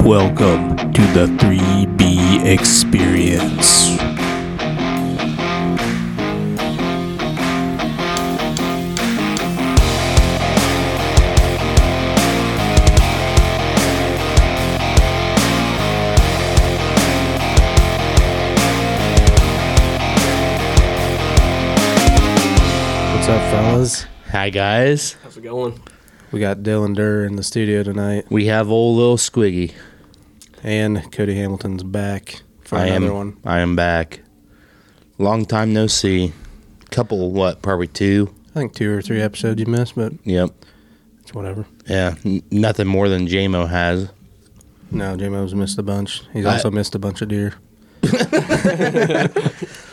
Welcome to the 3B Experience. What's up, fellas? Hi guys, How's it going? We got Dylan Durr in the studio tonight, we have old little Squiggy. and Cody Hamilton's back for I another am. one. I am back. Long time no see. Couple what? Probably two. I think two or three episodes you missed, but Yep. it's whatever. Yeah. N- nothing more than JMO has. No, J-Mo's missed a bunch. He's I- also missed a bunch of deer.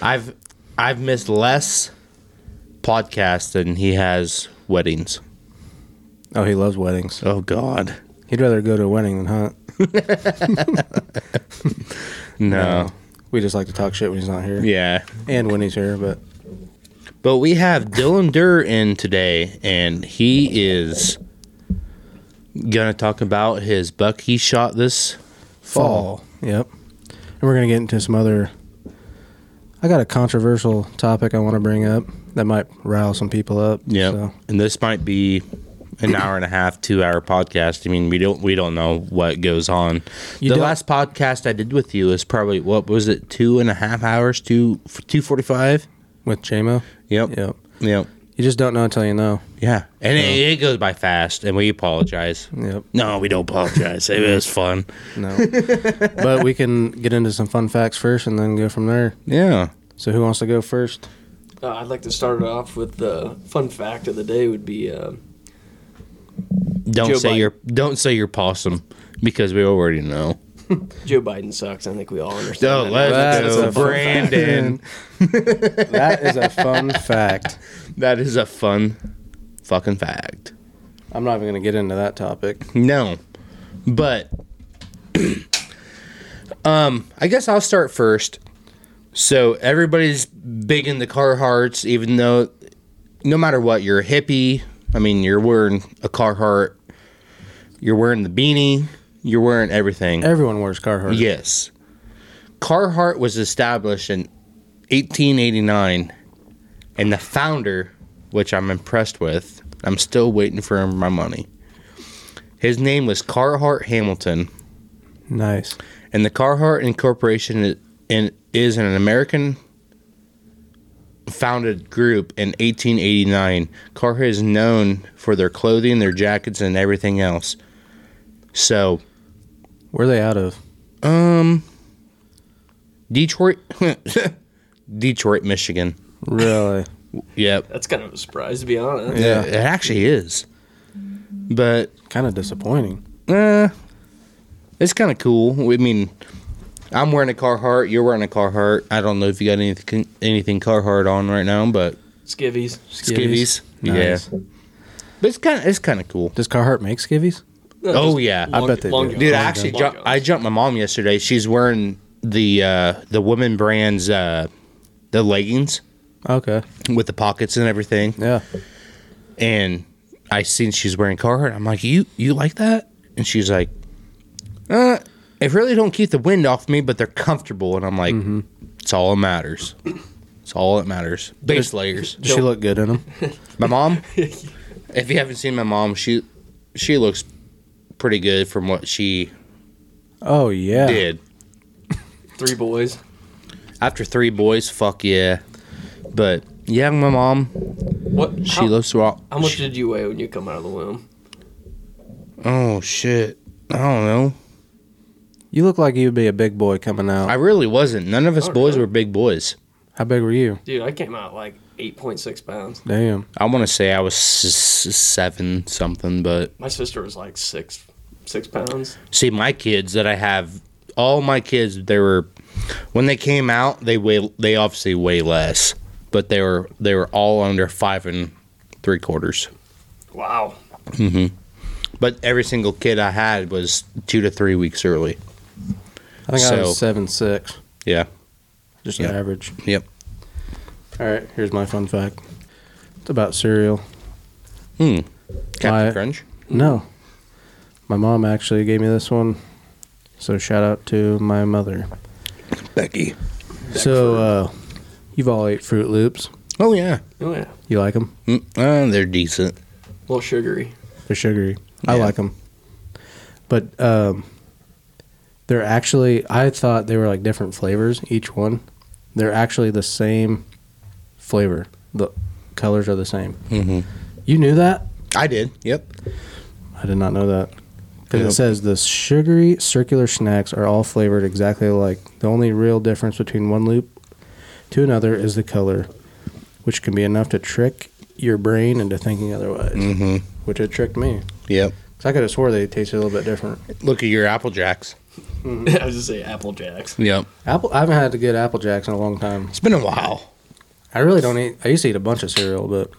I've I've missed less podcasts than he has weddings. Oh, he loves weddings. Oh God. He'd rather go to a wedding than hunt. No. We just like to talk shit when he's not here. Yeah. And when he's here, but But we have Dylan Durr in today, and he is gonna talk about his buck he shot this fall. Yep. And we're going to get into some other. I got a controversial topic I want to bring up that might rile some people up. Yeah, So, and this might be an hour and a half, two hour podcast. I mean, we don't we don't know what goes on. You the don't- last podcast I did with you is probably what was it two and a half hours, two two forty five. with J-Mo? Yep. Yep. Yep. You just don't know until you know. Yeah, and it, it goes by fast, and we apologize. Yep. No, we don't apologize. it was fun. No. but we can get into some fun facts first and then go from there. Yeah. So who wants to go first? Uh, I'd like to start it off with the fun fact of the day would be uh, Don't Joe say Biden. your don't say your possum because we already know. Joe Biden sucks. I think we all understand. So that. let's That is go, a fun Brandon. That is a fun fact. that is a fun fucking fact. I'm not even going to get into that topic. No, but um, I guess I'll start first. So everybody's big into Carhartts, even though no matter what, you're a hippie. I mean, you're wearing a Carhartt, you're wearing the beanie, you're wearing everything. Everyone wears Carhartt. Yes. Carhartt was established in 1889, and the founder, which I'm impressed with, I'm still waiting for my money. His name was Carhartt Hamilton, Nice. and the Carhartt Incorporation i- in- is an American founded group in 1889. Carhartt is known for their clothing, their jackets, and everything else. So, Where are they out of? Um, Detroit, Detroit, Michigan. Really? Yep. That's kind of a surprise, to be honest. Yeah. It actually is, but kind of disappointing. uh, it's kind of cool. I mean, I'm wearing a Carhartt. You're wearing a Carhartt. I don't know if you got anything anything Carhartt on right now, but Skivvies. skivvies. Nice. Yeah. But it's kind of it's kind of cool. Does Carhartt make skivvies? No, Oh, just yeah. I bet they do. johns. Dude, I Long actually johns. jumped, Long I johns. jumped my mom yesterday. She's wearing the uh the woman brands uh the leggings Okay. with the pockets and everything. Yeah. and I seen she's wearing Carhartt. I'm like, you you like that? And she's like, uh, it really don't keep the wind off me, but they're comfortable. And I'm like, Mm-hmm. it's all that matters. It's all that matters. Base layers. Does she look good in them? My mom. if you haven't seen my mom, she she looks pretty good from what she Oh, yeah. did. Three boys. After three boys, fuck yeah. But yeah, my mom, What? she how, looks raw. How much did you weigh when you come out of the womb? Oh shit. I don't know. You look like you'd be a big boy coming out. I really wasn't. None of us Oh, boys really? were big boys. How big were you? Dude, I came out like 8.6 pounds. Damn. I want to say I was s- s- seven something, but My sister was like six, six pounds. see, my kids that I have, all my kids, they were when they came out, they weigh, they obviously weigh less, but they were they were all under five and three quarters. Wow. But every single kid I had was two to three weeks early. I think I was So- seven six. Yeah. Just Yeah. average. Yep. All right. Here's my fun fact. It's about cereal. Hmm. Captain My- Crunch. No. My mom actually gave me this one So shout out to my mother. Becky. So uh, you've all ate Fruit Loops. Oh yeah, Oh yeah, You like them? Mm, uh, they're decent. a little sugary. They're sugary. I Yeah. like them, but um, they're actually. I thought they were like different flavors. Each one, they're actually the same flavor. The colors are the same. Mm-hmm. You knew that? I did. Yep. I did not know that. Because Yep. it says the sugary circular snacks are all flavored exactly alike. The only real difference between one loop to another is the color, which can be enough to trick your brain into thinking otherwise. Mm-hmm. Which it tricked me. Yep. 'Cause I could have swore they tasted a little bit different. Look at your apple jacks. I was just say Apple Jacks. Yep. Apple. I haven't had a good Apple Jacks in a long time. It's been a while. I really don't eat. I used to eat a bunch of cereal, but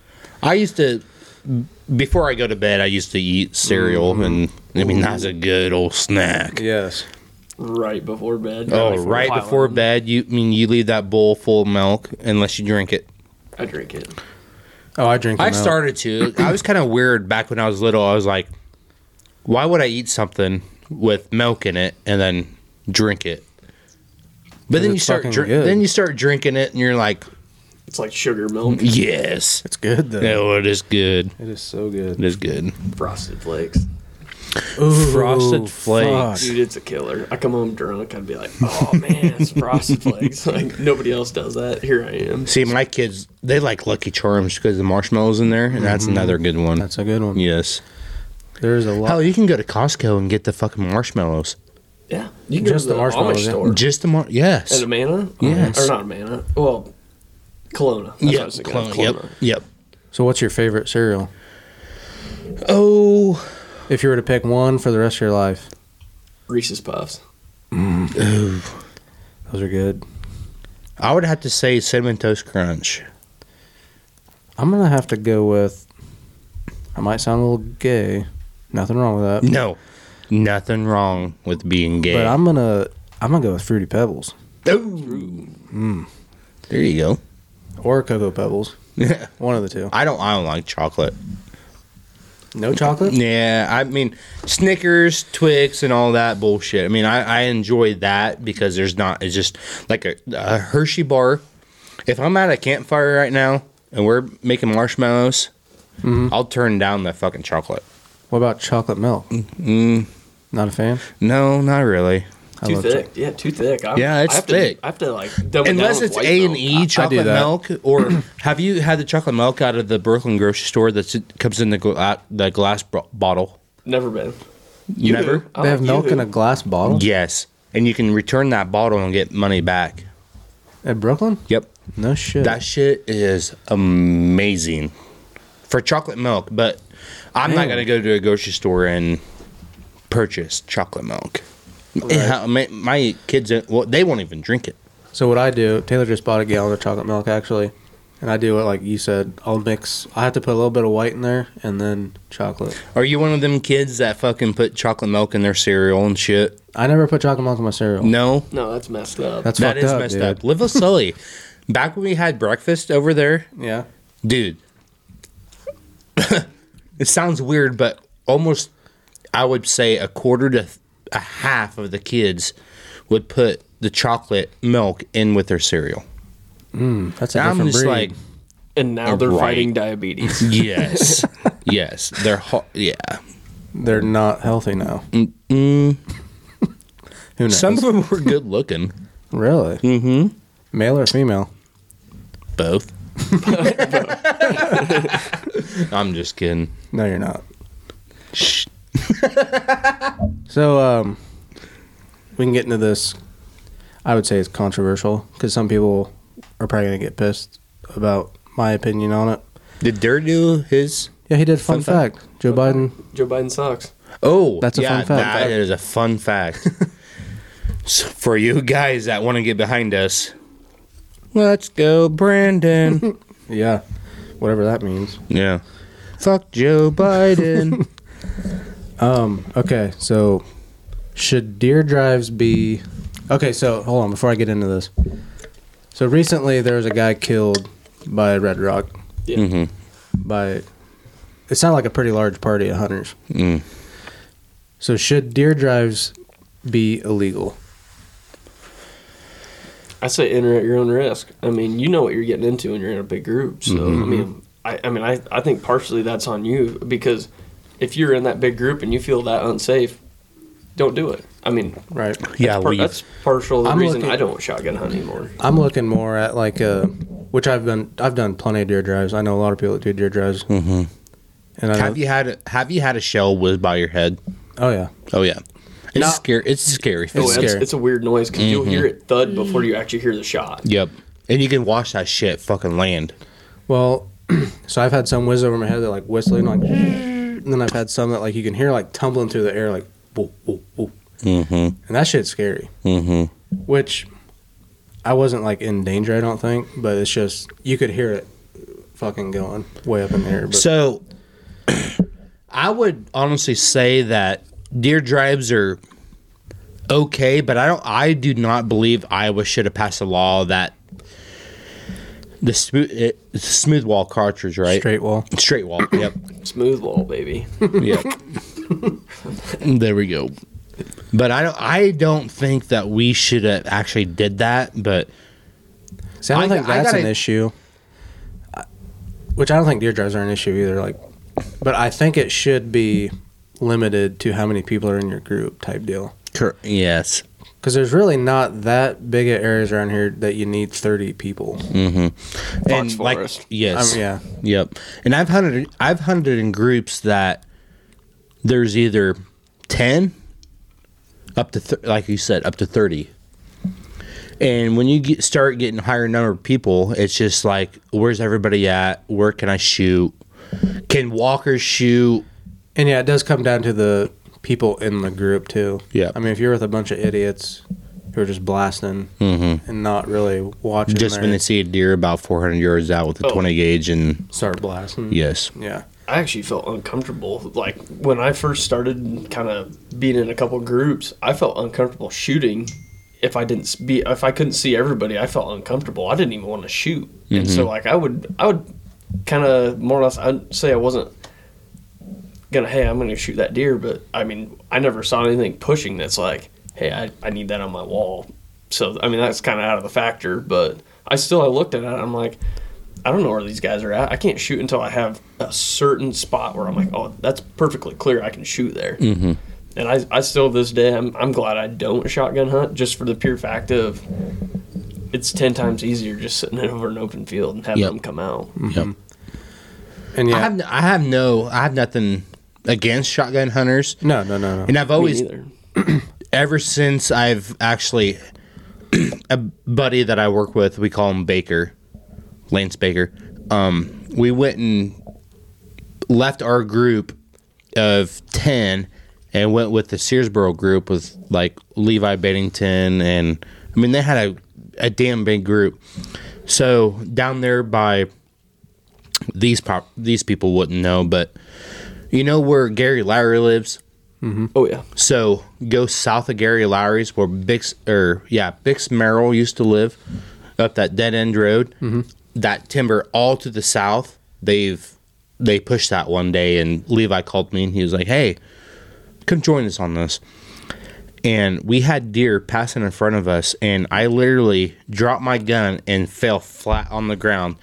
I used to before I go to bed. I used to eat cereal, and I mean that's a good old snack. yes, Right before bed. Oh, Like, right pile before on. bed, you I mean you leave that bowl full of milk unless you drink it. I drink it. Oh, I drink. I them out. started to. I was kind of weird back when I was little. I was like, why would I eat something with milk in it and then drink it? But 'Cause then you it's start fucking dr- good. then you start drinking it and you're like, It's like sugar milk, Mm. yes, It's good though. oh, it is good. It is so It good. is good. frosted flakes. Ooh, Frosted Flakes. Dude, it's a killer. I come home drunk. I'd be like, oh man, it's frosted flakes. Like nobody else does that. Here I am. See, my kids they like Lucky Charms because the marshmallows in there, and that's Mm-hmm. another good one. That's a good one. yes. There's a lot. Hell, you can go to Costco and get the fucking marshmallows. Yeah, you can Just go to the the, marshmallows, Amish yeah. store. Just the mar. Yes. At Amana? Yes. Or not Amana. Well, Kelowna. That's what I Yep. was thinking of, Clone, yep. Kelowna. Yep. So, what's your favorite cereal? Oh. If you were to pick one for the rest of your life, Reese's Puffs. those are good. I would have to say cinnamon toast crunch. I'm gonna have to go with. I might sound a little gay. Nothing wrong with that. No, nothing wrong with being gay. But I'm gonna I'm gonna go with fruity pebbles Ooh. Mm. There you go. or cocoa pebbles. Yeah. One of the two. I don't. I don't like chocolate. No chocolate. Yeah, I mean Snickers, Twix, and all that bullshit. I mean, I, I enjoy that because there's not. It's just like a, a Hershey bar. If I'm at a campfire right now and we're making marshmallows, I'll turn down the fucking chocolate. What about chocolate milk? Mm, Not a fan. no, not really. I Too love chocolate. thick. Yeah, too thick. I, Yeah, it's I have thick. To, I have to like double Unless it's A and E chocolate that. milk, or have you had the chocolate milk out of the Brooklyn grocery store that comes in the gla- uh, the glass bro- bottle? Never been. You Never. They have milk in a glass bottle Yes, and you can return that bottle and get money back. at Brooklyn. Yep, No shit. that shit is amazing for chocolate milk. But I'm not Damn. gonna go to a grocery store and purchase chocolate milk. Yeah, my, my kids, uh, well, they won't even drink it. So what I do, Taylor just bought a gallon of chocolate milk actually, and I do it like you said. I'll mix. I have to put a little bit of white in there and then chocolate. Are you one of them kids that fucking put chocolate milk in their cereal and shit? I never put chocolate milk in my cereal. No, No, that's messed up. That's That fucked is up, messed dude. up. Live a silly. Back when we had breakfast over there, Yeah. dude. it sounds weird, but almost I would say a quarter to a half of the kids would put the chocolate milk in with their cereal. That's a And different I'm just breed. like, and now they're Right. fighting diabetes. yes, yes, they're ho- yeah. They're not healthy now. Who knows? Some of them were good looking, really? Mm-hmm. Male or female? both. I'm just kidding. No, you're not. Shh. So um, we can get into this. I would say it's controversial because some people are probably gonna get pissed about my opinion on it. Did Dare do his Yeah, he did. Fun, Fun fact. fact. Joe Biden. Joe Biden sucks. Oh, That's a yeah, fun fact. That is a fun fact. so for you guys that want to get behind us, let's go, Brandon. Yeah, whatever that means. yeah. Fuck Joe Biden. Okay, so should deer drives be? Okay, so hold on before I get into this. So recently, there was a guy killed by Red Rock. Yeah. By it sounded like a pretty large party of hunters. So should deer drives be illegal. I say enter at your own risk. I mean, you know what you're getting into when you're in a big group. So Mm-hmm. I mean, I, I mean, I, I think partially that's on you because if you're in that big group and you feel that unsafe, don't do it. I mean, Right. Yeah, par- leave. that's partial the I'm reason looking- I don't shotgun hunt anymore. I'm looking more at like uh which I've done I've done plenty of deer drives. I know a lot of people that do deer drives. Mm-hmm. And I have know- you had a, have you had a shell whiz by your head? oh yeah. Oh yeah, it's No. scary. It's scary. Mm-hmm. Oh, it's, scary. it's a weird noise because you'll hear it thud before you actually hear the shot. yep, and you can watch that shit fucking land. Well, so I've had some whiz over my head that like whistling like, and then I've had some that like you can hear like tumbling through the air like, boop, boop, boop. Mm-hmm. and that shit's scary. Mm-hmm. Which I wasn't like in danger, I don't think, but it's just you could hear it fucking going way up in the air. But So, I would honestly say that deer drives are okay, but I don't. I do not believe Iowa should have passed a law that the smooth it, it's a smooth wall cartridge, right? straight wall. Straight wall. Yep. Smooth wall, baby. yep. there we go. But I don't. I don't think that we should have actually did that. But See, I don't I- think I that's an gotta- issue. I- Which I don't think deer drives are an issue either. Like, but I think it should be limited to how many people are in your group type deal. yes. Because there's really not that big of areas around here that you need 30 people. Fox Forest. yes. Um, yeah. Yep. And I've hunted I've hunted in groups that there's either 10 up to th- like you said up to 30. And when you get, start getting higher number of people, it's just like where's everybody at? Where can I shoot? Can Walker shoot? And yeah, it does come down to the people in the group too. Yeah. I mean, if you're with a bunch of idiots who are just blasting and not really watching, Mm-hmm. Just when their- they see a deer about 400 yards out with a Oh. 20 gauge and start blasting. yes. Yeah. I actually felt uncomfortable. Like when I first started kind of being in a couple groups, I felt uncomfortable shooting. If I didn't s- be, if I couldn't see everybody, I felt uncomfortable. I didn't even want to shoot, and so like I would, I would kind of more or less, I'd say I wasn't gonna. Hey, I'm gonna shoot that deer, but I mean, I never saw anything pushing that's like, hey, I, I need that on my wall. So I mean, that's kind of out of the factor. But I still, I looked at it, I'm like, I don't know where these guys are at. I can't shoot until I have a certain spot where I'm like, oh, that's perfectly clear. I can shoot there. Mm-hmm. And I, I still, this day, I'm, I'm glad I don't shotgun hunt just for the pure fact of it's 10 times easier just sitting over an open field and having Yep. them come out. Yep. And yeah. I have I have no I have nothing against shotgun hunters. no, no, no, no. And I've Me always neither. ever since I've actually a buddy that I work with, we call him Baker, Lance Baker. Um, we went and left our group of ten and went with the Searsboro group with like Levi Bennington and I mean they had a, a damn big group. So down there by these pop these people wouldn't know, but you know where Gary Lowry lives? Oh, yeah. So go south of Gary Lowry's where Bix or yeah Bix Merrill used to live, up that dead end road. That timber all to the south. They've they pushed that one day, and Levi called me and he was like, "Hey, come join us on this." And we had deer passing in front of us, and I literally dropped my gun and fell flat on the ground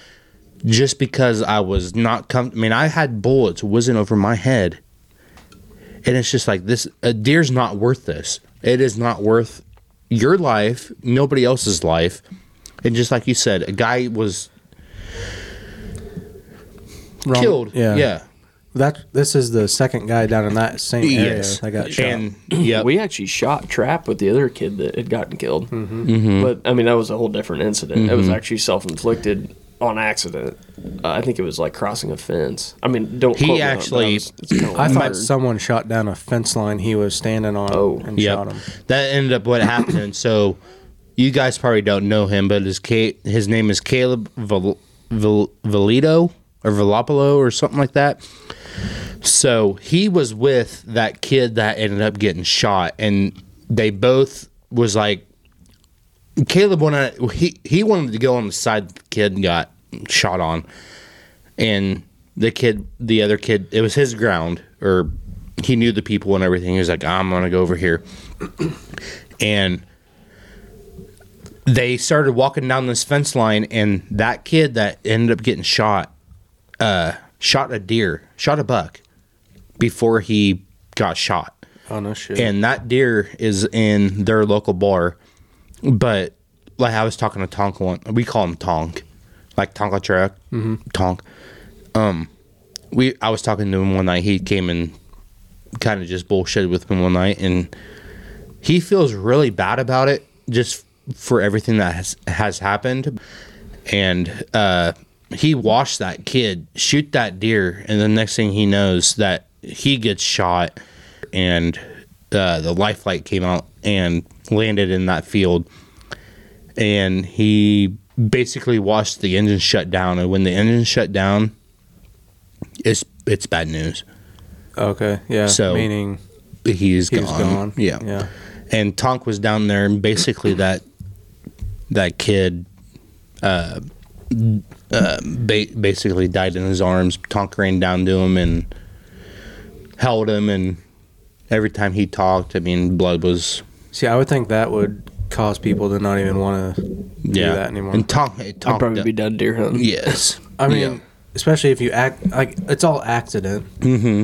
just because I was not com I mean, I had bullets whizzing over my head and it's just like this a deer's not worth this it is not worth your life nobody else's life and just like you said a guy was Wrong- killed yeah Yeah. yeah That this is the second guy down in that same area yes that got shot. and yeah We actually shot Trap with the other kid that had gotten killed. But I mean, that was a whole different incident. It was actually self inflicted on accident. Uh, I think it was like crossing a fence. I mean, don't He quote me on it, but actually- I, was- it's kinda I thought weird. someone shot down a fence line he was standing on Oh. and shot Yep. him. That ended up what happened. And so you guys probably don't know him, but his Ca- his name is Caleb Val- Val- Valido or Velopolo or something like that. So he was with that kid that ended up getting shot, and they both was like Caleb wanted he he wanted to go on the side the kid got shot on, and the kid the other kid it was his ground or he knew the people and everything. He was like, I'm gonna go over here, and they started walking down this fence line, and that kid that ended up getting shot, uh, shot a deer, shot a buck before he got shot Oh no shit. and that deer is in their local bar. But like I was talking to Tonk one, we call him Tonk, like Tonka truck, Tonk. Um, we I was talking to him one night. He came and kind of just bullshitted with me one night, and he feels really bad about it, just for everything that has has happened. And uh, he watched that kid shoot that deer, and the next thing he knows, that he gets shot and uh, the lifelike came out and landed in that field. And he basically watched the engine shut down. And when the engine shut down, it's it's bad news. okay. Yeah. So- meaning He's he's gone. gone. Yeah. Yeah. And Tonk was down there, and basically that that kid uh, uh, ba- basically died in his arms. Tonk ran down to him and held him, and every time he talked, I mean, blood was See, I would think that would cause people to not even want to do that anymore. And Tonk, Tonk I'd probably done- be done deer hunting. Yes. I mean, Yeah. especially if you act like it's all accident, Mhm. Mm-hmm.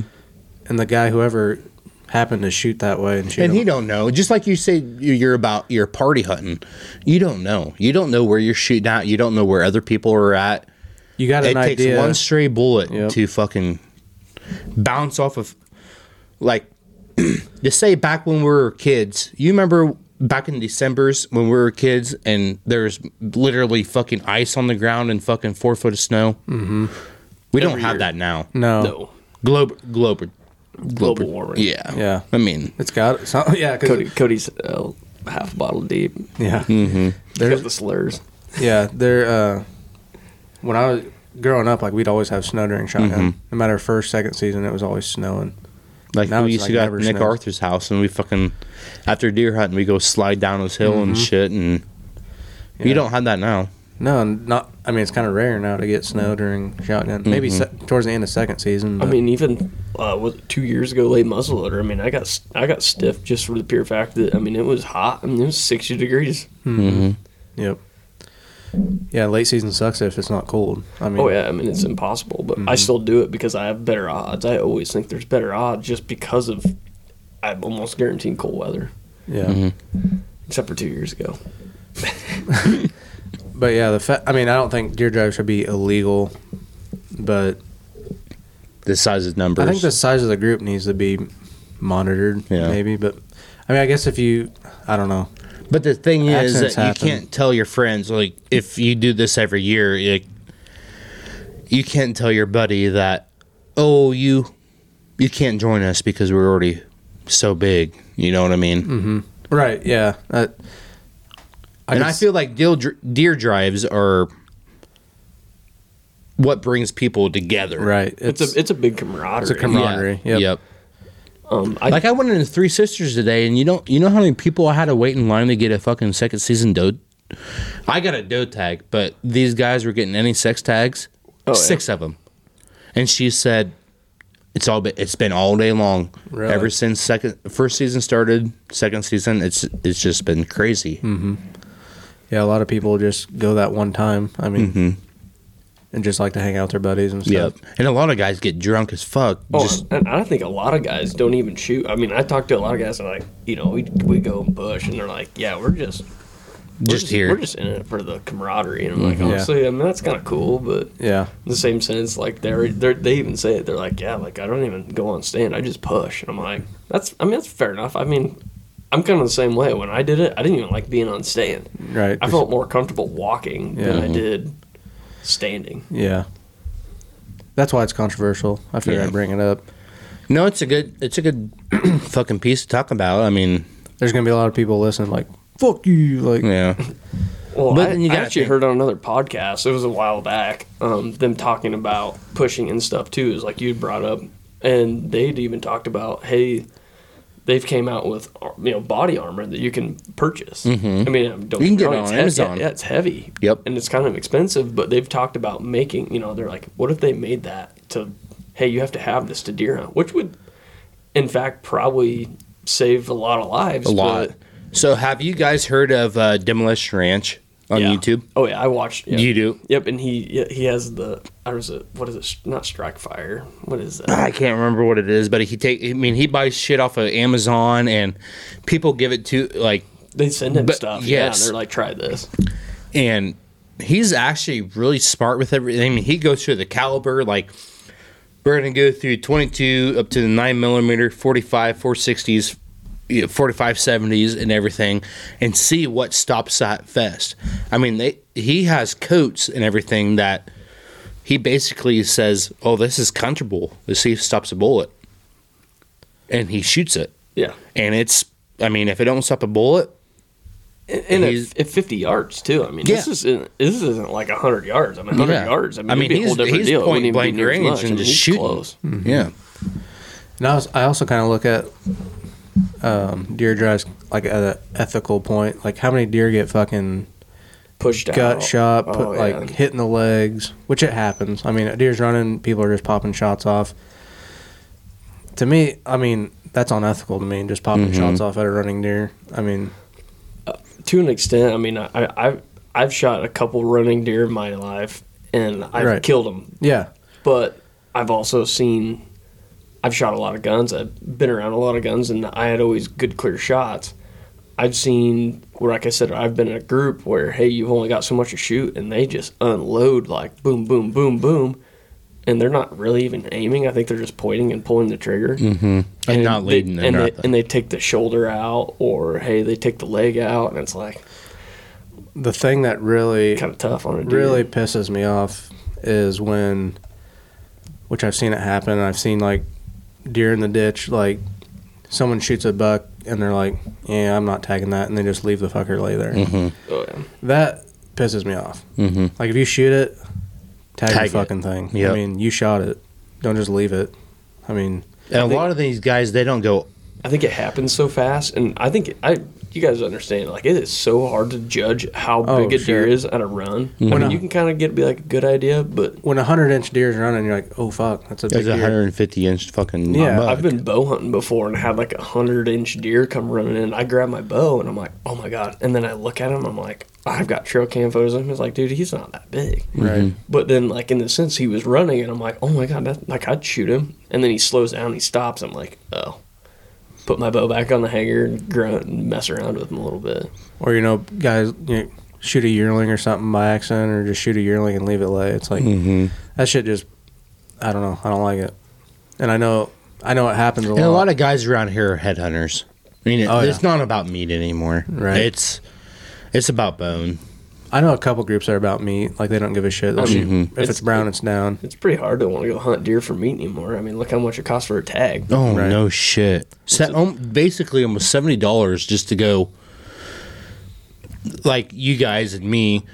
and the guy whoever happened to shoot that way and shoot and him- he don't know. Just like you say, you- you're about you're party hunting. You don't know. You don't know where you're shooting at. You don't know where other people are at. you got It an takes idea. one stray bullet Yep. to fucking bounce off of. Like, to say back when we were kids, you remember back in December's when we were kids, and there's literally fucking ice on the ground and fucking four foot of snow. Mm-hmm. We don't Every have year. that now. no, No. Globe, Glober, Global warming. Yeah. Yeah. I mean, it's got it's not, yeah, 'cause- Cody, Cody's uh, half bottle deep. yeah. Mm. There's There's the slurs. yeah, there. Uh, when I was growing up, like we'd always have snow during shotgun. Mm-hmm. No matter first, second season, it was always snowing. Like Now we it's used like to go never to Nick snows. Arthur's house and we fucking after deer hunting we go slide down this hill and shit and Mm-hmm. Yeah. you don't have that now. No, not. I mean, it's kind of rare now to get snow during shotgun. Maybe se- towards the end of second season. Mm-hmm. I but- mean, even uh, was it two years ago, late muzzleloader. I mean, I got s- I got stiff just for the pure fact that I mean it was hot. I mean it was sixty degrees. Yep. Yeah, late season sucks if it's not cold. I mean, mm-hmm. Oh yeah, I mean it's impossible, but I still do it because I have better odds. I always think there's better odds just because of I'm almost guaranteed cold weather, yeah. Mm-hmm. except for two years ago. But yeah, the fa- I mean, I don't think deer drive should be illegal, but The size of numbers. I think the size of the group needs to be monitored. Yeah. Maybe, but I mean, I guess if you, I don't know. but the thing is that Accidents happen. you can't tell your friends like if you do this every year, like you can't tell your buddy that oh you you can't join us because we're already so big. You know what I mean? Mm. Right? Yeah. That, and could I s- feel like deer, dr- deer drives are what brings people together. right. It's, a it's a big camaraderie. it's a camar- Camaraderie, Yeah. yep. yep. Um, I, Like I went into Three Sisters today, and you don't you know how many people I had to wait in line to get a fucking second season doe. I got a doe tag, but these guys were getting any sex tags, Oh, yeah. Six of them, and she said, "It's all been, it's been all day long Really? ever since second first season started. Second season, it's it's just been crazy. yeah. A lot of people just go that one time. I mean, and just like to hang out with their buddies and stuff. Mm-hmm. Yep, and a lot of guys get drunk as fuck. oh, just and I think a lot of guys don't even shoot. I mean, I talk to a lot of guys that are like, you know, we we go and bush, and they're like, yeah, we're just we're just here. We're just in it for the camaraderie, and I'm like, Mm-hmm. Yeah. honestly, I mean, that's kind of cool, but Yeah. in the same sense, like they're, they're they even say it. They're like, yeah, like I don't even go on stand. I just push, and I'm like, that's I mean, that's fair enough. I mean, I'm kind of the same way. When I did it, I didn't even like being on stand. Right. I felt more comfortable walking than Yeah. I did standing. Yeah. That's why it's controversial. I figured Yeah. I'd bring it up. No, it's a good it's a good fucking piece to talk about. I mean, There's gonna be a lot of people listening, like "fuck you," like yeah, Well, But I, then you I gotta actually think- heard on another podcast. It was a while back. Um, them talking about pushing and stuff too. Is like you brought up, and they'd even talked about hey, they've came out with ar- you know body armor that you can purchase. I mean, don't Mm-hmm. You can me get it wrong, on it's heavy- Amazon. yeah, it's heavy. Yep. and it's kind of expensive. But they've talked about making. You know, they're like, what if they made that to hey, you have to have this to deer hunt, which would in fact, probably saved a lot of lives. a lot. but- So have you guys heard of uh, Demolition Ranch on Yeah. YouTube? Oh yeah, I watched. Yeah. You do? Yep, and he yeah, he has the I was it what is it Sh- not strike fire what is that I can't remember what it is, but he take. I mean, he buys shit off of Amazon, and people give it to like, they send him But- stuff yeah and yes. they're like try this and he's actually really smart with everything. I mean, he goes through the caliber like. We're gonna go through 22 up to the 9 millimeter, 45, 460s, you know, 45, 70s, and everything, and see what stops that fest. I mean, they he has coats and everything that he basically says, "Oh, this is comfortable. Let's see if it stops a bullet," and he shoots it. yeah and it's I mean, if it don't stop a bullet, and, and at, He's- at fifty yards too I mean this Yeah. is uh, this isn't like hundred yards I mean hundred Yeah. yards I mean, I it'd mean, be a whole he's- different he's deal. It wouldn't point blank even be near as range much. I and mean, just he's shooting. Hmm. yeah, And I, was, I also kind of look at um, deer drives like at an ethical point. Like how many deer get fucking pushed gut out shot, Oh, put, like yeah. hit in the legs, which it happens. I mean, a deer's running, people are just popping shots off. To me, I mean, that's unethical to me, just Mm-hmm. popping shots off at a running deer. I mean, to an extent. I mean I, I I've I've shot a couple running deer in my life and I've Right. killed them yeah, but I've also seen I've shot a lot of guns. I've been around a lot of guns and I had always good clear shots. I've seen where like I said I've been in a group where hey you've only got so much to shoot and they just unload like boom boom boom boom and they're not really even aiming. I think they're just pointing and pulling the trigger. Mm-hmm. And not leading they, to and they, nothing. and they take the shoulder out or hey they take the leg out and it's like the thing that really kind of tough on a deer. really pisses me off is when which I've seen it happen and I've seen like deer in the ditch like someone shoots a buck and they're like yeah I'm not tagging that and they just leave the fucker lay there Mm-hmm. Oh, yeah. that pisses me off Mhm. like if you shoot it tag, Tag the it. fucking thing I Yep. mean you shot it don't just leave it I mean and a lot of these guys they don't go. I think it happens so fast, and I think it, I you guys understand like it is so hard to judge how Oh, big a deer sure. is at a run. I mean, I- you can kind of get be like a good idea, but when a hundred inch deer's running you're like oh fuck that's a big There's a deer 150 inch fucking Yeah, buck. I've been bow hunting before and had like a hundred inch deer come running in. I grab my bow and I'm like, oh my god! And then I look at him, I'm like, I've got trail cam photos. of him. It's like, dude, he's not that big. right But then, like in the sense, he was running, and I'm like, oh my god, that, like I'd shoot him. And then he slows down, he stops. I'm like, oh. Put my bow back on the hanger and grunt and mess around with him a little bit. or you know guys you know, shoot a yearling or something by accident or just shoot a yearling and leave it lay it's like Mm-hmm. that shit just i don't know i don't like it and i know i know it happens a lot, and a lot of guys around here are headhunters. I mean, it, Oh, it's not about meat anymore. Right. It's it's about bone. i know a couple groups are about meat like they don't give a shit They'll I mean, shoot- if it's, it's- brown it's down It's pretty hard to want to go hunt deer for meat anymore. I mean, look how much it costs for a tag. Oh Right. no shit! Se- um, basically, almost seventy dollars just to go. Like you guys and me,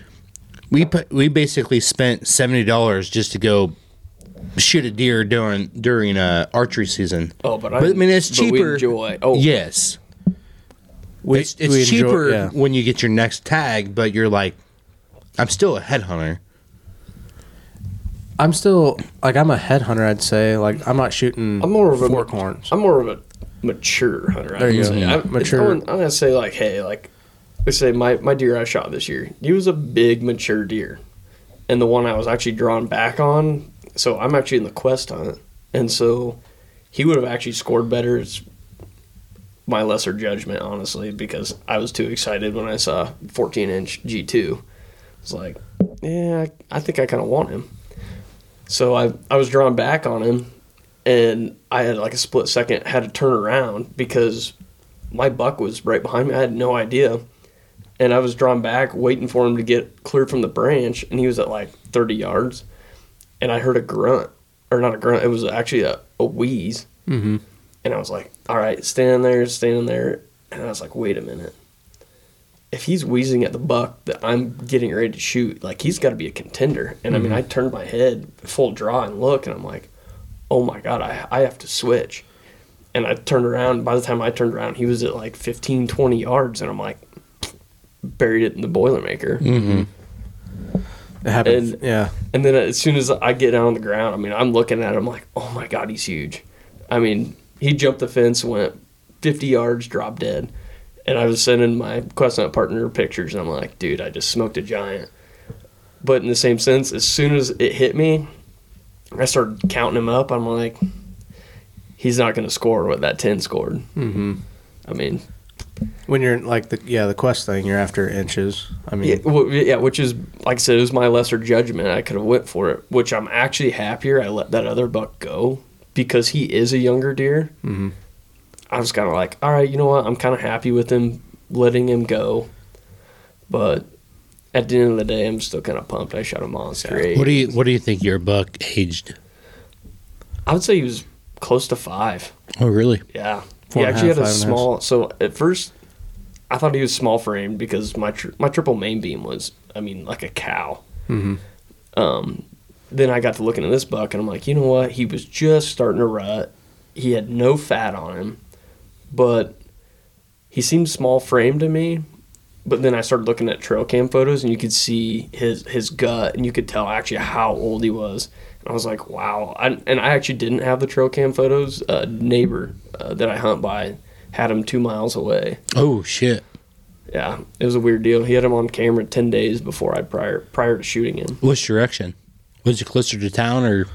we put, we basically spent seventy dollars just to go shoot a deer during during uh, archery season. Oh, but I, But, I mean, it's but we cheaper. enjoy. Oh, yeah. Yes, we, it's, it's we enjoy- cheaper yeah. when you get your next tag, but you're like, I'm still a headhunter. i'm still like i'm a headhunter i'd say like i'm not shooting I'm more of a fork horns I'm more of a mature hunter. There I you would go. say. Mhm. I'm, it's- Mature. I wouldn't- I'm, gonna say like, hey, like, let's say my my deer I shot this year. He was a big mature deer, and the one I was actually drawn back on. So I'm actually in the quest hunt, and so he would have actually scored better. It's my lesser judgment, honestly, because I was too excited when I saw 14 inch G2. It's like, yeah, I think I kind of want him. So I I was drawn back on him, and I had like a split second had to turn around because my buck was right behind me. I had no idea. And I was drawn back, waiting for him to get clear from the branch, and he was at like 30 yards. And I heard a grunt, or not a grunt, it was actually a, a wheeze. Mhm. And I was like, all right, stand there, stand there. And I was like, wait a minute. If he's wheezing at the buck that I'm getting ready to shoot, like he's got to be a contender. And I mean, I turned my head full draw and look, and I'm like, oh my God, I, I have to switch and I turned around. By the time I turned around, he was at like 15, 20 yards, and I'm like, buried it in the Boilermaker. it happens and- yeah And then as soon as I get down on the ground, I mean, I'm looking at him like, oh my God, he's huge. I mean, he jumped the fence, went 50 yards, dropped dead. And I was sending my Questnut partner pictures, and I'm like, dude, I just smoked a giant. But in the same sense, as soon as it hit me, I started counting him up. I'm like, he's not going to score what that 10 scored. Mm-hmm. I mean, When you're in, like the yeah the quest thing, you're after inches. I mean, Yeah, well, yeah, which is like I said, it was my lesser judgment. I could have went for it, which I'm actually happier I let that other buck go because he is a younger deer. Mm-hmm. Mhm. I was kind of like, all right, you know what? I'm kind of happy with him letting him go, but at the end of the day, I'm still kind of pumped. I shot a monster eight. What do you What do you think your buck aged? I would say he was close to five. Oh, really? Yeah. Four and he a actually half, had a five and a half. small. So at first, I thought he was small frame because my tr- my triple main beam was, I mean, like a cow. Mm-hmm. Um, then I got to looking at this buck and I'm like, you know what? He was just starting to rut. He had no fat on him, but he seemed small frame to me. But then I started looking at trail cam photos and you could see his his gut and you could tell actually how old he was. I was like, wow. I, and I actually didn't have the trail cam photos. A neighbor uh, that I hunt by had him two miles away. Oh shit! Yeah, it was a weird deal. He had him on camera 10 days before I prior prior to shooting him. Which direction? Was it closer to town or?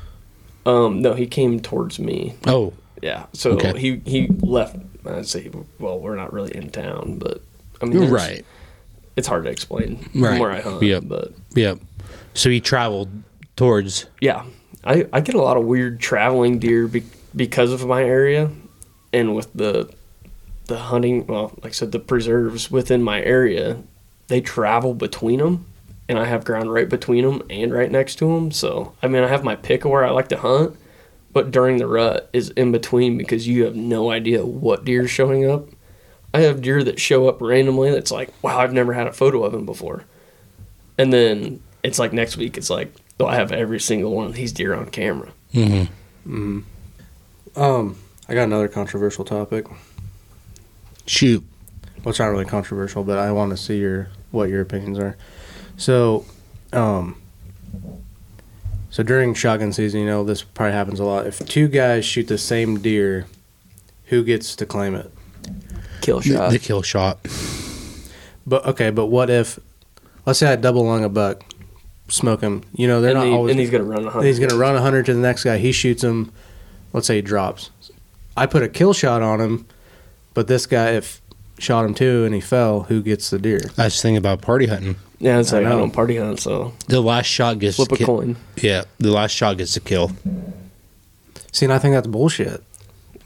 Um, no, he came towards me. Oh, Yeah, so Okay. he, he left. I'd say, well, we're not really in town, but I mean, you're there's- right. It's hard to explain Right. from where I hunt. Yep. But Yep. So he traveled towards. yeah, I, I get a lot of weird traveling deer be, because of my area and with the the hunting, well, like I said, the preserves within my area, they travel between them, and I have ground right between them and right next to them. So, I mean, I have my pick of where I like to hunt, but during the rut is in between because you have no idea what deer is showing up. I have deer that show up randomly that's like, wow, I've never had a photo of him before. And then it's like next week, it's like, oh, I have every single one of these deer on camera. Mm-hmm. um, I got another controversial topic. Shoot. well, it's not really controversial, but I want to see your what your opinions are. So, um, so during shotgun season, you know this probably happens a lot. If two guys shoot the same deer, who gets to claim it? Kill The, shot. the kill shot. But okay, but what if, let's say I double lung a buck, smoke him. You know they're and, not he- always. and he's going to run a and hunt. he's gonna run hundred to the next guy. He shoots him. Let's say he drops. I put a kill shot on him, but this guy if shot him too and he fell. Who gets the deer? I was thinking about party hunting. Yeah, it's I like I, know. don't party hunt, so The last shot gets flip the a ki- coin. Yeah, the last shot gets the kill. See, and I think that's bullshit.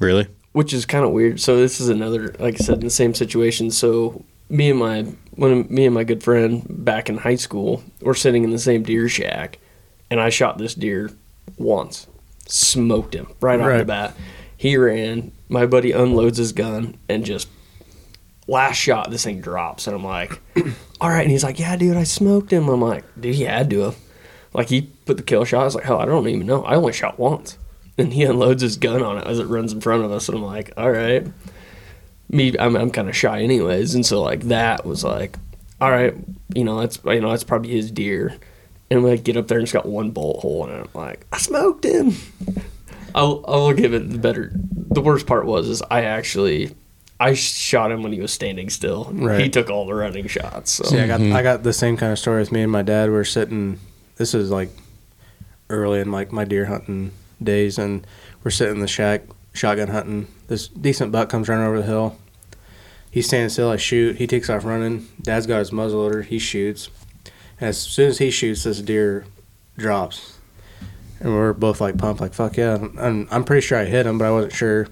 Really? which is kind of weird. So this is another, like I said, in the same situation. So me and my when me and my good friend back in high school were sitting in the same deer shack, and I shot this deer once, smoked him right off the Right. bat. He ran. My buddy unloads his gun and just last shot. This thing drops, and I'm like, "All right." And he's like, "Yeah, dude, I smoked him." I'm like, "Dude, he had to have." Like he put the kill shot. I was like, hell, I don't even know. I only shot once. And he unloads his gun on it as it runs in front of us, and I'm like, all right. Me, I'm, I'm kind of shy anyways, and so like that was like, all right, you know that's you know that's probably his deer. And we like get up there and it's got one bullet hole in it. I'm like, I smoked him. I'll I'll give it the better. The worst part was is I actually. I shot him when he was standing still. Right. He took all the running shots. So. See, I got I got the same kind of story with me and my dad. We are sitting. This is like early in like my deer hunting days, and we're sitting in the shack shotgun hunting. This decent buck comes running over the hill. He's standing still. I shoot. He takes off running. Dad's got his muzzleloader. He shoots. And as soon as he shoots, this deer drops, and we're both like pumped, like fuck yeah. And I'm, I'm pretty sure I hit him, but I wasn't sure.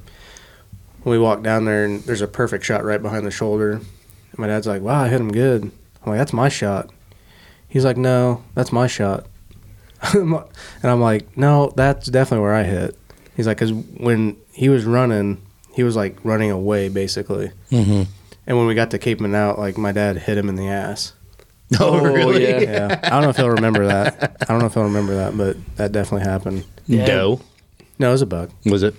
We walk down there, and there's a perfect shot right behind the shoulder. And my dad's like, "Wow, I hit him good." I'm like, "That's my shot." He's like, "No, that's my shot." and I'm like, "No, that's definitely where I hit." He's like, "Cause when he was running, he was like running away basically." Mm-hmm. And when we got to Cape Out, like my dad hit him in the ass. Oh, Oh, really? yeah. Yeah, I don't know if he'll remember that. I don't know if he'll remember that, but that definitely happened. Yeah. No. No, it was a bug. Was it?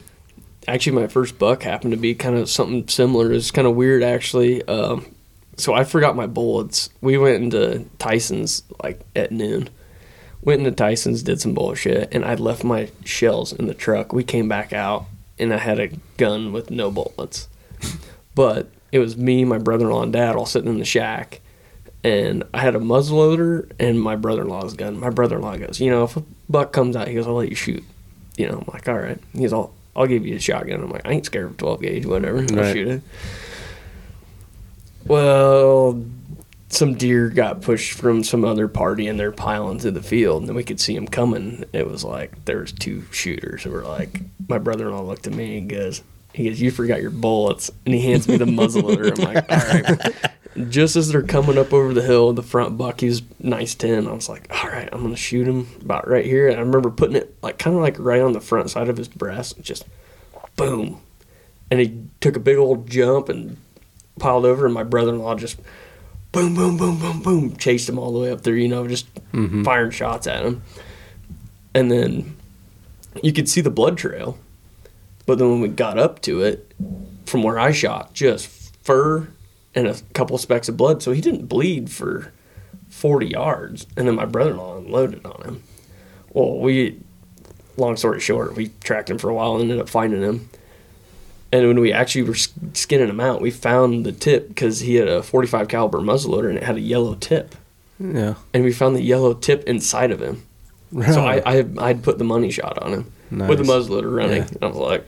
actually my first buck happened to be kind of something similar. It's kind of weird actually. Um, so I forgot my bullets. We went into Tyson's like at noon. Went into Tyson's, did some bullshit, and I left my shells in the truck. We came back out, and I had a gun with no bullets. but it was me, my brother-in-law, and dad all sitting in the shack, and I had a muzzleloader and my brother-in-law's gun. My brother-in-law goes, you know, if a buck comes out, he goes, I'll let you shoot. You know, I'm like, all right. He's all, I'll give you the shotgun. I'm like, I ain't scared of 12 gauge, whatever. I'll Right. shoot it. Well, some deer got pushed from some other party and they're piling through the field and we could see them coming. It was like there's two shooters. We're like, my brother in law looked at me and goes, he goes, you forgot your bullets, and he hands me the muzzleloader. I'm like, all right. Just as they're coming up over the hill, the front buck, he was nice ten. I was like, all right, I'm gonna shoot him about right here. And I remember putting it like kind of like right on the front side of his breast, just boom, and he took a big old jump and piled over, and my brother-in-law just boom, boom, boom, boom, boom, chased him all the way up there, you know, just firing shots at him. And then you could see the blood trail, but then when we got up to it, from where I shot, just fur and a couple specks of blood, so he didn't bleed for 40 yards. And then my brother-in-law unloaded on him. Well, we, long story short, we tracked him for a while and ended up finding him. And when we actually were s- skinning him out, we found the tip because he had a 45 caliber muzzleloader and it had a yellow tip. Yeah. And we found the yellow tip inside of him. So I, I I'd put the money shot on him with the Nice. muzzleloader running. Yeah. And I was like,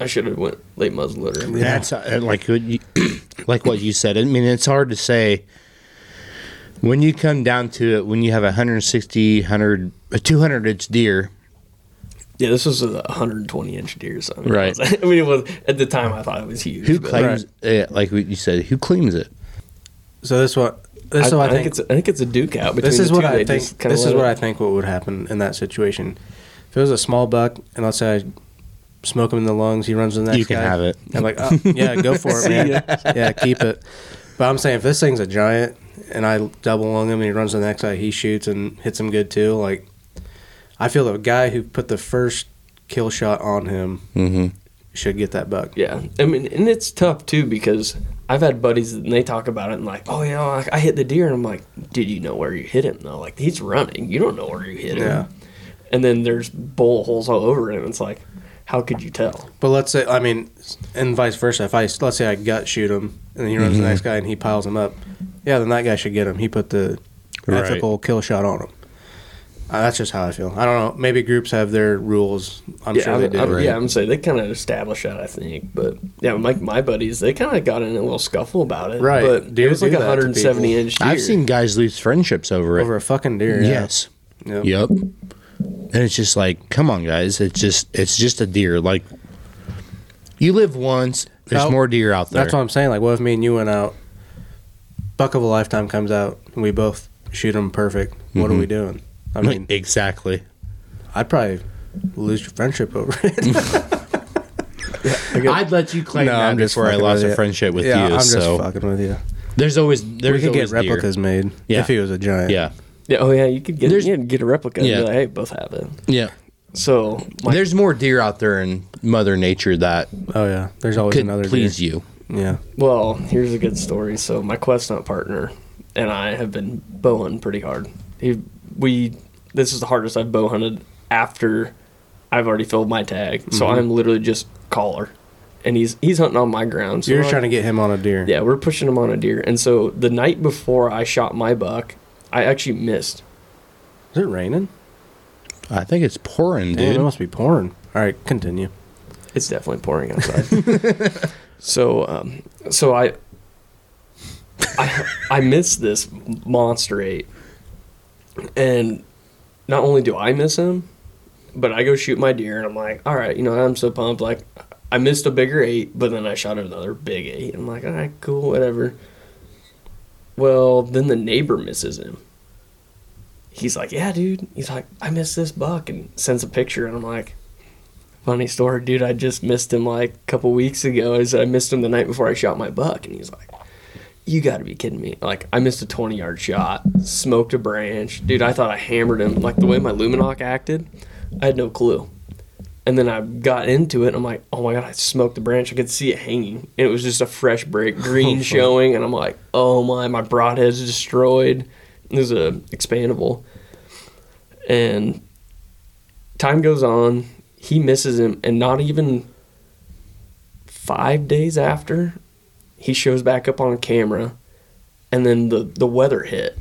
I should have went late muzzleloader. That's uh, like what you, like what you said. I mean, it's hard to say when you come down to it. When you have a 160, 100, a 200 inch deer, Yeah, this was a 120 inch deer. So I mean, it Right. was- I mean, it was at the time I thought it was huge. who but claims it? Like what you said, who claims it? So this what I, this is what I think, it's it's I think it's a duke out. Between this is the what two, I they think just kinda this is let what I it- think what would happen in that situation. If it was a small buck and let's say I smoke him in the lungs, he runs in the next You can guy, have it. I'm like, oh, yeah, go for it, man. yeah, keep it. But I'm saying if this thing's a giant and I double lung him and he runs to the next guy, he shoots and hits him good too. Like I feel the guy who put the first kill shot on him Mm-hmm. should get that buck. Yeah, I mean, and it's tough too because I've had buddies and they talk about it and like, oh, you know, I, I hit the deer, and I'm like, did you know where you hit him though? Like he's running, you don't know where you hit him. Yeah. And then there's bullet holes all over him. It's like, how could you tell? But let's say, I mean, and vice versa. If I let's say I gut shoot him, and he runs the next guy and he piles him up, yeah, then that guy should get him. He put the Right. ethical kill shot on him. Uh, that's just how I feel. I don't know. Maybe groups have their rules. I'm yeah, sure I'm, they do. I'm- yeah, I'm gonna say they kind of established that, I think. But yeah, like my buddies, they kind of got in a little scuffle about it. Right. But Deer it was like do a that to 170 people. inch deer. I've seen guys lose friendships over it. over a fucking deer. yeah. Yes. Yep. Yep. And it's just like, come on, guys. It's just, it's just a deer. Like, you live once. There's Well, more deer out there. That's what I'm saying. Like, what if me and you went out? Buck of a lifetime comes out, and we both shoot him perfect. What are we doing? I mean, exactly. I'd probably lose your friendship over it. I'd let you claim No, that I'm just before I fucking lost with a you. friendship with yeah, you. I'm just so fucking with you. there's always there's We could always get deer. replicas made Yeah. if he was a giant. Yeah. Yeah, oh yeah, you could get There's- you could get a replica. Yeah. Yeah. And be like, hey, both have it. Yeah. So my there's more deer out there in Mother Nature that Oh yeah. There's always could another. please deer. you. Yeah. Well, here's a good story. So my quest hunt partner and I have been bow hunting pretty hard. He, we this is the hardest I've bow hunted after I've already filled my tag. So Mm-hmm. I'm literally just caller, and he's he's hunting on my ground. So You're I'm- trying to get him on a deer. yeah, we're pushing him on a deer. And so the night before I shot my buck, I actually missed. Is it raining? I think it's pouring, Damn, dude. it must be pouring. All right, continue. It's definitely pouring outside. so, um, so I, I, I miss this monster eight, and not only do I miss him, but I go shoot my deer, and I'm like, all right, you know, I'm so pumped. Like, I missed a bigger eight, but then I shot another big eight. I'm like, all right, cool, whatever. Well, then the neighbor misses him. He's like, yeah, dude. He's like, I missed this buck, and sends a picture, and I'm like. Funny story, dude. I just missed him like a couple weeks ago. I said I missed him the night before I shot my buck, and he's like, "You got to be kidding me!" Like I missed a twenty yard shot, smoked a branch, dude. I thought I hammered him. Like the way my luminoc acted, I had no clue. And then I got into it. And I'm like, "Oh my god!" I smoked the branch. I could see it hanging, and it was just a fresh break, green showing. And I'm like, "Oh my!" My broadhead's destroyed. It was a expandable, and time goes on. He misses him, and not even five days after, he shows back up on camera, and then the the weather hit,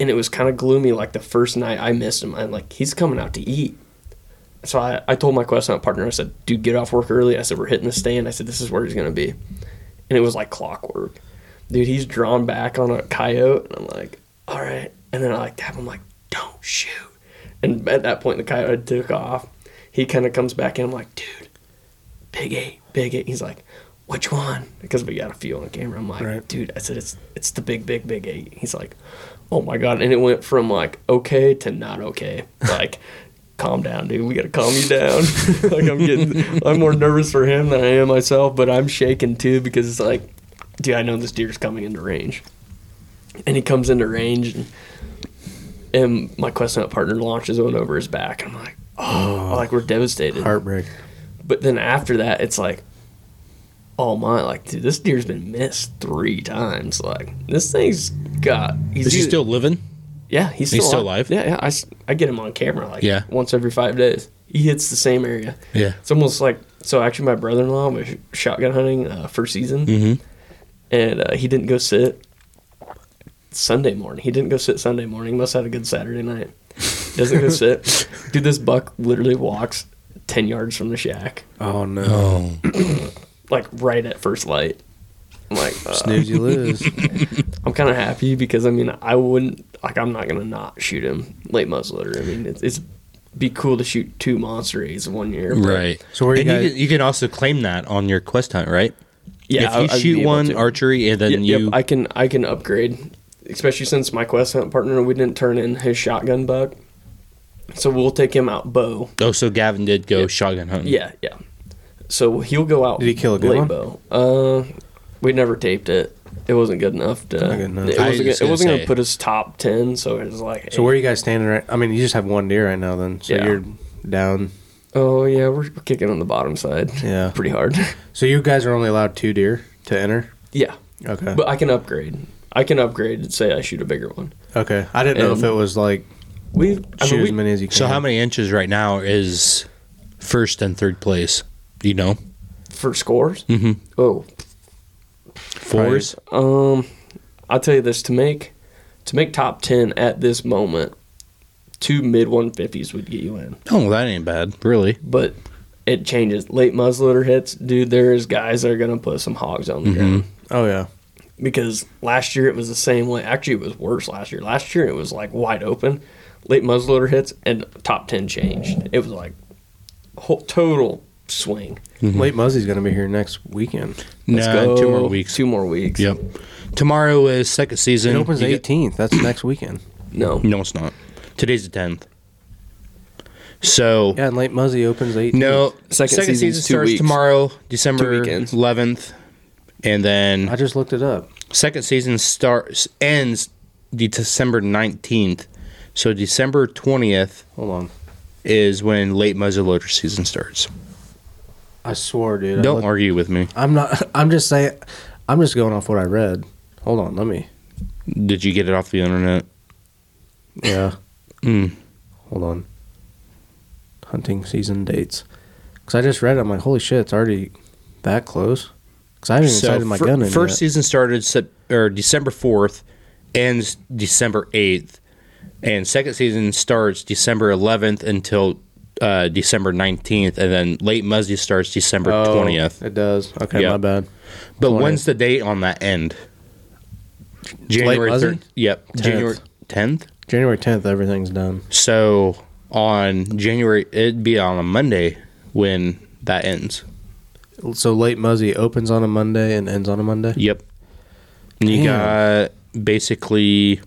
and it was kind of gloomy. Like the first night I missed him, I'm like, he's coming out to eat. So I, I told my quest hunt partner, I said, dude, get off work early. I said, we're hitting the stand. I said, this is where he's gonna be, and it was like clockwork. Dude, he's drawn back on a coyote, and I'm like, all right. And then I like tap him, like, don't shoot. And at that point, the coyote took off. He kind of comes back in. I'm like, dude, big eight, big eight. He's like, which one? Because we got a few on camera. I'm like, Right. dude, I said, it's it's the big, big, big eight. He's like, oh my god. And it went from like okay to not okay. Like, calm down, dude. We gotta calm you down. like I'm getting, I'm more nervous for him than I am myself. But I'm shaking too because it's like, dude, I know this deer's coming into range. And he comes into range and and my quest hunt partner launches one over his back. I'm like, oh, like we're devastated. Heartbreak. But then after that, it's like, oh my, like dude, this deer's been missed three times. Like this thing's got. He's Is he either- still living? Yeah, he's still, he's still on- alive? Yeah, yeah. I, s- I get him on camera like Yeah. once every five days. He hits the same area. Yeah. It's almost like so. Actually, my brother-in-law was shotgun hunting uh, first season, Mm-hmm. and uh, he didn't go sit Sunday morning. He didn't go sit Sunday morning. Must have had a good Saturday night. Doesn't go sit. Dude, this buck literally walks ten yards from the shack, Oh no. like right at first light. I'm like, Oh. uh, Snooze you lose. I'm kind of happy because I mean, I wouldn't like. I'm not gonna not shoot him late muzzleloader. I mean, it's, it's be cool to shoot two monster A's in one year. but- Right. So where you and guys- you, can, you can also claim that on your quest hunt, right? Yeah, I- If you I'd be shoot able one to. archery and Yep, then yep, you I can I can upgrade, especially since my quest hunt partner we didn't turn in his shotgun buck, so we'll take him out bow. Oh, so Gavin did go shotgun hunting. Yeah, yeah. So he'll go out. Did he kill a good late one? bow. Uh, we never taped it. It wasn't good enough to. good enough. It I wasn't, was just gonna, it gonna wasn't say. gonna put us top ten. So it was like. So where are you guys standing right? I mean, you just have one deer right now, then. So Yeah. you're down. Oh yeah, we're kicking on the bottom side. Yeah. pretty hard. So you guys are only allowed two deer to enter. yeah, Okay. but I can upgrade. I can upgrade and say I shoot a bigger one. okay. I didn't know if And- it was like We've I shoot mean, we, as many as you can. So how many inches right now is first and third place? Do you know? for scores. Mm-hmm. Oh, Fours? Um, I'll tell you this: to make to make top ten at this moment, two mid one fifties would get you in. Oh, that ain't bad, really. But it changes. Late muzzleloader hits, dude. There is guys that are gonna put some hogs on the Mm-hmm. ground Oh yeah. because last year it was the same way. Actually, it was worse last year. Last year it was like wide open. Late muzzleloader hits and top ten changed. It was like whole, total swing. Mm-hmm. Late Muzzy's gonna be here next weekend. Nah, two more weeks. Two more weeks. Yep. Tomorrow is second season. It opens the You 18th. That's next weekend. No. got- no, it's not. Today's the tenth. So Yeah, and Late Muzzy opens the 18th. no Second second season's season two starts weeks. tomorrow, Two December weekends. eleventh. And then I just looked it up. second season starts ends the December nineteenth. So December twentieth Hold on. is when late muzzleloader season starts. I swore, dude. I Don't looked- argue with me. I'm not. I'm just saying. I'm just going off what I read. Hold on. Let me. Did you get it off the internet? Yeah. Hmm. Mm. Hold on. Hunting season dates. Because I just read it. I'm like, holy shit, it's already that close. Because I haven't even sighted my fir- gun in first yet. season started sep- or December fourth, ends December eighth, and second season starts December eleventh until uh, December nineteenth, and then late Muzzy starts December Oh, twentieth. It does. Okay, Yeah. my bad. But 20th. when's the date on that end? January Muzzy? third. Yep, 10th. January tenth. January 10th, everything's done. So on January, it'd be on a Monday when that ends. So late Muzzy opens on a Monday and ends on a Monday. Yep. And you Damn. got basically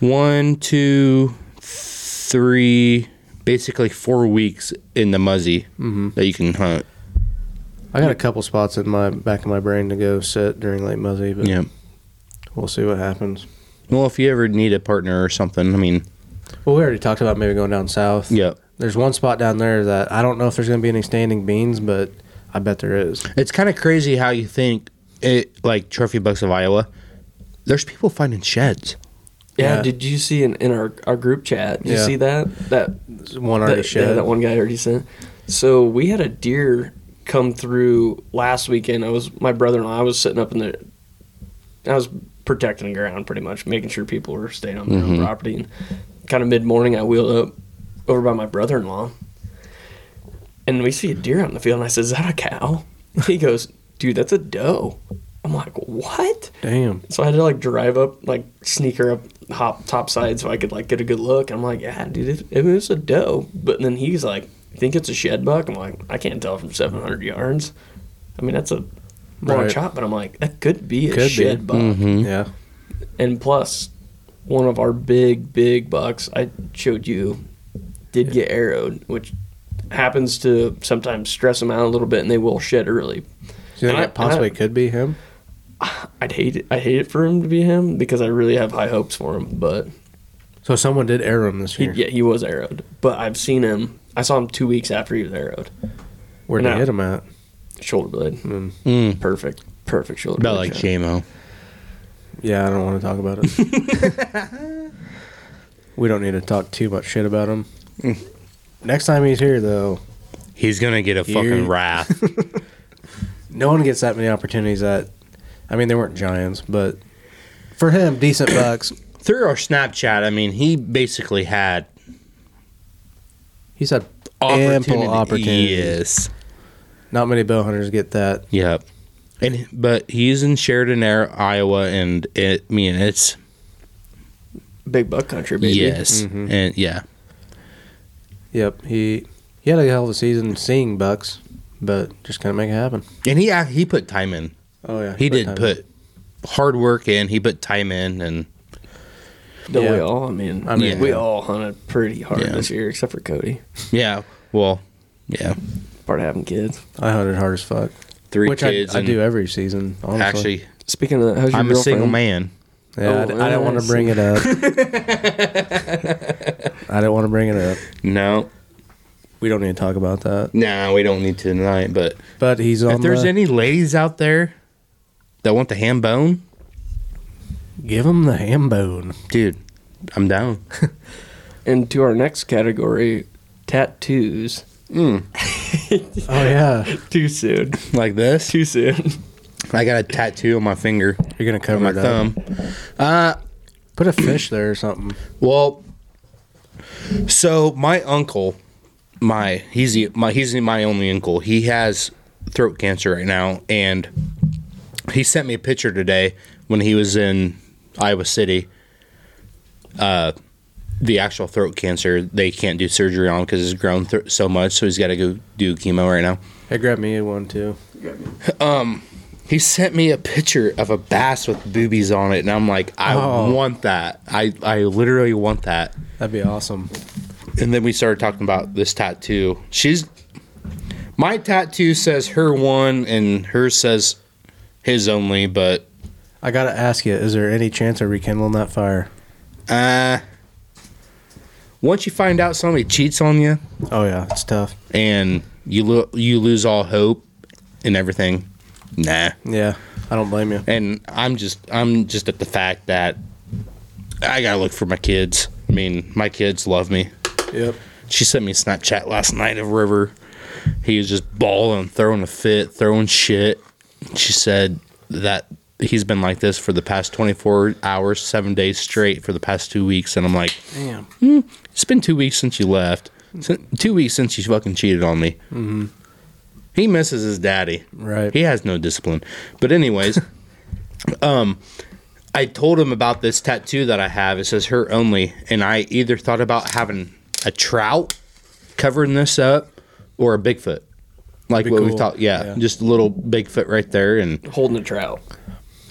one, two, three, basically four weeks in the muzzy that you can hunt. I got a couple spots in my back of my brain to go sit during late Muzzy, but Yeah. we'll see what happens. Well, if you ever need a partner or something, I mean, Well, we already talked about maybe going down south. yeah, There's one spot down there that I don't know if there's going to be any standing beans, but I bet there is. it's kind of crazy how you think it like trophy bucks of Iowa. There's people finding sheds. Yeah, Yeah. Did you see in, in our, our group chat? Did Yeah. you see that that One already that, yeah, shed. that one guy already sent. So we had a deer come through last weekend. I was my brother and I was sitting up in the, I was protecting the ground pretty much, making sure people were staying on their Mm-hmm. own property. And kind of mid morning, I wheeled up over by my brother in law, and we see a deer out in the field. And I said, "Is that a cow?" He goes, "Dude, that's a doe." I'm like, "What?" Damn. So I had to like drive up, like sneak her up, hop top side, so I could like get a good look. I'm like, yeah, dude, it, it was a doe. But then he's like, you think it's a shed buck? I'm like, I can't tell from 700 yards. I mean, that's a long Right. shot, but I'm like, that could be a Could be. Mm-hmm. shed buck. Yeah. And plus, one of our big, big bucks I showed you did get arrowed, which happens to sometimes stress them out a little bit, and they will shed early. Do you And think I- it possibly could be him? I'd hate it. I hate it for him to be him because I really have high hopes for him, but. So someone did air him this He, year. yeah, he was arrowed, but I've seen him. I saw him two weeks after he was arrowed. Where'd No. he hit him at? Shoulder blade, Mm. perfect, perfect shoulder. Mm. About blade like shot. JMO. Yeah, I don't want to talk about it. we don't need to talk too much shit about him. Next time he's here, though, He's gonna get a fucking wrath. no one gets that many opportunities. That I mean, they weren't giants, but for him, decent bucks. Through our Snapchat, I mean, he basically had He's had opportunity. ample opportunities. Yes. Not many bow hunters get that. Yep. And but he's in Sheridan, Air- Iowa, and it, I mean it's big buck country, baby. yes, and yeah, Yep, he he had a hell of a season seeing bucks, but just couldn't make it happen. and he ac- he put time in. Oh yeah, He did time. put hard work in. He put time in, and Don't we Yeah. all? I mean, I mean, we yeah. all hunted pretty hard Yeah. this year, except for Cody. yeah, well, yeah, Part of having kids. I hunted hard as fuck, three which I, kids. I and do every season. Honestly. actually. Speaking of that, how's your I'm a single girlfriend? man. Yeah, I, Oh, d- I don't want I to bring it up. I don't want to bring it up. No, We don't need to talk about that. no, we don't need to tonight. But But he's on. if there's the, any ladies out there that want the ham bone, give him the ham bone. dude, I'm down. And to our next category, tattoos. Oh yeah, Too soon. like this, Too soon. I got a tattoo on my finger, you're gonna on cover my it up. thumb. Put a fish there or something. Well, so my uncle, my he's the, my he's my only uncle. He has throat cancer right now, and he sent me a picture today when he was in Iowa City. Uh, the actual throat cancer they can't do surgery on because it's grown thr so much, so he's got to go do chemo right now. Hey, grab me one too. He sent me a picture of a bass with boobies on it, and I'm like, I Oh. want that. I I literally want that. That'd be awesome. and then we started talking about this tattoo. She's my tattoo says her one and hers says his only, but I gotta ask you: Is there any chance of rekindling that fire? uh once you find out somebody cheats on you Oh yeah, it's tough. and you lo- you lose all hope and everything. Nah. Yeah, I don't blame you. And I'm just I'm just at the fact that I got to look for my kids. I mean, my kids love me. Yep. She sent me a Snapchat last night of River. He was just bawling, throwing a fit, throwing shit. She said that he's been like this for the past 24 hours, seven days straight for the past two weeks. And I'm like, Damn. it's been two weeks since you left. Si- Two weeks since you fucking cheated on me. Mm-hmm. He misses his daddy. Right. He has no discipline. But anyways, um, I told him about this tattoo that I have. It says her only, and I either thought about having a trout covering this up or a Bigfoot. Like Be what we cool. thought, yeah, Yeah. just a little Bigfoot right there, and Holding a trout.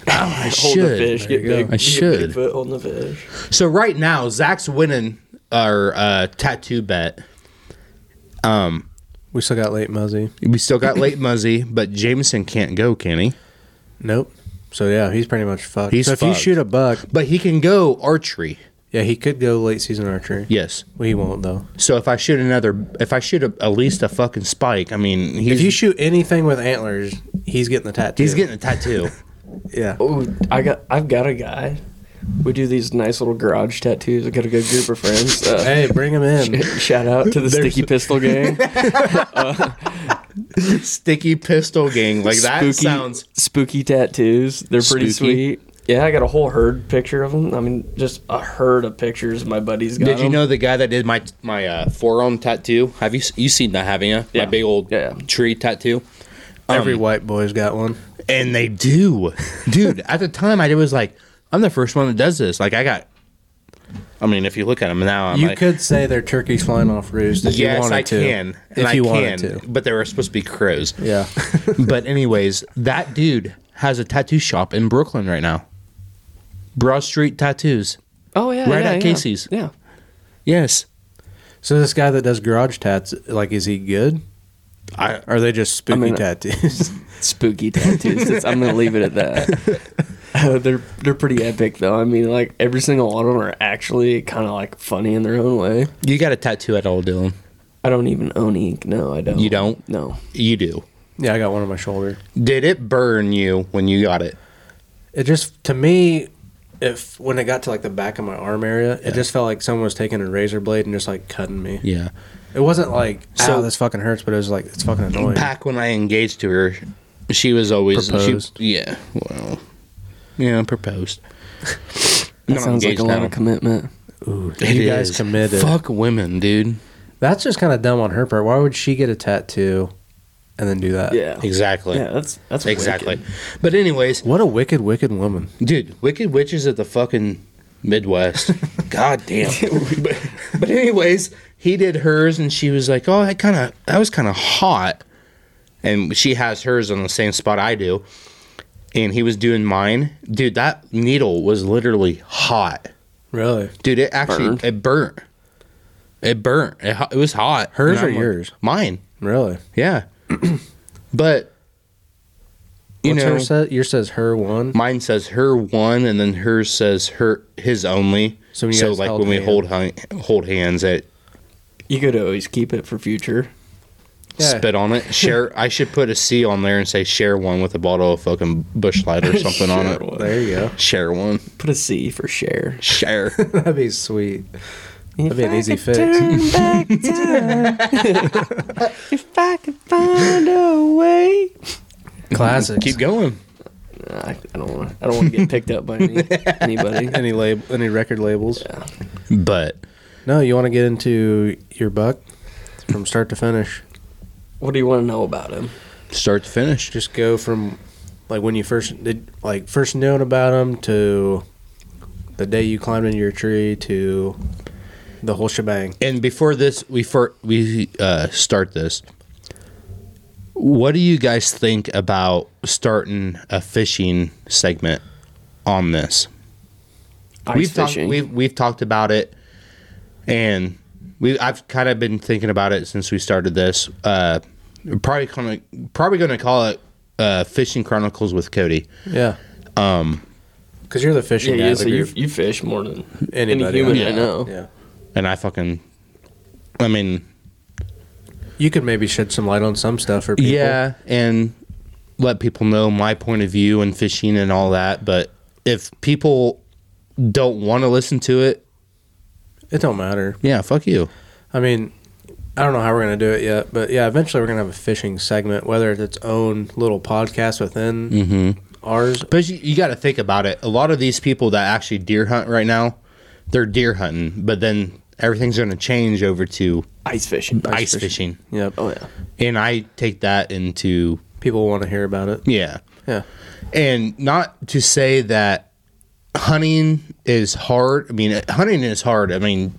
I Holding a fish. Get you go. big. I get should. big Foot holding a fish. So right now, Zach's winning our uh, tattoo bet. We still got late Muzzy. We still got late Muzzy, but Jameson can't go, can he? Nope. So yeah, he's pretty much fucked. He's so if you fucked. shoot a buck, But he can go archery. yeah, he could go late season archery. Yes. Well, he won't though. So if I shoot another, if I shoot a, at least a fucking spike, I mean, he's, If you shoot anything with antlers, he's getting the tattoo. he's getting a tattoo. yeah. Oh, I got. I've got a guy. We do these nice little garage tattoos. I got a good group of friends. Uh, Hey, bring him in. Shout out to the Sticky Pistol Gang. Uh, Sticky pistol gang. Like that sounds spooky tattoos. They're pretty Spooky? sweet. Yeah, I got a whole herd picture of them. I mean, just a herd of pictures. My buddy's got. Did you 'em. know the guy that did my my uh, forearm tattoo? Have you s- you seen that? Haven't you? Yeah. My big old Yeah, yeah. tree tattoo. Every white boy's got one. And they do, dude. at the time, I was like, I'm the first one that does this. Like I got. I mean, if you look at them now, I'm you like, could say they're turkeys flying off roofs if you yes, wanted I to. can, if and you I wanted can, to. but they were supposed to be crows. Yeah. but anyways, that dude has a tattoo shop in Brooklyn right now. Broad Street Tattoos. Oh yeah, Right yeah, at yeah. Casey's. Yeah. Yes, so this guy that does garage tats, like, is he good? I- Or are they just spooky mean, tattoos? spooky tattoos. That's- I'm gonna leave it at that. Uh, they're they're pretty epic though. I mean, like every single one of them are actually kind of like funny in their own way. you got a tattoo at all, Dylan? I don't even own ink. No, I don't. You don't? No. You do. yeah, I got one on my shoulder. Did it burn you when you got it? It just to me, if when it got to like the back of my arm area, it just felt like someone was taking a razor blade and just like cutting me. Yeah. It wasn't like So- oh this fucking hurts, but it was like it's fucking annoying. Back when I engaged to her, she was always Proposed. She, yeah. Well. Yeah, proposed. That Not sounds like engaged a lot now. of commitment. It you guys is. committed. Fuck women, dude. That's just kind of dumb on her part. Why would she get a tattoo and then do that? Yeah. Exactly. Yeah. That's that's exactly. wicked. But anyways, What a wicked, wicked woman. dude, Wicked Witches at the fucking Midwest. God damn. but, but anyways, he did hers, and she was like, "Oh, that kind of that was kind of hot," and she has hers on the same spot I do, and he was doing mine. Dude, that needle was literally hot. Really? Dude, it actually Burned? it burnt. It burnt. It, ho- it was hot. And Hers or I'm like, yours? Mine. Really? Yeah. but you What's know, her sa- yours says her one. mine says her one and then hers says her his only so, So when you guys like held when we hand- hold hi- hold hands it You could always keep it for future. Yeah. spit on it share i should put a c on there and say share one with a bottle of fucking bush light or something on it There you go. share one Put a C for share. share That'd be sweet. That'd be an easy fix. Turn back time. if I could find a way. Classic. keep going I, I don't want. I don't want to get picked up by any, anybody. Any label? Any record labels? but No, you want to get into your buck from start to finish. What do you want to know about him? start to finish Just go from like when you first did, like first known about him to the day you climbed into your tree to the whole shebang. and before this we for we uh start this what do you guys think about starting a fishing segment on this Ice we've talked fishing. we've we've talked about it, and we I've kind of been thinking about it since we started this. Uh, we're probably gonna probably gonna call it uh, Fishing Chronicles with Cody. Yeah. Um, because you're the yeah, fishing guy. yeah. of So the you group. you fish more than any Anybody human out I there. know. Yeah. And I fucking, I mean, You could maybe shed some light on some stuff for people. yeah, and let people know my point of view and fishing and all that. But if people don't want to listen to it, It don't matter. yeah, fuck you. I mean, I don't know how we're gonna do it yet, but yeah, eventually we're gonna have a fishing segment, whether it's its own little podcast within ours. But you, you got to think about it. A lot of these people that actually deer hunt right now, they're deer hunting, but then everything's going to change over to Ice fishing. ice, fishing. fishing. Yep. Oh yeah. And I take that into, People want to hear about it. yeah. Yeah. And not to say that hunting is hard. I mean, hunting is hard. I mean,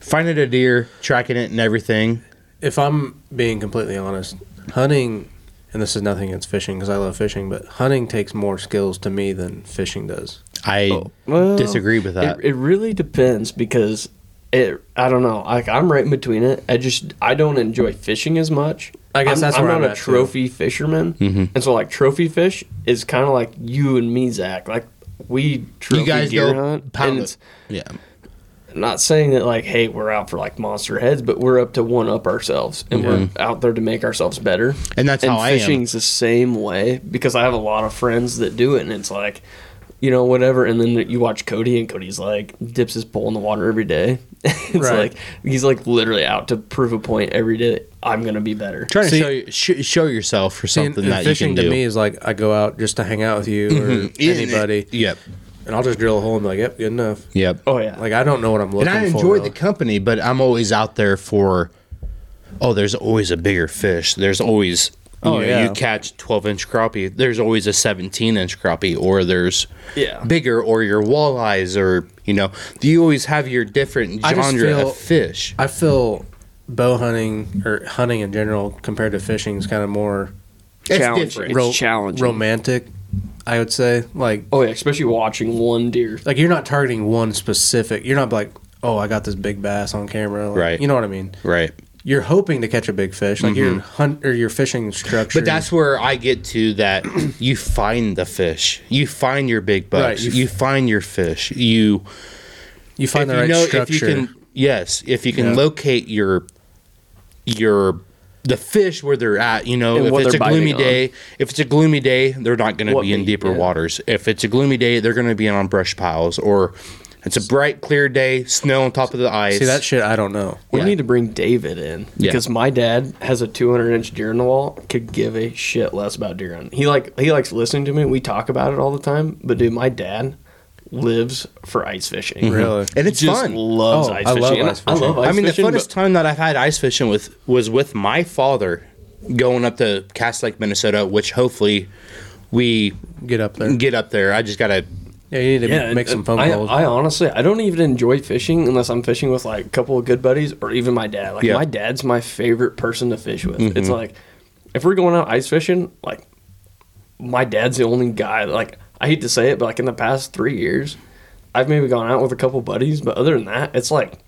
finding a deer, tracking it, and everything. If I'm being completely honest, hunting, and this is nothing against fishing because I love fishing, but hunting takes more skills to me than fishing does. I Well, disagree with that. It, it really depends because it. I don't know. Like I'm right in between it. I just I don't enjoy fishing as much. I guess I'm, that's I'm where not I'm a at, too. trophy fisherman, Mm-hmm. and so like trophy fish is kind of like you and me, Zach. Like we trophy you guys deer go hunt. pound and it. it's Yeah. not saying that like hey we're out for like monster heads, but we're up to one up ourselves, and we're out there to make ourselves better. Mm-hmm. And that's and how I am. fishing's the same way because I have a lot of friends that do it, and it's like you know, whatever. And then you watch Cody, and Cody's like dips his pole in the water every day. it's Right. like he's like literally out to prove a point every day. I'm gonna be better. Trying See- to show you, sh- show yourself for See, and- something and that you fishing can do. Mm-hmm. to me is like I go out just to hang out with you or Yeah, anybody, Yep. and I'll just drill a hole and be like, "Yep, good enough." Yep. Oh yeah, Like I don't know what I'm looking and I for. enjoy the really. company, but I'm always out there for. Oh, there's always a bigger fish. There's always. You Oh, know, yeah. You catch 12 inch crappie. There's always a 17 inch crappie, or there's Yeah. bigger, or your walleyes, or you know, you always have your different I just genre feel- of fish. I feel bow hunting or hunting in general compared to fishing is kind of more Challenge- It's ro- challenging. romantic. I would say like oh yeah, especially watching one deer. like you're not targeting one specific. You're not like, oh, I got this big bass on camera. Like, Right. You know what I mean. Right. You're hoping to catch a big fish. Like your hunt or your fishing Mm-hmm. structure. But that's where I get to that you find the fish, you find your big bucks, you you, f- find your fish, you you find the if you right know- if structure. you can, yes, if you can Yeah. locate your your the fish where they're at, you know, And what if it's a they're gloomy biting on. day, if it's a gloomy day, they're not going to What be in meat, deeper yeah. waters. If it's a gloomy day, they're going to be on brush piles or it's a bright clear day, snow on top of the ice. See that shit, I don't know. We need to bring David in because my dad has a 200 inch deer in the wall. Could give a shit less about deer hunting. He like he likes listening to me. We talk about it all the time. But dude, my dad lives for ice fishing. Really? and it's just fun. loves Mm-hmm. Oh, ice I fishing. love And ice fishing. I love ice I mean, fishing. the but- funnest time that I've had ice fishing with was with my father going up to Cass Lake, Minnesota, which hopefully we Get up there. get up there. I just gotta. Yeah, you need to Yeah, make and- some phone I, calls. I honestly, I don't even enjoy fishing unless I'm fishing with like a couple of good buddies or even my dad. Like Yeah. my dad's my favorite person to fish with. It's Mm-hmm. like if we're going out ice fishing, like my dad's the only guy. Like I hate to say it, but like in the past three years, I've maybe gone out with a couple buddies, but other than that, it's like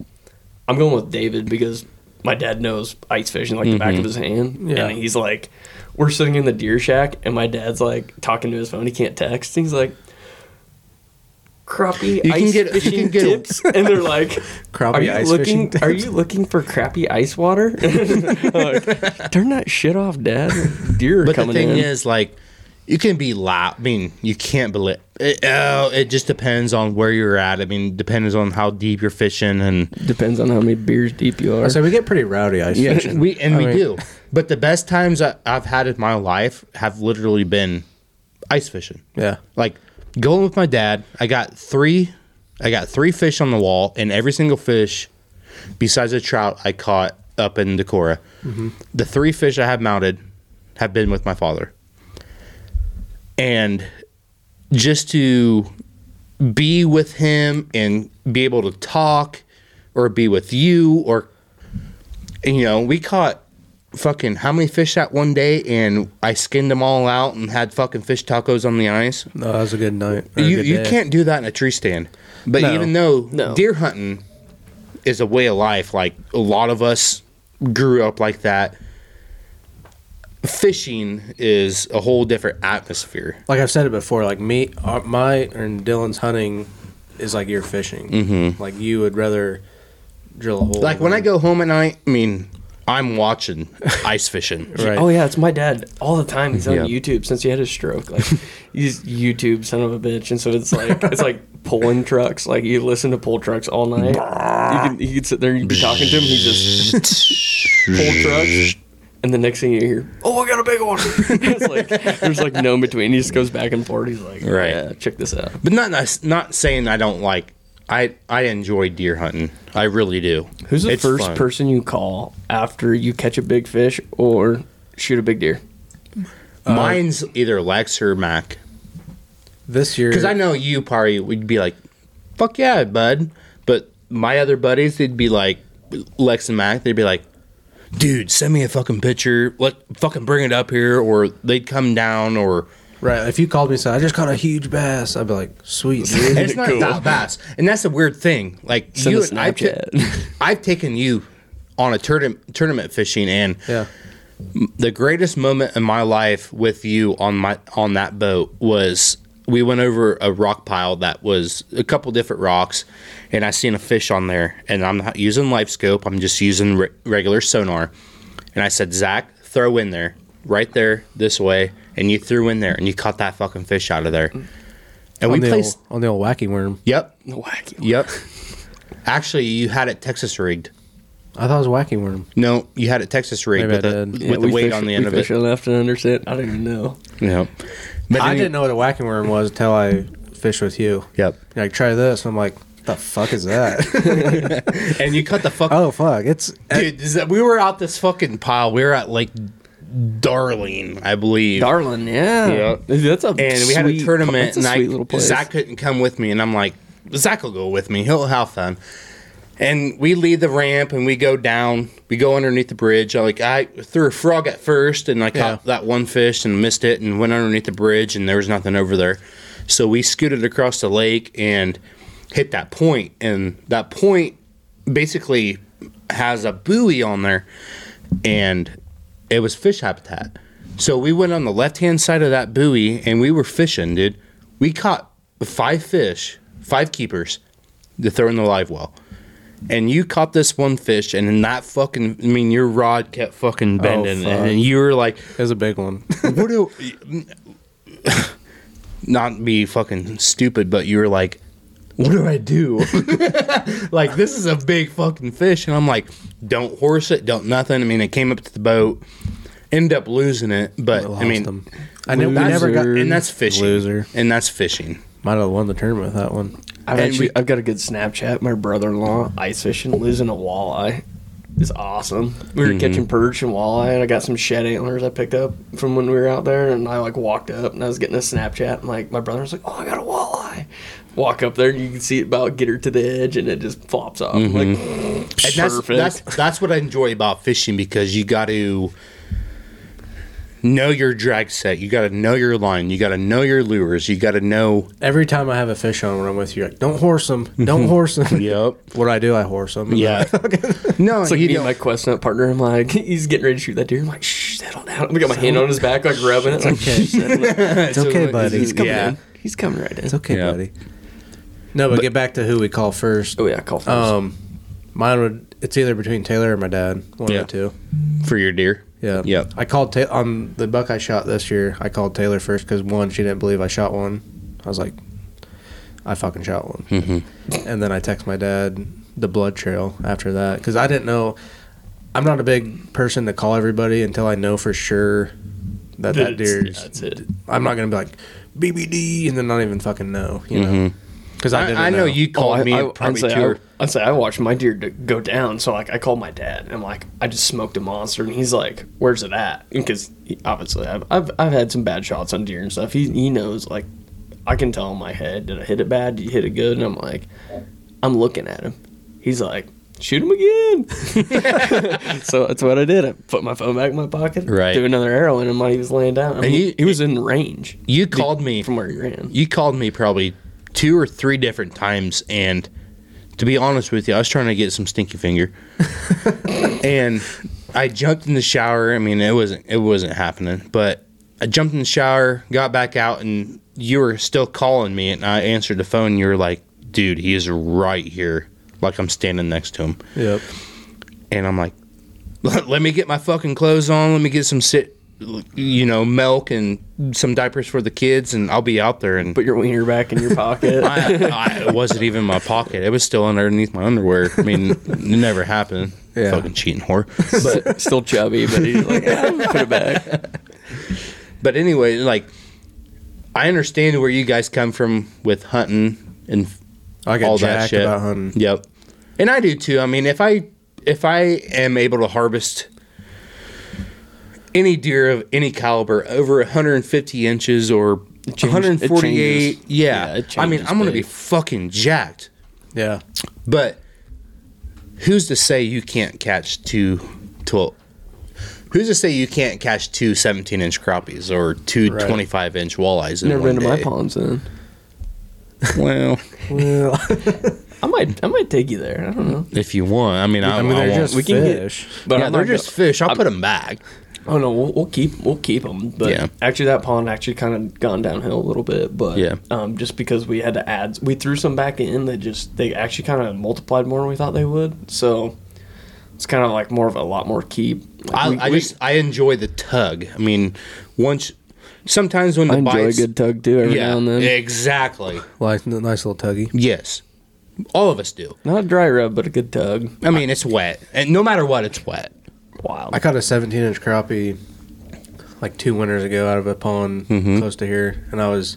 I'm going with David because my dad knows ice fishing like the back of his hand, Mm-hmm. Yeah. and he's like, we're sitting in the deer shack, and my dad's like talking to his phone. He can't text. He's like, crappie You ice can get- you fishing can get- tips, and they're like, Crappie are you ice fishing looking? Are you looking for crappy ice water? Like, Turn that shit off, Dad. Deer are But the coming thing in. is, like, you can be loud. I mean, you can't believe. It, oh, it just depends on where you're at. I mean, depends on how deep you're fishing, and Depends on how many beers deep you are. so we get pretty rowdy ice fishing. we and I we mean- do. But the best times I, I've had in my life have literally been ice fishing. Yeah. like going with my dad i got three i got three fish on the wall and every single fish besides a trout i caught up in decorah the three fish i have mounted have been with my father and just to be with him and be able to talk or be with you or you know we caught fucking how many fish that one day and i skinned them all out and had fucking fish tacos on the ice No, that was a good night. or a you, good you day. can't do that in a tree stand. But No. even though No. deer hunting is a way of life, like a lot of us grew up like that, fishing is a whole different atmosphere. Like I've said it before, like me, uh, my and Dylan's hunting is like you're fishing. Mm-hmm. Like you would rather drill a hole. Like when I than- go home at night, I mean, I'm watching ice fishing. Right. Oh yeah, it's my dad all the time. He's on Yeah. YouTube since he had his stroke. Like he's YouTube son of a bitch, and so it's like it's like pulling trucks. Like you listen to pull trucks all night. You can you can sit there, you be talking to him. He just pull trucks, and the next thing you hear, oh, I got a big one. it's like there's like no in between. He just goes back and forth. He's like, Right. yeah, check this out. But not not- not saying I don't like. I I enjoy deer hunting. I really do. Who's the It's first fun. person you call after you catch a big fish or shoot a big deer? Mine's either Lex or Mac. this year, Because I know you probably would be like, "Fuck yeah, bud," but my other buddies, they'd be like, Lex and Mac, they'd be like, "Dude, send me a fucking picture. Let fucking bring it up here," or they'd come down, or right? If you called me and said I just caught a huge bass, I'd be like, sweet. dude." and it's not that fast. And that's a weird thing. Like Send you, a and I've, ta- Snapchat. I've taken you on a tournament tournament fishing, and yeah, the greatest moment in my life with you on my on that boat was we went over a rock pile that was a couple different rocks and i seen a fish on there and i'm not using life scope i'm just using re- regular sonar and i said zach throw in there right there this way and you threw in there and you caught that fucking fish out of there And on we the placed. old, on the old wacky worm. Yep. Wacky. Yep. Actually, you had it Texas rigged. I thought it was wacky worm. No, you had it Texas rigged Maybe with, I the, did. with Yeah, the weight on the end of it. left and under set. I don't even know. Yeah. But I any- didn't know what a wacky worm was until I fished with you. Yep. You're like try this. I'm like, the fuck is that? And you cut the fuck. oh fuck! It's Dude, is that, we were out this fucking pile. We were at like Darling, I believe. Darling, yeah. Yeah. Dude, That's a and we had a sweet- tournament, That's a and I, sweet little place. Zach couldn't come with me, and I'm like, Zach will go with me. He'll have fun. And we leave the ramp, and we go down. We go underneath the bridge. I like I threw a frog at first, and I caught that one fish and missed it, and went underneath the bridge, and there was nothing over there. So we scooted across the lake and hit that point, and that point basically has a buoy on there, and it was fish habitat. So we went on the left hand side of that buoy and we were fishing, dude. We caught five fish, five keepers to throw in the live well. And you caught this one fish, and then that fucking, I mean, your rod kept fucking bending. Oh, fuck. And you were like, it was a big one. what do, not be fucking stupid, but you were like, what do I do? like, this is a big fucking fish. And I'm like, don't horse it, don't nothing. I mean, it came up to the boat, ended up losing it, but I, lost mean, them. I knew we that's- never got. and that's fishing. Loser. And that's fishing. Might have won the tournament with that one. I've, And actually, we- I've got a good Snapchat. My brother-in-law ice fishing, losing a walleye. It's awesome. We were catching perch and walleye, and I got some shed antlers I picked up from when we were out there. And I like walked up, and I was getting a Snapchat, and like my brother was like, "Oh, I got a walleye." Walk up there, and you can see it about get her to the edge, and it just flops off. I'm Like And that's, perfect. that's that's what I enjoy about fishing because you got to know your drag set, you got to know your line, you got to know your lures, you got to know. Every time I have a fish on when I'm with you, you're like don't horse them, don't horse them. Yep. What do I do? I horse them. Yeah. no, It's like you me and don't. my quest nut partner. I'm like, he's getting ready to shoot that deer. I'm like, shh, settle down. I got my hand on his back, like rubbing it. It's like, okay, it's okay, buddy. he's coming Yeah. in. He's coming right in. It's okay, Yeah. buddy. No, but, get back to who we call first. Oh yeah, call first. Um, mine would. It's either between Taylor or my dad. One Yeah. of the two. for your deer. Yeah. Yep. I called Ta- on the buck I shot this year. I called Taylor first because one, she didn't believe I shot one. I was like, I fucking shot one. Mm-hmm. And then I text my dad the blood trail after that because I didn't know. I'm not a big person to call everybody until I know for sure that that That's- deer's. That's it. I'm not gonna be like BBD and then not even fucking know, you know? Because I didn't. Mm-hmm. I, I know you called me I'd probably say, two. Oh, I, or- I'd say I watched my deer d- go down. So like I called my dad. and I'm like, I just smoked a monster, and he's like, "Where's it at?" Because he- obviously I've, I've I've had some bad shots on deer and stuff. He he knows like I can tell in my head did I hit it bad? Did you hit it good? And I'm like, I'm looking at him. He's like. Shoot him again. so that's what I did. I put my phone back in my pocket, Right. threw another arrow in him while he was laying down. I mean, you- he was in range you called me from where he ran. You called me probably two or three different times, and to be honest with you, I was trying to get some stinky finger, and I jumped in the shower. I mean, it wasn't it wasn't happening, but I jumped in the shower, got back out, and you were still calling me, and I answered the phone. You were like, "Dude, he is right here." Like I'm standing next to him, Yep. and I'm like, let, let me get my fucking clothes on. Let me get some sit, you know, milk and some diapers for the kids, and I'll be out there. And Put your wiener back in your pocket. I, I, it wasn't even in my pocket. It was still underneath my underwear. I mean, it never happened. Yeah. Fucking cheating whore. But still chubby, but he's like, "Ah, put it back. but anyway, like I understand where you guys come from with hunting and I get all that jacked shit. about hunting. Yep. And I do too. I mean, if I if I am able to harvest any deer of any caliber over 150 inches or changes- it 148, changes. Yeah, yeah, it I mean, changes I'm gonna be big. fucking jacked. Yeah. But who's to say you can't catch two to who's to say you can't catch two 17 inch crappies or two Right. 25 inch walleyes in Never one been to my day? ponds then. Well, Well, I might, I might take you there. I don't know. if you want, I mean, I, I mean, I they're won't- just we can get- fish. But yeah, I'm they're not just fish. I'll put them back. Gonna, oh no, we'll, we'll keep, we'll keep them. But Yeah. actually, that pond actually kind of gone downhill a little bit. But Yeah. um, just because we had to add, we threw some back in that just they actually kind of multiplied more than we thought they would. So it's kind of like more of a lot more keep. Like, I, we- I we- just I enjoy the tug. I mean, once Sometimes when I the enjoy bites, a good tug too every yeah, now and then. exactly. Like n- nice little tuggy. Yes, all of us do. Not a dry rub, but a good tug. I mean, it's wet, and no matter what, it's wet. Wild. I caught a 17 inch crappie like two winters ago out of a pond Mm-hmm. close to here, and I was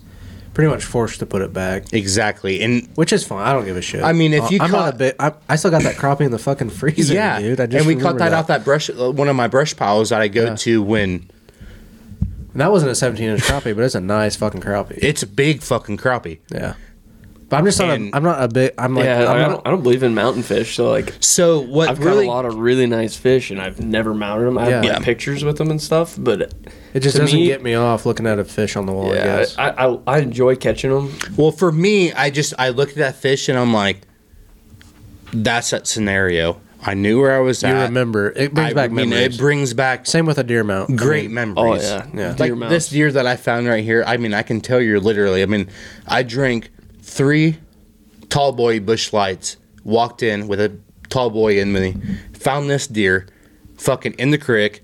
pretty much forced to put it back, Exactly, and which is fine. I don't give a shit. I mean, if I- you I'm not caught- a bit, I, I still got that crappie in the fucking freezer, yeah, dude. I just and we caught remembered that, off that brush, uh, one of my brush piles that I go to when And that wasn't a 17 inch crappie, but it's a nice fucking crappie. it's a big fucking crappie. yeah. But I'm just not. And- A, I'm not a big. I'm like. yeah, I'm I, not- don't, I don't believe in mountain fish, so like So what I've really caught a lot of really nice fish, and I've never mounted them. I have Yeah. like, Yeah. pictures with them and stuff, but it just to doesn't me- get me off looking at a fish on the wall. I yeah, guess. I, I I enjoy catching them. Well, for me, I just I looked at that fish and I'm like, that's that scenario. I knew where I was you at. remember? It brings I back mean, memories. It brings back Same with a deer mount. I great mean, Oh memories. yeah, Yeah. Deer like mount. this deer that I found right here. I mean, I can tell you literally. I mean, I drank three tall boy bush lights. Walked in with a tall boy in me. Found this deer, fucking in the creek,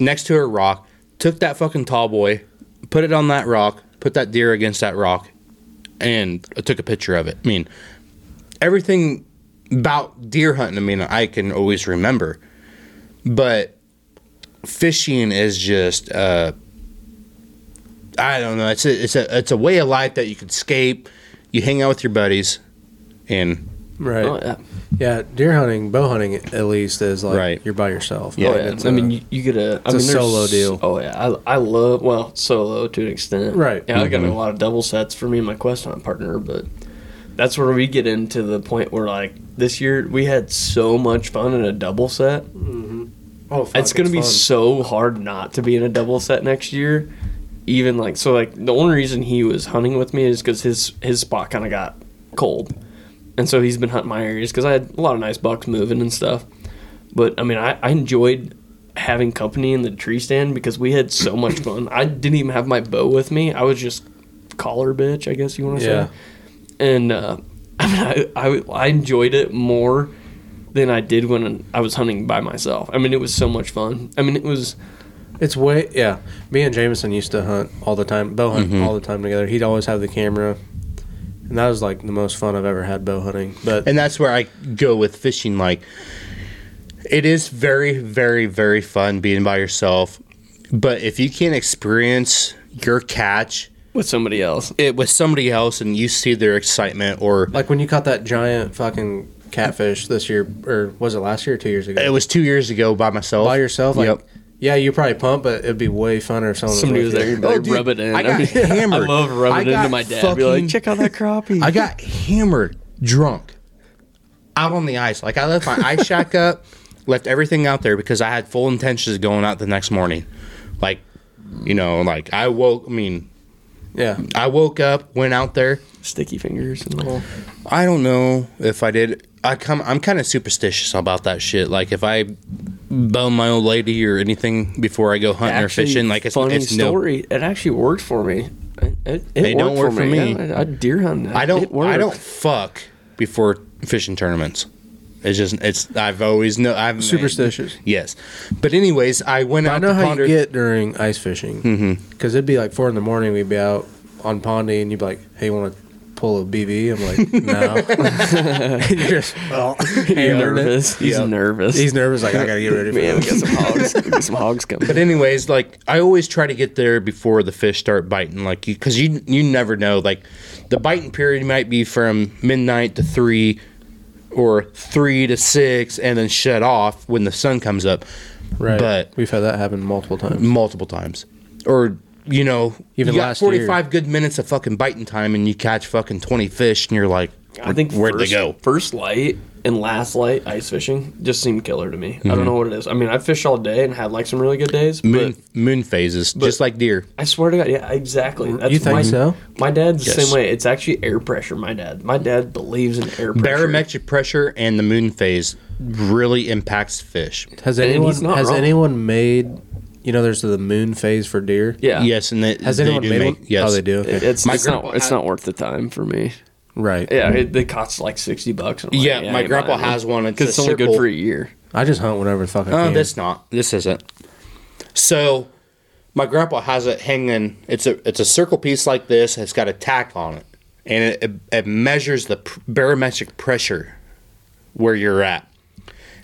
next to a rock. Took that fucking tall boy, put it on that rock, put that deer against that rock, and I took a picture of it. I mean, everything about deer hunting. I mean, I can always remember, but fishing is just uh I don't know. It's a it's a it's a way of life that you can escape. You hang out with your buddies, and right? Oh yeah, Yeah, deer hunting, bow hunting at least is like Right. uh, you're by yourself. oh, Like, yeah. it's I a- mean, you, you get a it's I a mean, there's- solo deal. Oh yeah, I, I love well solo to an extent. Right. Yeah, I got a lot of double sets for me and my quest hunt partner, but that's where we get into the point where like this year we had so much fun in a double set. oh, fuck, it's gonna be fun. so hard not to be in a double set next year. Even like so, like the only reason he was hunting with me is because his his spot kind of got cold, and so he's been hunting my areas because I had a lot of nice bucks moving and stuff. But I mean, I, I enjoyed having company in the tree stand because we had so much fun. I didn't even have my bow with me. I was just collar bitch, I guess you want to Yeah. say. And uh, I, mean, I, I I enjoyed it more than I did when I was hunting by myself. I mean, it was so much fun. I mean, it was It's way yeah. Me and Jameson used to hunt all the time, bow hunt Mm-hmm. all the time together. He'd always have the camera, and that was like the most fun I've ever had bow hunting. But and that's where I go with fishing. Like, it is very, very, very fun being by yourself, but if you can't experience your catch with somebody else. it with somebody else and you see their excitement, or like when you caught that giant fucking catfish this year, or was it last year or two years ago? it was two years ago by myself, by yourself. Like, Yep. yeah, you probably pump, but it'd be way funner if someone Somebody was with there, you. you'd be like, Oh, dude, rub it in. I got mean, hammered. I love rubbing I it into got my dad. Be like, fucking- check out that crappie. I got hammered, drunk, out on the ice. Like I left my ice shack up, left everything out there because I had full intentions of going out the next morning. Like, you know, like I woke. I mean, Yeah, I woke up, went out there. Sticky fingers and all. I don't know if I did. I come. I'm kind of superstitious about that shit. Like if I bone my old lady or anything before I go hunting Actually, or fishing, like it's funny it's no. story. It actually worked for me. It, it, it They worked don't work for for me. me. Yeah, I, I deer hunted. I don't. It worked. I don't fuck before fishing tournaments. It's just. It's. I've always know. I've superstitious. Yes, but anyways, I went I out know to how ponder. you get during ice fishing because Mm-hmm. it'd be like four in the morning. We'd be out on Pondy, and you'd be like, "Hey, you want to pull a BB?" I'm like, "No." You're just, well, He's hammered it. nervous. He's nervous. He's nervous. Like I gotta get ready for Man, we this. got some hogs. we got some hogs coming. but anyways, like I always try to get there before the fish start biting, like you, because you you never know. Like the biting period might be from midnight to three, or three to six, and then shut off when the sun comes up. Right. But we've had that happen multiple times. multiple times, or you know, Even you last got year. forty-five good minutes of fucking biting time, and you catch fucking twenty fish, and you're like, I think where'd first, they go? First light and last light ice fishing just seemed killer to me. I don't know what it is. I mean, I fish all day and had like some really good days, but Moon moon phases, just like deer. I swear to God, yeah, exactly. That's think my, so? My dad's the Yes. same way. It's actually air pressure. My dad. My dad believes in air pressure. Barometric pressure and the moon phase really impacts fish. Has And anyone he's not has wrong. anyone made? You know, there's the moon phase for deer. Yeah. Yes, and they, Has they anyone do made make- one? Yes, Oh, they do. It- Okay. It's, My it's grandpa not it's had- not worth the time for me. right. Yeah, it, they cost like sixty bucks. and I'm like, Yeah, my I ain't grandpa buying it. has one. It's 'Cause a it's only good circle. for a year. I just hunt whenever the fuck I Oh, can. that's not. This isn't. So, my grandpa has it hanging. It's a it's a circle piece like this. It's got a tack on it, and it, it, it measures the pr- barometric pressure where you're at.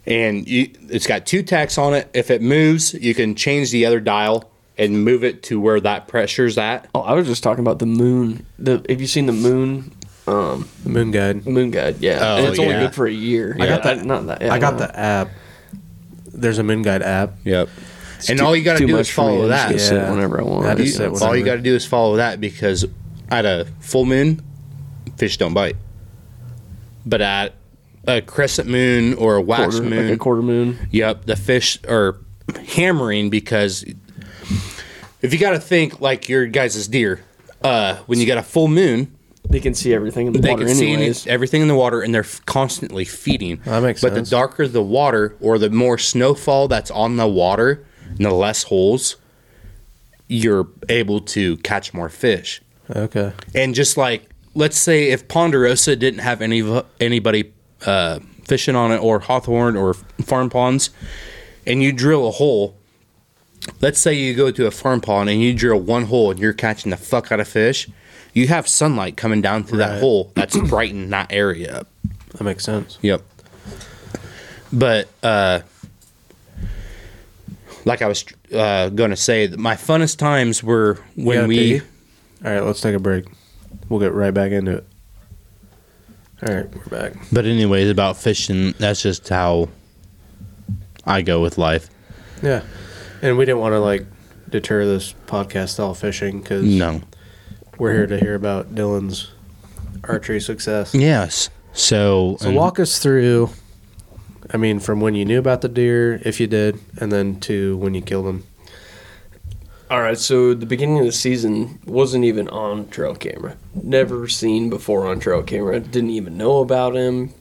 And you, it's got two tacks on it. If it moves, you can change the other dial and move it to where that pressure's at. Oh, I was just talking about the moon. The have you seen the moon? Moon Guide. Moon guide, yeah. and it's only Oh, yeah. good for a year. I got that. Not that. yeah, I got no. the app. There's a Moon Guide app. Yep. and too- all you got too to do much is for me. I'm just follow that. gonna sit Yeah. whenever I want. That You is know, it, it's- All you whatever. got to do is follow that because at a full moon, fish don't bite. But at a crescent moon or a wax quarter, moon, like a quarter moon. Yep, the fish are hammering because if you got to think like your guys is deer, uh, when you got a full moon, They can see everything in the they water, can see any- anyways. everything in the water, and they're f- constantly feeding. That makes but sense. the darker the water, or the more snowfall that's on the water, and the less holes, you're able to catch more fish. Okay. And just like let's say if Ponderosa didn't have any v- anybody uh, fishing on it or Hawthorne or farm ponds, and you drill a hole. Let's say you go to a farm pond and you drill one hole and you're catching the fuck out of fish. You have sunlight coming down through that Right. hole that's brightening that area up. That makes sense. Yep. But uh, like I was uh, gonna say, my funnest times were when Yeah, we. Piggy. All right, let's take a break. We'll get right back into it. All right, we're back. But anyways, about fishing, that's just how I go with life. Yeah. And we didn't want to like deter this podcast all fishing because No. we're here to hear about Dylan's archery success. Yes. So, So walk us through. I mean, from when you knew about the deer, if you did, and then to when you killed them. All right, so the beginning of the season wasn't even on trail camera. Never seen before on trail camera. Didn't even know about him.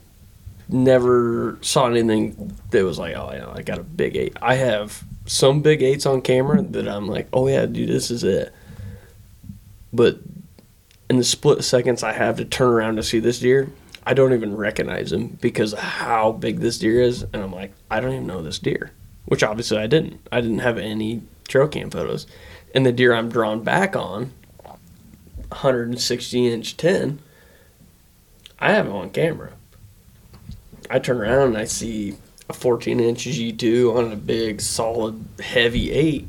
Never saw anything that was like, oh yeah, I got a big eight. I have some big eights on camera that I'm like, oh yeah, dude, this is it. But in the split seconds I have to turn around to see this deer, I don't even recognize him because of how big this deer is, and I'm like, I don't even know this deer. Which obviously I didn't. I didn't have any trail cam photos. And the deer I'm drawn back on, 160 inch 10, I have him on camera. I turn around and I see a 14 inch G2 on a big, solid, heavy eight.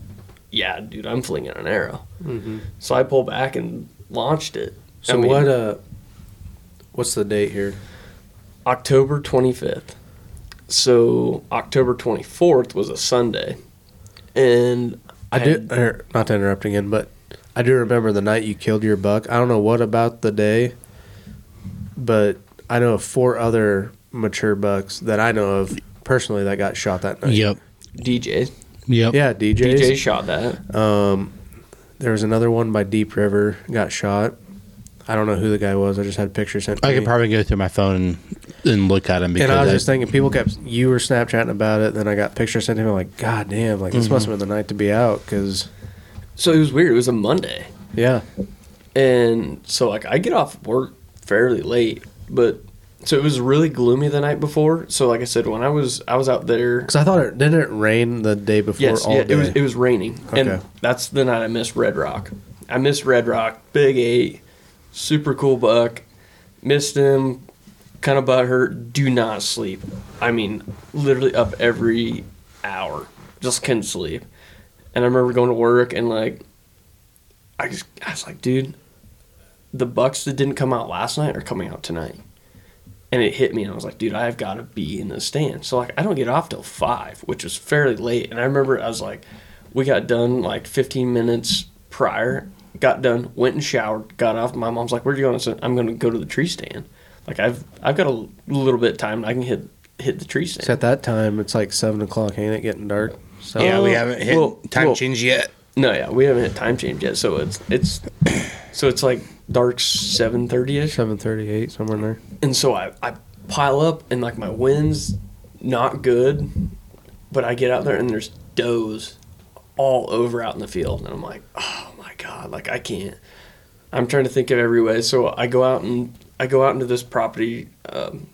Yeah, dude, I'm flinging an arrow. So I pull back and launched it. Mm-hmm. So I mean, what? Uh, what's the date here? October 25th. So October 24th was a Sunday. And I do. er, Not to interrupt again, but I do remember the night you killed your buck. I don't know what about the day, but I know of four other mature bucks that I know of personally that got shot that night. yep. DJ. Yep. Yeah, DJs. DJ shot that. There was another one by Deep River got shot. I don't know who the guy was. I just had pictures sent. to I could me. probably go through my phone and, and look at him because And I was I- just thinking, people kept you were Snapchatting about it. Then I got pictures sent to me. Like, God damn! Like this Mm-hmm. must have been the night to be out because So it was weird. It was a Monday. yeah, And so like I get off work fairly late, but so it was really gloomy the night before. So like I said, when I was I was out there because I thought it didn't it rain the day before. Yes, all yeah, day. it was it was raining, Okay. and that's the night I missed Red Rock. I missed Red Rock, big eight, super cool buck. Missed him, kind of butthurt. Do not sleep. I mean, literally up every hour, just couldn't sleep. And I remember going to work and like, I just I was like, dude, the bucks that didn't come out last night are coming out tonight. And it hit me, and I was like, dude, I've got to be in the stand. So, like, I don't get off till five, which was fairly late. And I remember I was like, we got done like 15 minutes prior, got done, went and showered, got off. My mom's like, where are you going? I said, I'm going to go to the tree stand. Like, I've I've got a little bit of time, I can hit hit the tree stand. So at that time, it's like seven o'clock. Ain't it getting dark? So yeah, we haven't hit Well, time well- change yet. No, yeah, we haven't hit time change yet, so it's it's so it's like dark 7:30 ish. seven thirty-eight somewhere in there. and so I, I pile up and like my wind's not good but i get out there and there's does all over out in the field and i'm like oh my god like i can't i'm trying to think of every way so i go out and i go out into this property um,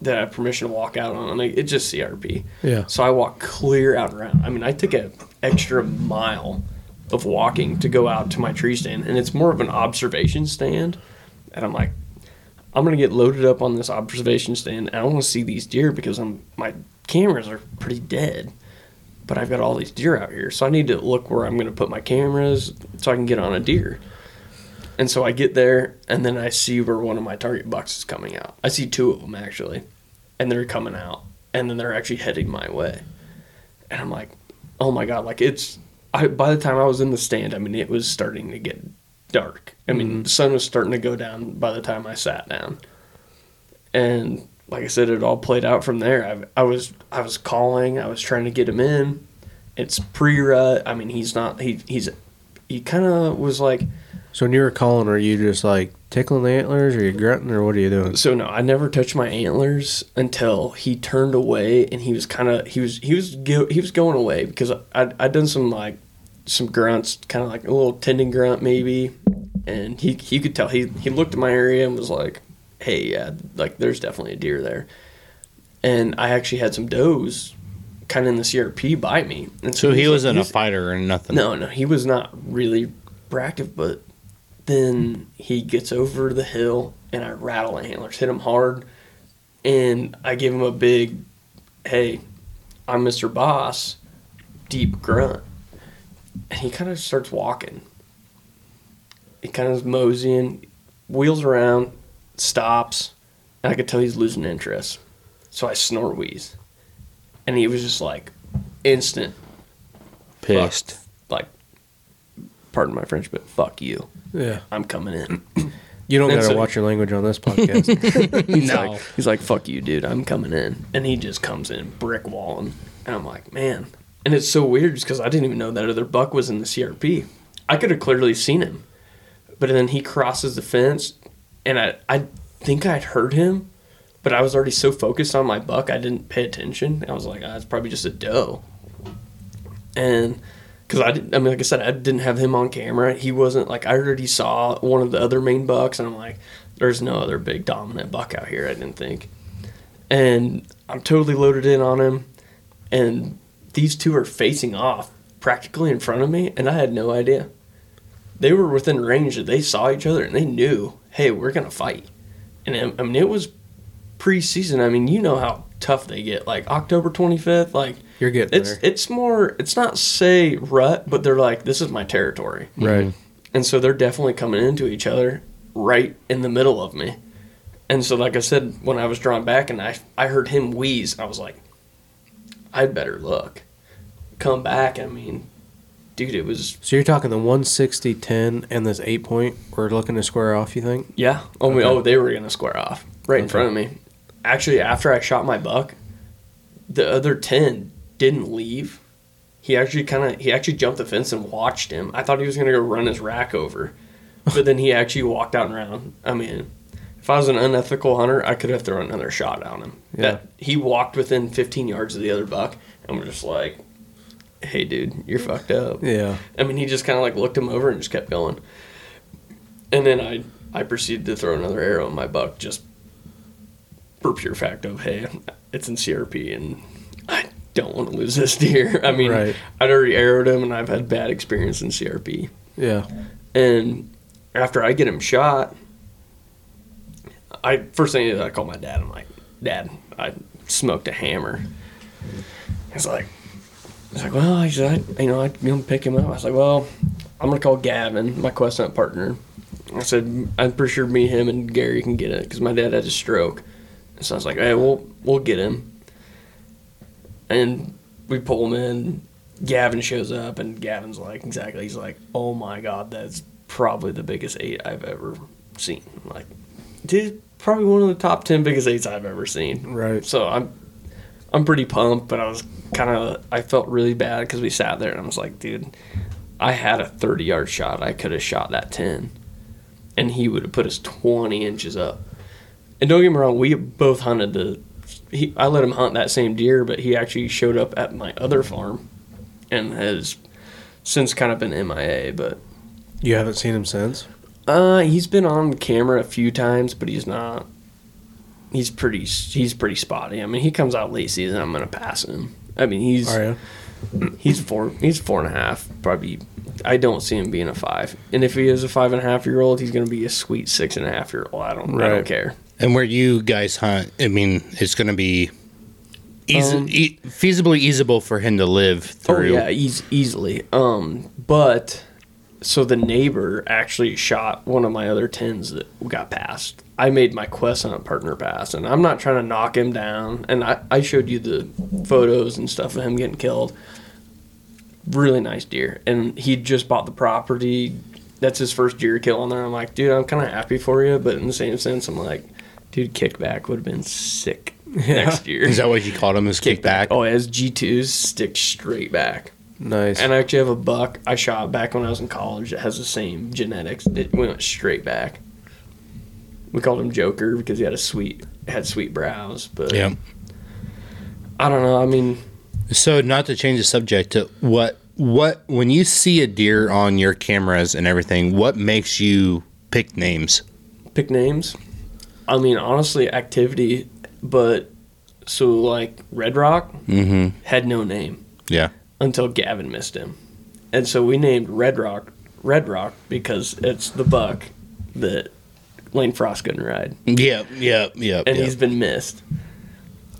that i have permission to walk out on and like, it's just crp Yeah. so i walk clear out and around i mean i took an extra mile of walking to go out to my tree stand, and it's more of an observation stand. And I'm like, I'm gonna get loaded up on this observation stand, and I want to see these deer because I'm my cameras are pretty dead. But I've got all these deer out here, so I need to look where I'm gonna put my cameras so I can get on a deer. And so I get there, and then I see where one of my target bucks is coming out. I see two of them actually, and they're coming out, and then they're actually heading my way. And I'm like, oh my god, like it's. I, by the time I was in the stand, I mean it was starting to get dark. I mean the sun was starting to go down by the time I sat down, and like I said, it all played out from there. I, I was I was calling, I was trying to get him in. It's pre-rut. I mean, he's not. He he's he kind of was like. So when you were calling, are you just like tickling the antlers, or you grunting, or what are you doing? So no, I never touched my antlers until he turned away, and he was kind of he was he was go, he was going away because I I'd, I'd done some like some grunts, kind of like a little tendon grunt maybe, and he he could tell he he looked at my area and was like, hey yeah, like there's definitely a deer there, and I actually had some does kind of in the CRP by me, and So he he's wasn't a he's- fighter or nothing. no, no, he was not really active, but then he gets over the hill and I rattle antlers, hit him hard, and I give him a big, hey, I'm Mr. Boss, deep grunt. And he kind of starts walking. He kind of is moseying, wheels around, stops, and I could tell he's losing interest. So I snort wheeze. And he was just like instant Pissed. like, pardon my French, but fuck you. Yeah, I'm coming in. you don't And gotta so- watch your language on this podcast. He's like, he's like, fuck you, dude. I'm coming in. And he just comes in brick walling. And I'm like, man. And it's so weird just because I didn't even know that other buck was in the CRP. I could have clearly seen him. But then he crosses the fence, and I, I think I'd heard him, but I was already so focused on my buck, I didn't pay attention. I was like, ah, it's probably just a doe. and because I didn't, I mean, like I said, I didn't have him on camera. He wasn't like I already saw one of the other main bucks, and I'm like, there's no other big dominant buck out here. I didn't think, and I'm totally loaded in on him, and these two are facing off practically in front of me, and I had no idea. They were within range that they saw each other, and they knew, hey, we're gonna fight. And um, I- I mean, it was preseason. I mean, you know how tough they get. Like October 25th, like You're getting it's there. it's more it's not say rut, but they're like this is my territory, right. and so they're definitely coming into each other right in the middle of me, and so like I said, when I was drawn back and I I heard him wheeze, I was like, I'd better look, come back. I mean, dude, it was So you're talking the 160, 10, and this eight point. We're looking to square off. You think? Yeah. Oh, we, oh, they were gonna square off right in Okay. front of me. Actually, after I shot my buck, the other ten didn't leave. He actually kind of he actually jumped the fence and watched him. I thought he was gonna go run his rack over, but then he actually walked out and around. I mean, if I was an unethical hunter, I could have thrown another shot on him. Yeah. That he walked within 15 yards of the other buck, and we're just like, "Hey, dude, you're fucked up." Yeah. I mean, he just kind of like looked him over and just kept going. And then I I proceeded to throw another arrow in my buck just for pure fact of hey, it's in CRP and I don't want to lose this deer. I mean, Right. I'd already arrowed him and I've had bad experience in CRP. Yeah. And after I get him shot, I first thing I did, I call my dad. I'm like, Dad, I smoked a hammer. He's like, he's like, well, he's like, you know, I you know, pick him up. I was like, well, I'm gonna call Gavin, my quest hunt partner. I said, I'm pretty sure me, him, and Gary can get it because my dad had a stroke. So I was like, hey, we'll we'll get him. And we pull him in. Gavin shows up, and Gavin's like, exactly. He's like, oh my god, that's probably the biggest eight I've ever seen. I'm Like, dude, probably one of the top ten biggest eights I've ever seen. Right. So I'm, I'm pretty pumped, but I was kind of, I felt really bad because we sat there, and I was like, dude, I had a 30 yard shot. I could have shot that 10, and he would have put us 20 inches up. And don't get me wrong, we both hunted the. He, I let him hunt that same deer, but he actually showed up at my other farm, and has since kind of been MIA. But You haven't seen him since. uh, he's been on camera a few times, but he's not. He's pretty. He's pretty spotty. I mean, he comes out late season. I'm gonna pass him. I mean, he's Are you? He's four. He's four and a half. Probably. I don't see him being a five. And if he is a five and a half year old, he's going to be a sweet six and a half year old. I don't. I Right. don't care. And where you guys hunt, I mean, it's going to be easy, e- feasibly easable for him to live through. Oh yeah, eas- easily. Um, but so the neighbor actually shot one of my other tins that got passed. I made my quest hunt partner pass, and I'm not trying to knock him down. And I, I showed you the photos and stuff of him getting killed. Really nice deer, and he just bought the property. That's his first deer kill on there. I'm like, dude, I'm kind of happy for you, but in the same sense, I'm like, dude, kickback would have been sick next year. Is that what you called him? Is kickback? Oh, his G2s stick straight back. Nice. And I actually have a buck I shot back when I was in college that has the same genetics. It went straight back. We called him Joker because he had a sweet had sweet brows, but Yeah. I don't know. I mean, So, not to change the subject, to what what when you see a deer on your cameras and everything, what makes you pick names? pick names. I mean, honestly, activity. But so like Red Rock Mm-hmm. had no name Yeah. until Gavin missed him, and so we named Red Rock Red Rock because it's the buck that Lane Frost couldn't ride. Yeah. Yeah. Yeah. and yeah. he's been missed.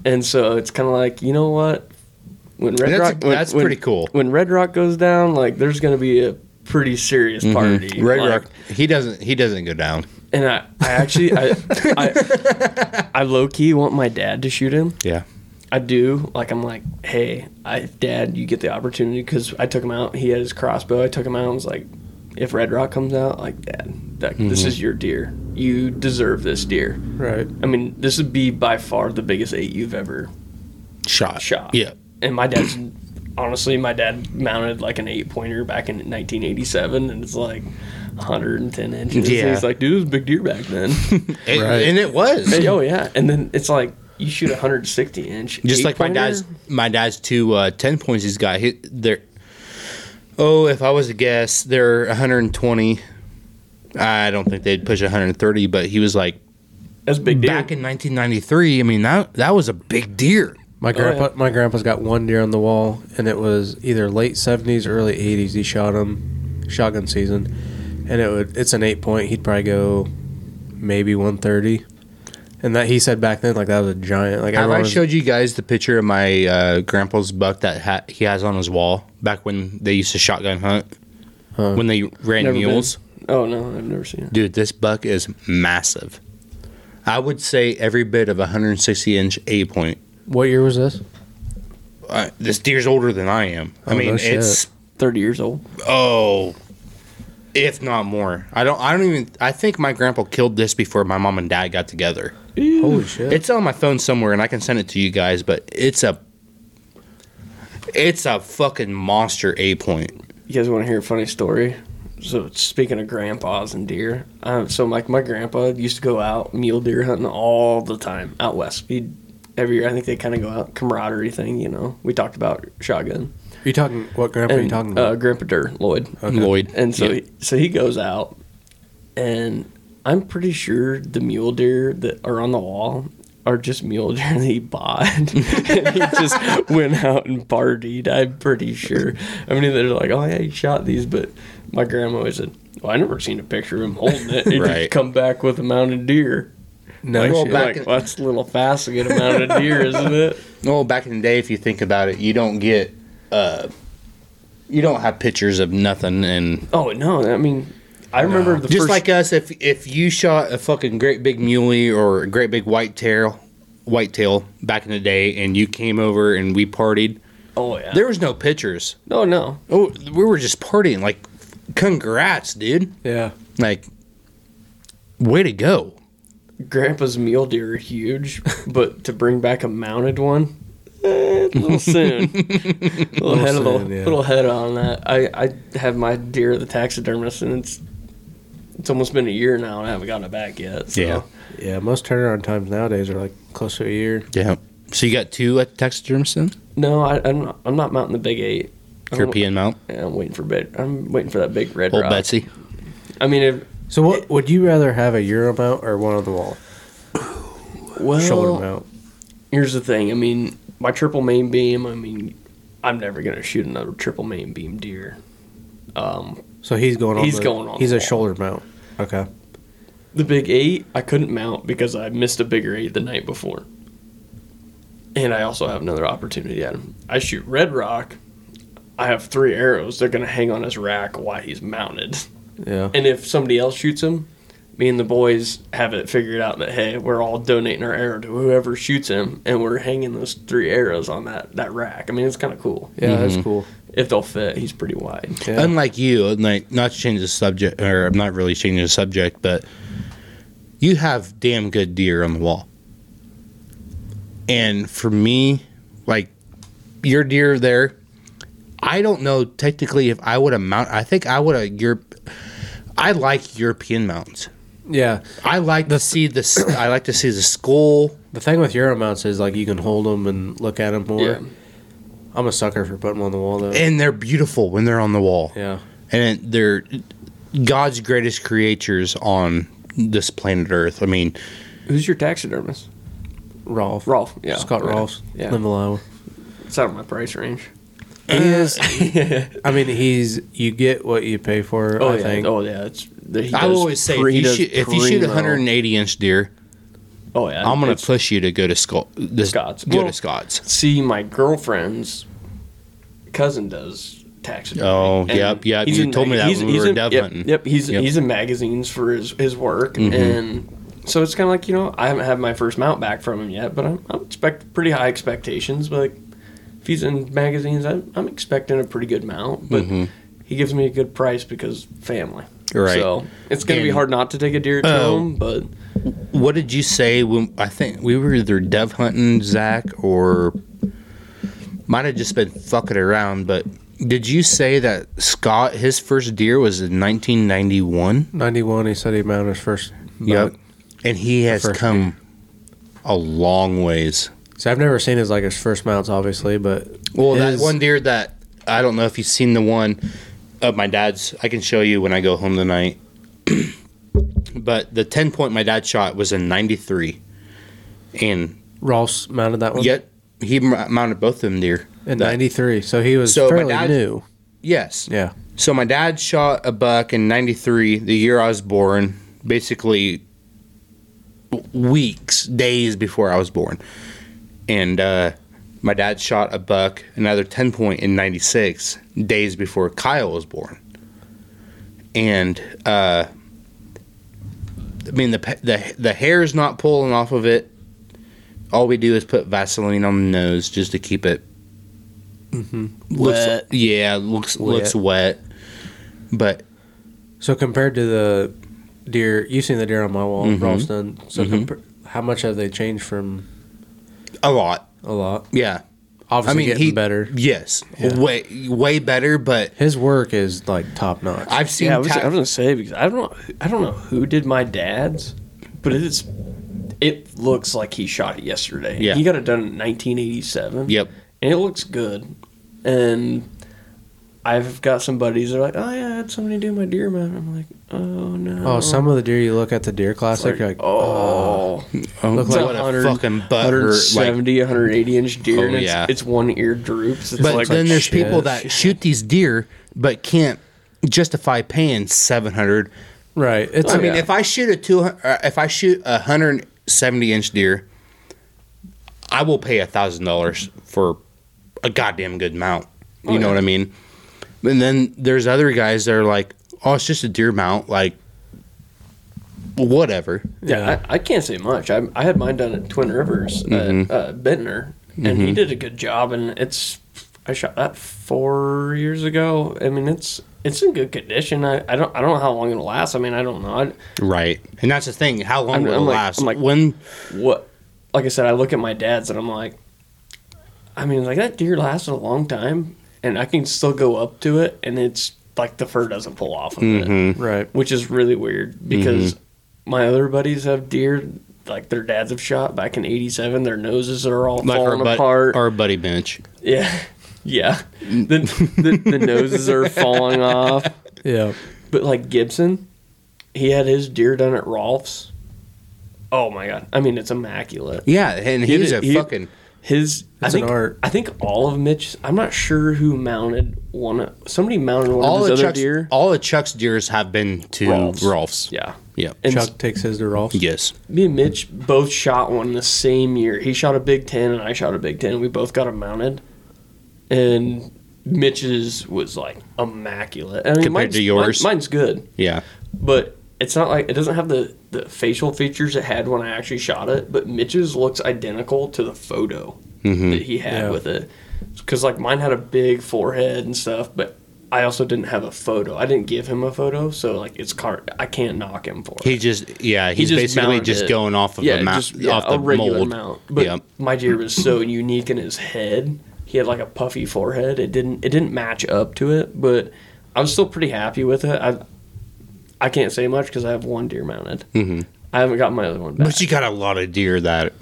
And so it's kind of like, you know what? When Red That's- Rock, when- that's when- pretty cool. When Red Rock goes down, like there's going to be a pretty serious party. Mm-hmm. Red Like, Rock. He doesn't. He doesn't go down. And I, I actually, I, I, I low key want my dad to shoot him. Yeah. I do. Like I'm like, hey, I dad, you get the opportunity because I took him out. He had his crossbow. I took him out. and was like, if Red Rock comes out, like dad, that, Mm-hmm. this is your deer. You deserve this deer. right. I mean, this would be by far the biggest eight you've ever Shot. shot. Yeah. And my dad's honestly, my dad mounted like an eight pointer back in 1987, and it's like 110 inches. And Yeah. he's like, dude, it was a big deer back then. And- Right. And it was. Hey, oh yeah. And then it's like you shoot a 160 inch. just like my eight-pointer? dad's my dad's two uh, 10 points he's got he, they're oh if i was to guess they're 120 i don't think they'd push 130 but he was like That's big deer. back in 1993 i mean that that was a big deer My grandpa, my grandpa's got one deer on the wall, and it was either late seventies, early eighties. He shot him, shotgun season, and it would. It's an eight point. He'd probably go maybe one thirty, and that he said back then like that was a giant. Like have everyone i was- showed you guys the picture of my uh, grandpa's buck that ha- he has on his wall back when they used to shotgun hunt when they ran Never been. mules Oh no, I've never seen it. dude this buck is massive i would say every bit of a 160 inch a point what year was this? uh, this deer's older than I am. I Oh, mean, no shit. it's 30 years old. oh, if not more. I don't. I don't even. I think my grandpa killed this before my mom and dad got together. Holy shit! It's on my phone somewhere, and I can send it to you guys. But it's a, it's a fucking monster a point. You guys want to hear a funny story? So speaking of grandpas and deer, um, so like my grandpa used to go out mule deer hunting all the time out west. He every year I think they kind of go out camaraderie thing, you know. We talked about shotgun Are you talking what grandpa? are you and talking uh, about? Grandpa Durr Lloyd, Lloyd and so Yeah. he, so he goes out, and I'm pretty sure the mule deer that are on the wall. Are just mule deer that he bought, and he just went out and partied. I'm pretty sure. I mean, they're like, "Oh yeah, he shot these," but my grandma always said, "Well, I never seen a picture of him holding it. He Right. just come back with a mounted deer." no Like, shit. well, back like, well, that's a little fast to get a mounted deer, isn't it? Well, back in the day, if you think about it, you don't get, uh, you don't have pictures of nothing and Oh no, I mean, I remember the just first like us if if you shot a fucking great big muley or a great big white tail white tail back in the day and you came over and we partied oh yeah, there was no pictures no no, oh we were just partying like congrats dude yeah. like way to go Grandpa's mule deer are huge, but to bring back a mounted one, eh, a little soon. a little head, a little, soon, yeah. little head on that. I, I have my deer at the taxidermist, and it's it's almost been a year now, and I haven't gotten it back yet. So. Yeah. Yeah, most turnaround times nowadays are like close to a year. yeah so you got two at taxidermist then No, I, I'm not, I'm not mounting the big eight. I don't- european mount yeah, I'm waiting for big. I'm waiting for that big red old rock. betsy I mean, if, So what would you rather have a euro mount or one on the wall? well, Shoulder mount. here's the thing. I mean, my triple main beam. I mean, I'm never gonna shoot another triple main beam deer. Um, So he's going on. He's the- going on He's the a wall. shoulder mount. Okay. The big eight I couldn't mount because I missed a bigger eight the night before. And I also have another opportunity at him. I shoot red rock. I have three arrows. They're gonna hang on his rack while he's mounted. Yeah. And if somebody else shoots him, me and the boys have it figured out that hey, we're all donating our arrow to whoever shoots him, and we're hanging those three arrows on that that rack. I mean, it's kind of cool. Mm-hmm. yeah, that's cool. If they'll fit, he's pretty wide. Yeah. Unlike you, like not to change the subject, or I'm not really changing the subject, but you have damn good deer on the wall. And for me, like your deer there, I don't know technically if I would have mount. I think I would have Europe. I like European mounts. Yeah. I like to see the. s- I like to see the skull. The thing with Euro mounts is like you can hold them and look at them more. Yeah. I'm a sucker for putting them on the wall though. and they're beautiful when they're on the wall. Yeah. And they're God's greatest creatures on this planet Earth. I mean, Who's your taxidermist? Rolf. Rolf, yeah. Scott Yeah. Rolf. Yeah. Live Iowa. It's out of my price range. He is. Uh, I mean, he's. You get what you pay for. Oh I yeah. think. Oh yeah. It's the, he I does always say pre- if you, does shoot, if you shoot a primo. 180 inch deer, oh yeah, I'm gonna it's- push you to go to Scott. This, Scott's. Go Well- to Scott's. see my girlfriend's cousin does taxidermy. Oh, yep, yep. You told me that when we were in, dove yep, hunting. Yep, he's Yep. Mm-hmm. he's in magazines for his his work, and so it's kind of like you know I haven't had my first mount back from him yet, but I'm, I'm expect pretty high expectations. But like if he's in magazines, I'm, I'm expecting a pretty good mount, but. He gives me a good price because family. Mm-hmm. Right. So it's going to be And- hard not to take a deer to Oh. him, but What did you say when I think we were either dove hunting Zach or might have just been fucking around? But did you say that Scott his first deer was in 1991? 91. He said he mounted his first. Yep. And he has first come a long ways. So I've never seen his like his first mounts, obviously, but Well, his- that one deer that I don't know if you've seen the one of my dad's. I can show you when I go home tonight. but the 10 point my dad shot was in 93. And Ross mounted that one. yet he m- mounted both of them deer. In That- '93, so he was So my fairly dad- new. Yes. Yeah. So my dad shot a buck in 93, the year I was born, basically weeks, days before I was born. And uh, my dad shot a buck, another 10 point in 96, days before Kyle was born. And uh, I mean the pe- the the hair is not pulling off of it. All we do is put Vaseline on the nose just to keep it Wet. Mm-hmm. Looks, yeah, looks looks wet. But So compared to the deer, you've seen the deer on my wall, Mm-hmm. mm Ross done. So compar- how much have they changed from a lot. a lot? Yeah. Obviously, getting better. Yes. Yeah. Way way better, but His work is like top notch. I've seen Yeah, I was, ta- I was gonna say because I don't I don't know who did my dad's, but it's it looks like he shot it yesterday. Yeah. he got it done in 1987. Yep. and it looks good. And I've got some buddies that are like, oh yeah, I had somebody do my deer mount. I'm like, oh no. oh, some of the deer you look at the deer classic, Like, you're like, oh, Oh, look what like a 100 fucking butthurt. Like, 170, 180 inch deer. Oh, and it's, yeah. it's one ear droops. It's but like, then there's shit. people that shoot these deer but can't justify paying 700. right. It's I mean, yeah. if I shoot a 200 uh, if I shoot a 170 inch deer, I will pay a $1000 for a goddamn good mount. You know what I mean? And then there's other guys that are like, "Oh, it's just a deer mount." Like whatever. Yeah, I, I can't say much. I, I had mine done at Twin Rivers at uh, Bentner, and he did a good job. And it's I shot that four years ago. I mean, it's it's in good condition. I, I don't I don't know how long it'll last. I mean, I don't know. I, Right. And that's the thing. How long I'm- will it I'm like- last? I'm like- when what like I said, I look at my dad's and I'm like, I mean, like that deer lasted a long time, and I can still go up to it, and it's like the fur doesn't pull off of it. right. which is really weird because my other buddies have deer like their dads have shot back in 87 their noses are all like our, falling bud- apart our buddy bench. yeah yeah the, the, the noses are falling off Yeah. but like gibson he had his deer done at rolf's oh my god i mean it's immaculate Yeah, and He he's did- a he- fucking His I It's an think art. I think all of Mitch. I'm not sure who mounted one. of- Somebody mounted one All of of his other Chuck's deer. all of Chuck's deers have been to Rolfs. Rolf's. yeah, Yeah. and Chuck takes his to Rolf. Yes. me and Mitch both shot one the same year. He shot a Big Ten and I shot a Big Ten. We both got them mounted, and Mitch's was like immaculate. I mean, Compared mine's- to yours? mine- mine's good, Yeah. but it's not like it doesn't have the the facial features it had when I actually shot it. But Mitch's looks identical to the photo Mm-hmm. that he had Yeah. with it, because like mine had a big forehead and stuff, but. I also didn't have a photo. I didn't give him a photo, so like it's car. I can't knock him for it He just yeah, he's just basically mounted just it. going off of the map just, yeah, off the a regular mold. mount. But yeah. my deer was so unique in his head. He had like a puffy forehead. It didn't it didn't match up to it, but I was still pretty happy with it. I I can't say much because I have one deer mounted. Mm-hmm. I haven't got my other one back. But you got a lot of deer that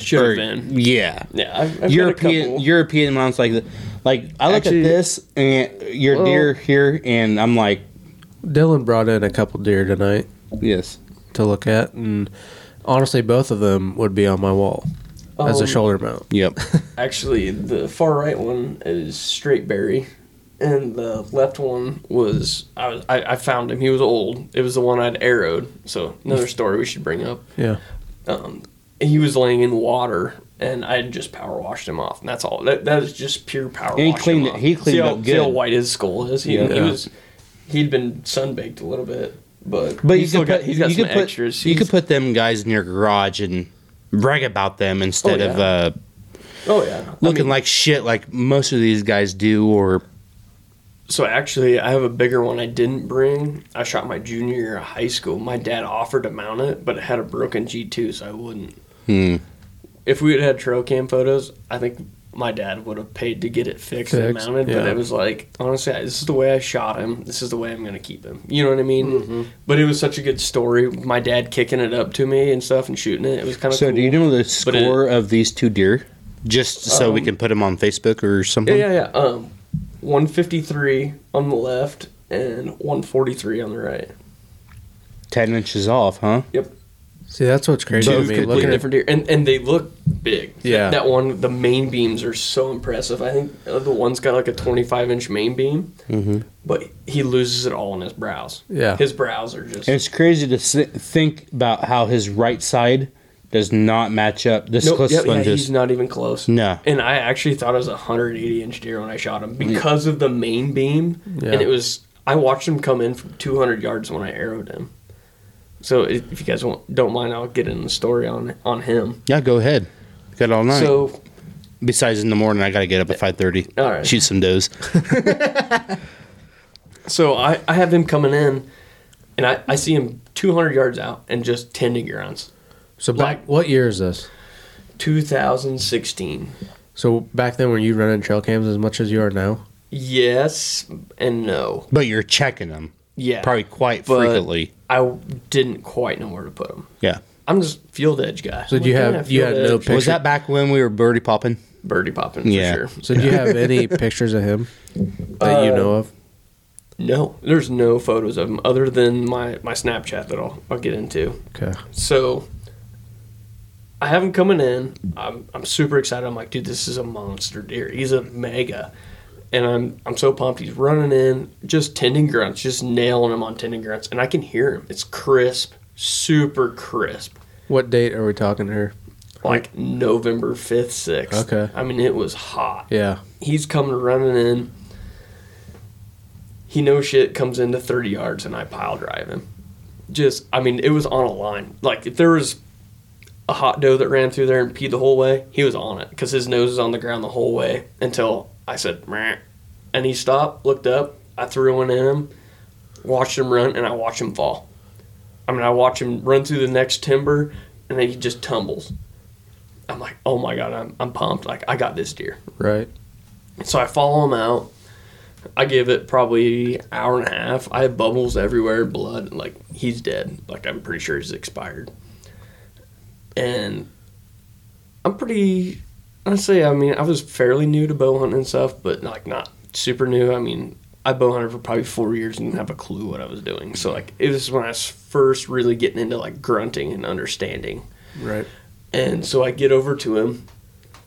should or- have been. Yeah. Yeah, I've, I've got a European couple. European mounts like that. Like I look Actually- at this and your Well- deer here and I'm like, Dylan brought in a couple deer tonight yes. to look at, and honestly, both of them would be on my wall as a Um, shoulder mount. Yep. Actually, the far right one is straight berry, and the left one was I was I, I found him. He was old. It was the one I'd arrowed. So another story we should bring up. Yeah, um, he was laying in water, and I had just power washed him off. And that's all. That that is just pure power. He wash cleaned him it- off. he cleaned see how, up See how good. white his skull is. He, he Yeah. was he'd been sunbaked a little bit, but But you he's still could got put he's got you some could put extras. you He's- could put them guys in your garage and brag about them instead Oh, of yeah. uh, oh yeah, looking like shit like most of these guys do or So actually, I have a bigger one I didn't bring. I shot my junior year of high school. My dad offered to mount it, but it had a broken G2, so I wouldn't. Hmm. If we had had trail cam photos, I think my dad would have paid to get it fixed, and Fixed, mounted. But yeah. it was like, honestly, I- this is the way I shot him. This is the way I'm going to keep him. You know what I mean? Mm-hmm. But it was such a good story. My dad kicking it up to me and stuff and shooting it. It was kind of So, cool. do you know the But it- score of these two deer? Just so we can put them on Facebook or Yeah, something. yeah, yeah. Um, 153 on the left and 143 on the right. Ten inches off, huh? Yep. see, that's what's crazy two to me. completely Looking at different deer, and and they look big. Yeah. that one, the main beams are so impressive. I think uh, the one's got like a twenty-five inch main beam, but he loses it all in his brows. Mm-hmm. Yeah. his brows are just And it's crazy to si- think about how his right side does not match up. This Nope, close yeah, yeah, one he's just not even close. No. and I actually thought it was a hundred eighty inch deer when I shot him because of the main beam, Yeah. and it was. I watched him come in from two hundred yards when I arrowed him. So if if you guys won't, don't mind, I'll get in the story on on him. yeah. Go ahead. Got all night. So Besides, in the morning I gotta get up at five thirty. All right. Shoot some does. So I, I have him coming in, and I, I see him 200 yards out and just 10 to grounds. so, back, what year is this? 2016. So back then, were you running trail cams as much as you are now? Yes and no. But you're checking them Yeah. probably quite But- frequently. I didn't quite know where to put him. Yeah. I'm just field edge guy. So do you Like, have- you yeah, field had no pic- Was that back when we were birdie popping? birdie popping Yeah. for sure? So do you have any pictures of him that you know of? No, there's no photos of him other than my my Snapchat that I'll I'll get into. Okay. So I have him coming in. I'm, I'm super excited. I'm like, dude, this is a monster deer. He's a mega. And I'm I'm so pumped. He's running in, just tending grunts, just nailing him on tending grunts. And I can hear him. It's crisp, super crisp. What date are we talking here? Like November 5th, 6th. Okay. I mean, it was hot Yeah. he's coming running in. He knows shit comes into 30 yards and I pile drive him. Just, I mean, it was on a line. Like, if there was a hot doe that ran through there and peed the whole way, he was on it because his nose was on the ground the whole way until I said, Meh. and he stopped, looked up. I threw one in him, watched him run, and I watched him fall. I mean, I watch him run through the next timber and then he just tumbles. I'm like, oh my God, I'm, I'm pumped. Like, I got this deer. Right. So I follow him out. I give it probably hour and a half. I have bubbles everywhere, blood. Like he's dead. Like I'm pretty sure he's expired. And I'm pretty. I say I mean I was fairly new to bow hunting and stuff, but like not super new. I mean I bow hunted for probably four years and didn't have a clue what I was doing. So like it was when I was first really getting into like grunting and understanding. Right. And so I get over to him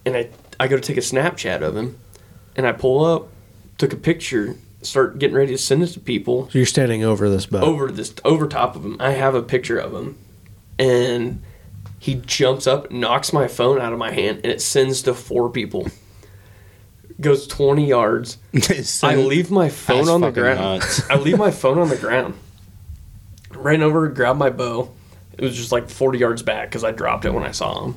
and I I go to take a Snapchat of him, and I pull up, took a picture, start getting ready to send it to people So you're standing over this boat. over this over top of him. I have a picture of him, and he jumps up, knocks my phone out of my hand, and it sends to four people. Goes twenty yards. I leave my phone That's on the fucking ground. nuts. I leave my phone on the ground. Ran over, grabbed my bow. It was just like 40 yards back because I dropped it when I saw him.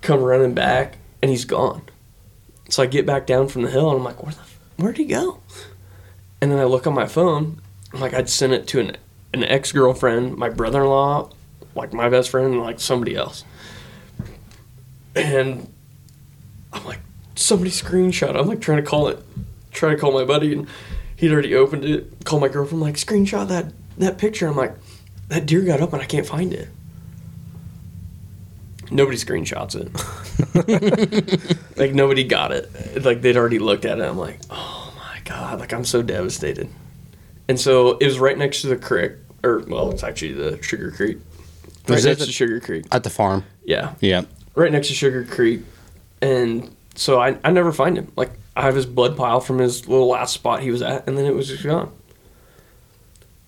Come running back, and he's gone. So I get back down from the hill, and I'm like, where the, where'd he go? And then I look on my phone. I'm like, I'd sent it to an, an ex girlfriend, my brother in law, like my best friend, and like somebody else. And I'm like, somebody screenshot. it." I'm like trying to call it, trying to call my buddy, and he'd already opened it. Called my girlfriend, like screenshot that that picture. I'm like, that deer got up and I can't find it. Nobody screenshots it. like nobody got it. Like they'd already looked at it. I'm like, oh my god. Like I'm so devastated. And so it was right next to the creek, or well, it's actually the Sugar Creek. Right Was that next the- to Sugar Creek. At the farm. Yeah Yeah. right next to Sugar Creek, and so I, I never find him. Like I have his blood pile from his little last spot he was at, and then it was just gone.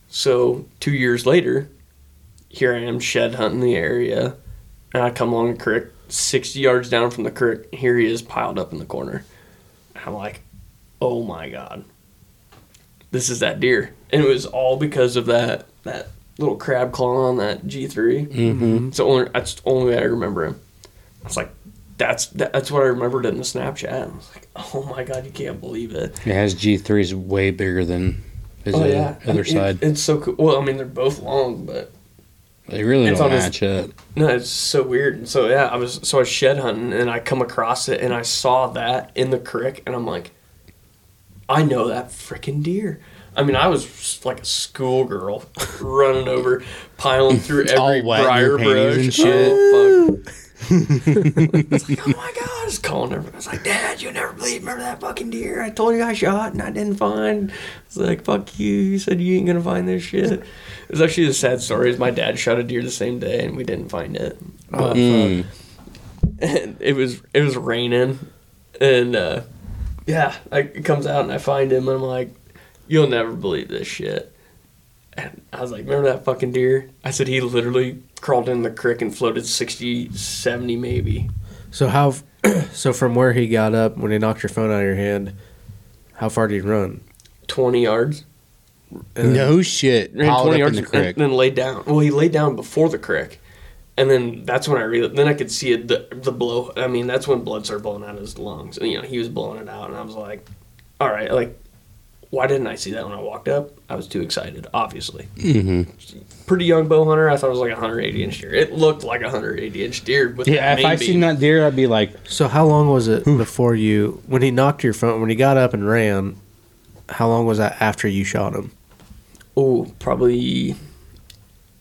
So two years later, here I am shed hunting the area, and I come along a creek sixty yards down from the creek. and Here he is piled up in the corner. And I'm like, oh my god, this is that deer, and it was all because of that that little crab claw on that G 3 Mm-hmm. It's the only that's the only way I remember him. I was like, that's that, that's what I remembered in the Snapchat. I was like, oh my god, you can't believe it. Yeah, his G three is way bigger than his oh other, yeah, other It- side. it's so cool. Well, I mean, they're both long, but they really it's don't on his- match up. no, it's so weird. And so yeah, I was so I was shed hunting and I come across it and I saw that in the creek and I'm like, I know that freaking deer. I mean, I was like a schoolgirl running over, piling through every wet in briar your panties brush and shit. Oh, fuck. it's like, oh my god! I was calling everyone. I was like, Dad, you'll never believe. Remember that fucking deer I told you I shot and I didn't find. It's like, fuck you. You said you ain't gonna find this shit. It was actually a sad story. Is my dad shot a deer the same day and we didn't find it. But, and it was it was raining, and uh, yeah, I, it comes out and I find him and I'm like, you'll never believe this shit. And I was like, remember that fucking deer? I said he literally crawled in the creek and floated 60, 70 maybe. So how? so from where he got up when he knocked your phone out of your hand, how far did he run? 20 yards. And No shit. Ran Piled 20 up in yards the and creek. then laid down. Well, he laid down before the crick. And then that's when I re- then I could see it the, the blow. I mean, that's when blood started blowing out of his lungs. And, you know, he was blowing it out and I was like, "All right, like why didn't I see that when I walked up? I was too excited, obviously." Mhm. Mm-hmm. Pretty young bow hunter. I thought it was like a 180 inch deer. It looked like a 180 inch deer with Yeah, that if main I beam. seen that deer, I'd be like, So how long was it before you when he knocked your phone when he got up and ran? How long was that after you shot him? Oh, probably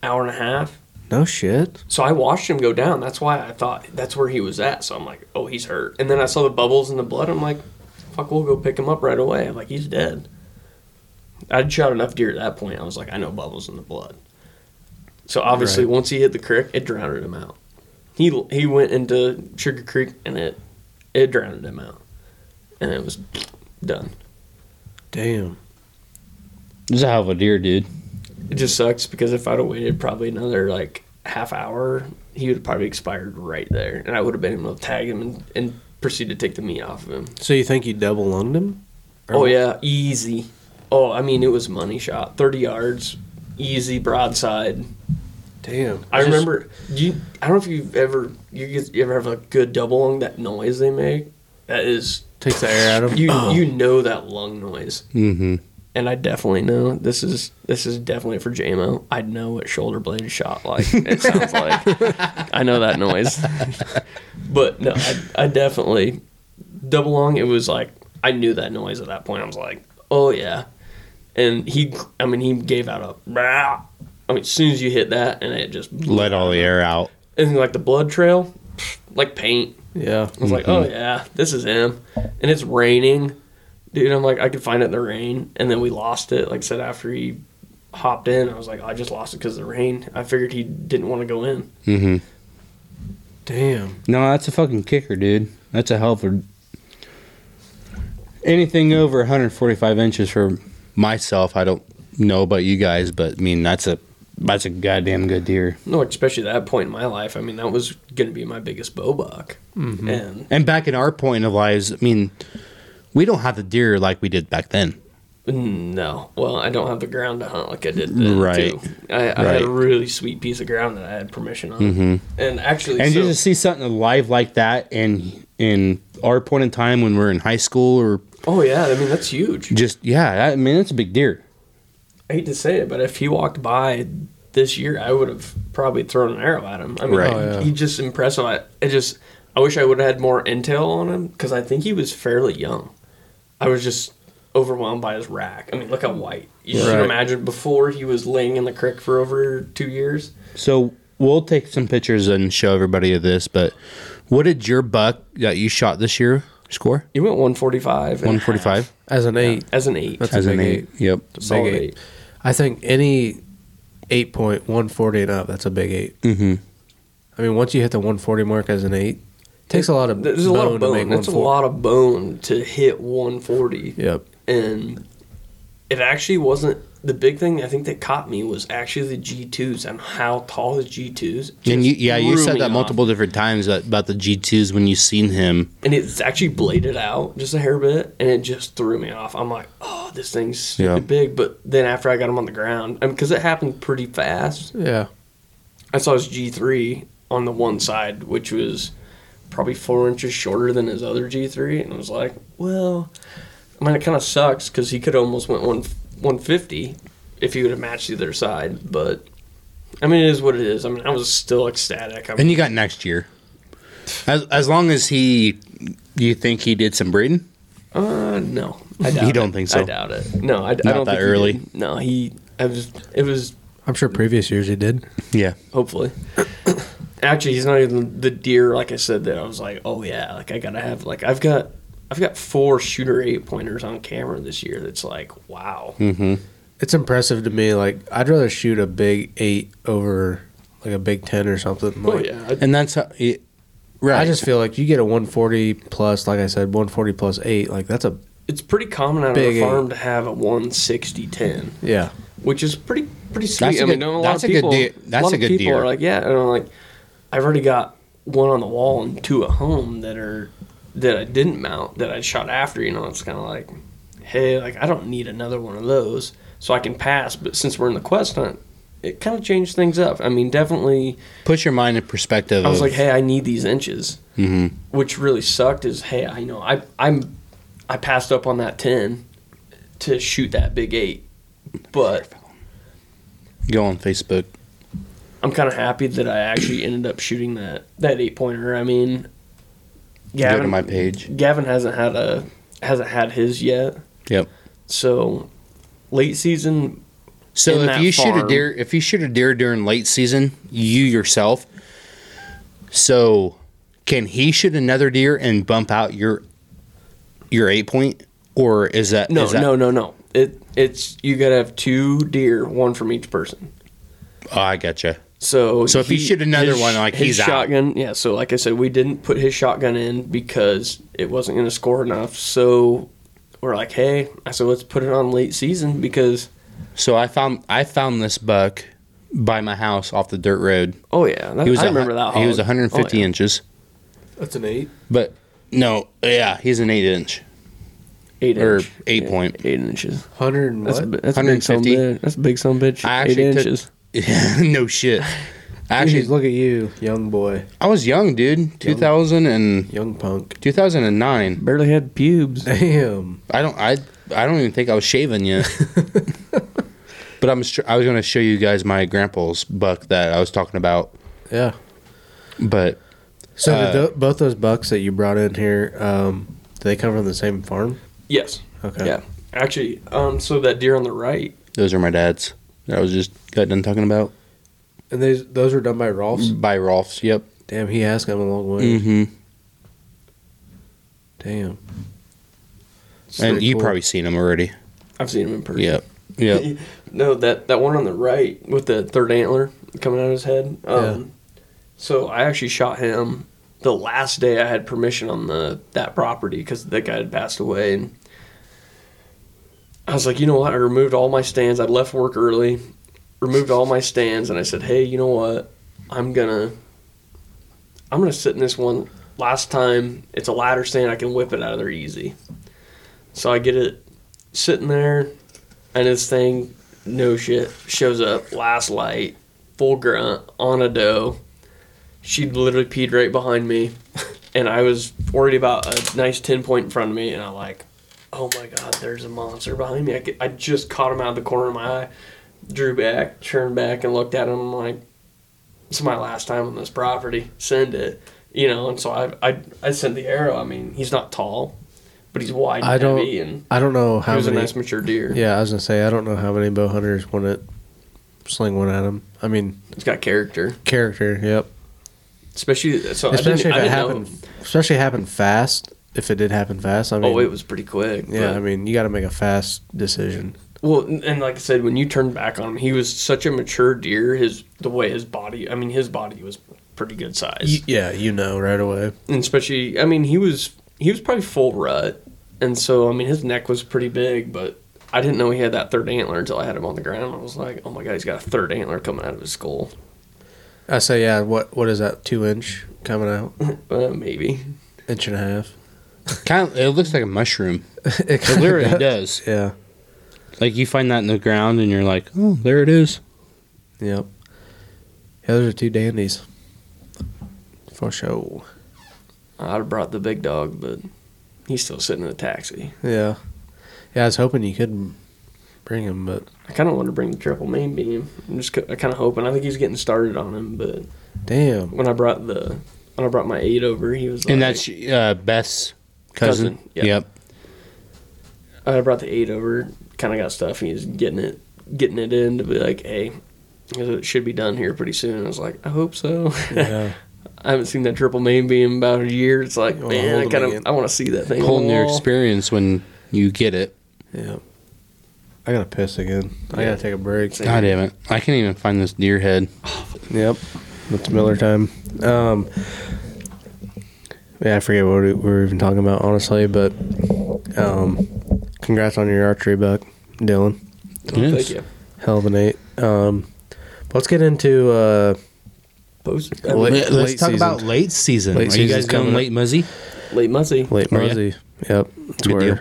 hour and a half. No shit. So I watched him go down. That's why I thought that's where he was at. So I'm like, oh, he's hurt. And then I saw the bubbles in the blood. I'm like, fuck, we'll go pick him up right away. I'm like, he's dead. I'd shot enough deer at that point. I was like, I know bubbles in the blood. So obviously, once he hit the creek, it drowned him out. He he went into Sugar Creek and it it drowned him out, and it was done. Damn. "This is a hell of a deer, dude." It just sucks because if I'd have waited probably another like half hour, he would have probably expired right there, and I would have been able to tag him and, and proceed to take the meat off of him. So you think you double lunged him? Oh yeah, easy. Oh, I mean it was money shot, thirty yards, easy broadside. Damn. I remember you. I don't know if you've ever you, guys- you ever have a good double lung that noise they make. That is Takes the air out of him. you you know that lung noise. Mm-hmm. And I definitely know this is this is definitely for JMO. I know what shoulder blade shot like. It sounds like I know that noise. but no, I, I definitely double long. It was like I knew that noise at that point. I was like, oh yeah. And he, I mean, he gave out a. "Bah." I mean, as soon as you hit that, and it just Let all the air out. and like the blood trail, pfft, like paint. yeah. I was like, oh Mm-hmm. yeah, this is him. And it's raining. Dude, I'm like, I could find it in the rain. And then we lost it. Like I said, after he hopped in, I was like, I just lost it because of the rain. I figured he didn't want to go in. Mm-hmm. Damn. No, that's a fucking kicker, dude. That's a hell of a. Anything over 145 inches for myself, I don't know about you guys, but I mean that's a that's a goddamn good deer. No, especially at that point in my life. I mean, that was going to be my biggest bow buck. Mm-hmm. And And back in our point of lives, I mean, we don't have the deer like we did back then. no, well, I don't have the ground to hunt like I did then. Right. Too. I, I had Right. Mm-hmm. a really sweet piece of ground that I had permission on. And actually, And so, you just see something alive like that, and in our point in time when we're in high school or oh yeah, I mean that's huge. just yeah, I mean it's a big deer. I hate to say it, but if he walked by this year, I would have probably thrown an arrow at him. I mean, Right. he, he just impressed me. I, I just, I wish I would have had more intel on him because I think he was fairly young. I was just overwhelmed by his rack. I mean, look how white. You should Right. imagine before he was laying in the creek for over two years. So we'll take some pictures and show everybody of this. But what did your buck that you shot this year score? He went 145. One forty-five As an eight, As an eight. That's a big eight. Yep. solid big eight. eight. I think any eight point one forty and up, that's a big 8 Mm-hmm. I mean, once you hit the one forty mark as an eight, it takes a lot of There's a bone lot of to make bone. one That's a forty. lot of bone to hit 140. Yep. and it actually wasn't the big thing I think that caught me was actually the G2s and how tall his G2s. And you, just yeah, you threw said me that off. multiple different times that, about the G twos when you seen him. And it's actually bladed out just a hair bit and it just threw me off. I'm like, oh, this thing's stupid Yeah. big. But then after I got him on the ground, because it happened pretty fast, Yeah. I saw his G3 on the one side, which was probably four inches shorter than his other G3, and I was like, well, I mean, it kind of sucks because he could almost went one 150 if he would have matched the other side, but I mean, it is what it is. I mean, I was still ecstatic. I And mean, you got next year. As as long as he, you think he did some breeding? uh, no, I doubt You don't it. think so? I doubt it. No, I, I don't that think he early. did. No, he. I was. It was I'm sure previous years you did. Yeah. hopefully. Actually, he's not even the deer. Like I said, that I was like, oh yeah, like I gotta have like I've got I've got four shooter eight pointers on camera this year. That's like wow. Hmm. It's impressive to me. Like I'd rather shoot a big eight over like a big ten or something. Oh Like, yeah, I- And that's how. It, right. I just feel like you get a 140 plus, like I said, 140 plus eight. Like that's a it's pretty common out Big on eight. the farm to have a 160 10, yeah. which is pretty pretty sweet. That's a I good- mean, a lot that's of a good people, deer- that's lot a of good people deer. are like, yeah, and I'm like, I've already got one on the wall and two at home that are that I didn't mount that I shot after. You know, it's kind of like, hey, like I don't need another one of those, so I can pass. But since we're in the quest hunt, it kind of changed things up. I mean, definitely. put your mind in perspective. I was of- like, hey, I need these inches, mm-hmm. which really sucked. Is hey, I know I I'm I passed up on that ten to shoot that big eight, but go on Facebook. I'm kind of happy that I actually ended up shooting that that eight pointer. I mean, Gavin, Go to my page. Gavin hasn't had a hasn't had his yet, Yep. so late season. So in if that you shoot a farm. deer, if you shoot a deer during late season, you yourself. So, can he shoot another deer and bump out your your eight point, or is that No, is that- no, no, no. It it's you gotta have two deer, one from each person. Oh, I gotcha. So So if he shoot another one, like, his he's out. shotgun, yeah. So like I said, we didn't put his shotgun in because it wasn't going to score enough. So we're like, hey, I said let's put it on late season because So I found I found this buck by my house off the dirt road. oh yeah, that, He was I a hun- remember that. He was hog. 150 Oh, yeah. inches, That's an eight. but no, yeah, he's an eight inch. eight or inch. eight Yeah, point. eight inches. Hundred and That's a, what? bi- that's a big some 150. bitch. That's a big some bitch. I eight actually took- inches. no shit. Jeez, Actually, look at you, young boy, I was young, dude. 2000 and young punk. 2009. Barely had pubes. Damn. I don't. I. I don't even think I was shaving yet. but I'm. str- I was going to show you guys my grandpa's buck that I was talking about. Yeah. But So Uh, did tho- both those bucks that you brought in here, um, do they come from the same farm? Yes. Okay. Yeah. Actually, um, so that deer on the right, those are my dad's. That I was just got done talking about And these those were done by Mm-hmm. Rolfs. by Rolf's. Yep. Damn, he has come a long way. hmm Damn. And pretty you cool. probably seen him already. I've seen him in person. Yep. Yep. No, that that one on the right with the third antler coming out of his head. Um, So I actually shot him the last day I had permission on the that property because that guy had passed away, and I was like, you know what? I removed all my stands. I left work early, removed all my stands, and I said, hey, you know what? I'm gonna I'm gonna sit in this one last time. It's a ladder stand. I can whip it out of there easy. So I get it sitting there, and this thing, no shit, shows up last light, full grunt on a doe. She literally peed right behind me, and I was worried about a nice ten point in front of me, and I'm like, oh my god, there's a monster behind me. I, could- I just caught him out of the corner of my eye, drew back, turned back, and looked at him. I'm like, it's my last time on this property. Send it. You know, and so I I, I sent the arrow. I mean, he's not tall, but he's wide I and don't. heavy, and I don't know he how was many. a nice mature deer. yeah, I was gonna say I don't know how many bow hunters want to sling one at him. I mean, It's got character, character. Yep. especially so. Especially I if it didn't, I didn't happened. Especially happened fast. If it did happen fast, I know. mean, Oh, it was pretty quick. yeah. but- I mean, you got to make a fast decision. well, and and like I said, when you turned back on him, he was such a mature deer. His the way his body, I mean, his body was pretty good size. Y- yeah, you know right away. and especially I mean he was he was probably full rut, and so I mean his neck was pretty big, but I didn't know he had that third antler until I had him on the ground. I was like, oh my god, he's got a third antler coming out of his skull, I say, yeah. What what is that? Two inch coming out, uh, maybe. inch and a half. Kind of, it looks like a mushroom. It It kinda literally does. does. Yeah. Like you find that in the ground, and you're like, oh, there it is. Yep. Yeah, those are two dandies. For sure. I'd have brought the big dog, but he's still sitting in the taxi. Yeah. Yeah, I was hoping you could bring him, but I kind of want to bring the triple main beam. I'm just ki- I kind of hoping. I think he's getting started on him, but damn. when I brought the when I brought my eight over, he was like, And that's uh, Beth's cousin. Cousin, yeah. Yep. I brought the eight over, kind of got stuff, and he's getting it, getting it in to be like, hey, it should be done here pretty soon. I was like, I hope so. Yeah. I haven't seen that triple main beam in about a year. It's like, wanna man, hold I him kind again. of, I want to see that thing. on Whole the new wall. experience when you get it. yeah. I gotta piss again. I Yeah. gotta take a break. God damn it! I can't even find this deer head. Yep. It's Miller time. Um Yeah, I forget what we we were even talking about, honestly, but um congrats on your archery buck, Dylan. Yes. Thank you. Hell of an eight. Um let's get into uh Post uh, Late- Let- Let's late talk season. about late season. Late Are you guys season's going coming up. late, Muzzy? late Muzzy. late Are ya? Muzzy. Yep. That's Good where- deal.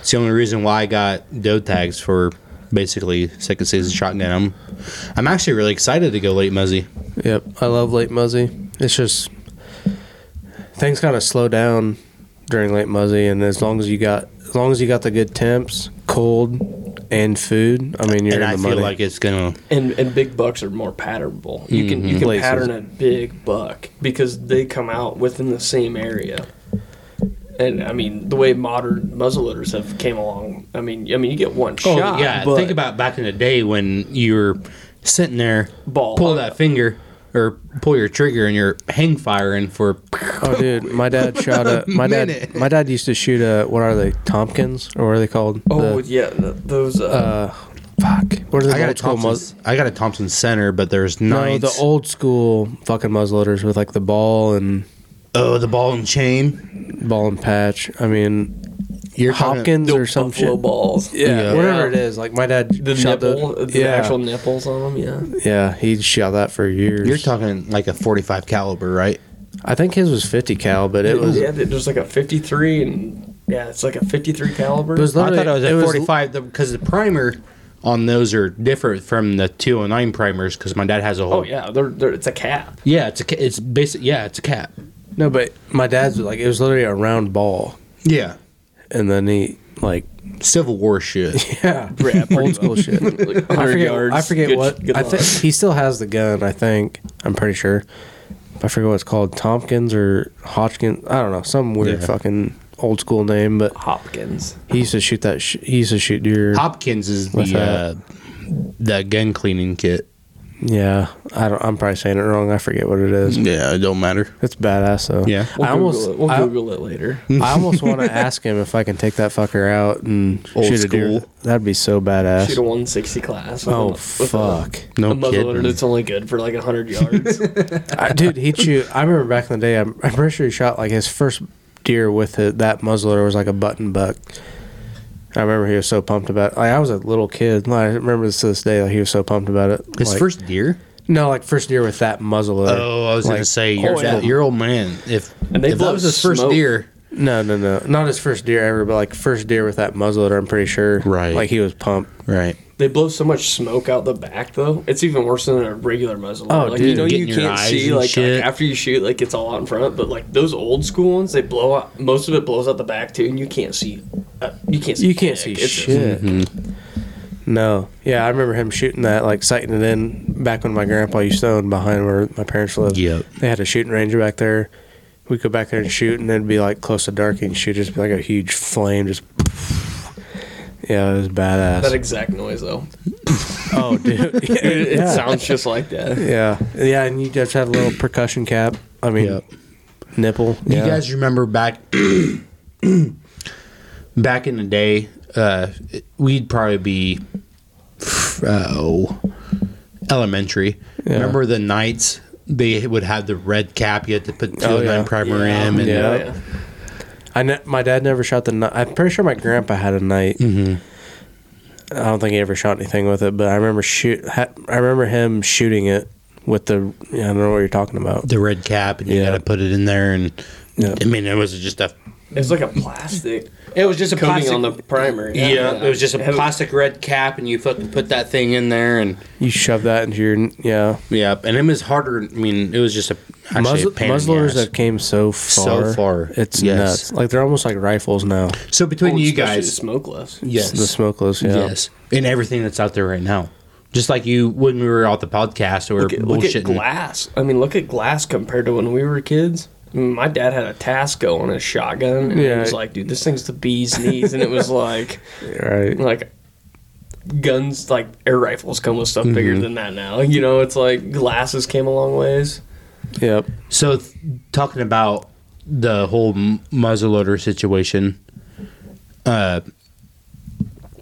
It's the only reason why I got doe tags for basically second season shotgun. I'm, I'm actually really excited to go late Muzzy. Yep, I love late muzzy. It's just things kind of slow down during late muzzy, and as long as you got as long as you got the good temps, cold, and food, I mean you're and in I the feel money. like it's gonna. And and big bucks are more patternable. You can you can Places. pattern a big buck because they come out within the same area. And I mean the way modern muzzleloaders have came along. I mean I mean you get one Oh shot. yeah, but think about back in the day when you were sitting there, Ball. pull that finger or pull your trigger, and you're hang firing for. oh, dude, my dad shot a my dad my dad used to shoot a what are they Tompkins or what are they called? Oh the, yeah, th- those. uh, Uh, fuck. What are I the got a old school muz- Thompson. I got a Thompson Center, but there's No, nine. the old school fucking muzzleloaders with like the ball and oh, the ball and chain. ball and patch. I mean You're talking- Hopkins or some buffalo shit. balls. Yeah, Yeah. whatever it is. Like my dad The shot nipple, the, the actual nipples on them. Yeah. Yeah, he shot that for years. You're talking like a 45 caliber, right? I think his was 50 cal, but it was yeah, there's like a 53 and yeah, it's like a 53 caliber. it was I literally thought it was it a was- 45 because the primer on those are different from the 209 primers because my dad has a whole. oh yeah, they're, they're it's a cap. Yeah, it's a ca- it's basic. Yeah, it's a cap. No, but my dad's was like it was literally a round ball, Yeah, and then he like Civil War shit. yeah, old school shit. Like I 100 forget, yards. I forget good- what good I think. luck. He still has the gun. I think I'm pretty sure. I forget what it's called, Tompkins or Hodgkins. I don't know, some weird Yeah. fucking old school name. But Hopkins. he used to shoot that. Sh- he used to shoot deer. Hopkins is What's the uh, the gun cleaning kit. Yeah, I don't, I'm probably saying it wrong. I forget what it is. Yeah, it don't matter. It's badass though. Yeah. We'll I Google almost it. We'll I, Google it later. I almost want to ask him if I can take that fucker out and Old shoot a deer. school. That'd be so badass. Shoot a 160 class. with a- oh with a- fuck, No a muzzleloader kidding. that's only good for like 100 yards. I, dude, he shoot. I remember back in the day. I'm, I'm pretty sure he shot like his first deer with it, that muzzleloader was like a button buck. I remember he was so pumped about. It. Like I was a little kid. and I remember this to this day. Like, he was so pumped about it. His Like- first deer. no, like first deer with that muzzleloader. Oh, I was Like, gonna say your oh, yeah. your old man. If And they if that blow was his first smoke. deer, No, no, no. Not his first deer ever, but like first deer with that muzzleloader, I'm pretty sure. Right. Like he was pumped. right? they blow so much smoke out the back, though. It's even worse than a regular muzzleloader. Oh, like, dude, you know, getting you your can't eyes see and like, like shit. after you shoot, like it's all out in front. But like those old school ones, they blow out. Most of it blows out the back too, and you can't see. Uh, you can't see. You can't dick. see It's- shit. Mm-hmm. No. Yeah, I remember him shooting that, like sighting it in back when my grandpa used to own behind where my parents lived. Yep. They had a shooting range back there. We'd go back there and shoot, and it'd be like close to dark and shoot, just be like a huge flame, just. Yeah, it was badass. That exact noise though. oh, dude. Yeah, It, it yeah. sounds just like that. yeah. Yeah, and you just have a little percussion cap. I mean, Yep. nipple. Do yeah. you guys remember back back in the day? Uh, we'd probably be oh elementary. Remember the nights they would have the red cap. You had to put two Oh, oh, nine yeah. primer in, and Yeah. I ne- my dad never shot the knife. I'm pretty sure my grandpa had a knife. I don't think he ever shot anything with it, but I remember shoot. Ha- I remember him shooting it with the. Yeah, I don't know what you're talking about. the red cap, and you Yeah. got to put it in there. And Yeah. I mean, it was just a It's like a plastic It was just a coating plastic. on the primer. yeah, it was just a It had- plastic red cap, and you fucking put that thing in there, and You shove that into your. Yeah, yeah, and it was harder. I mean, it was just a actually a Muzzle- pain in the muzzlers ass. have came so far. far, it's yes. nuts. Like they're almost like rifles now. so between you especially guys, the smokeless. yes, The smokeless. Yeah. Yes, and everything that's out there right now. Just like you when we were out the podcast or Look at, look at bullshitting. glass. I mean, look at glass compared to when we were kids. I mean, my dad had a Tasco on his shotgun, and Yeah. he was like, "Dude, this thing's the bee's knees." and it was like, Right. like guns, like air rifles, come with stuff Mm-hmm. bigger than that now. You know, it's like glasses came a long ways. Yep. so th- talking about the whole m- muzzleloader situation, uh,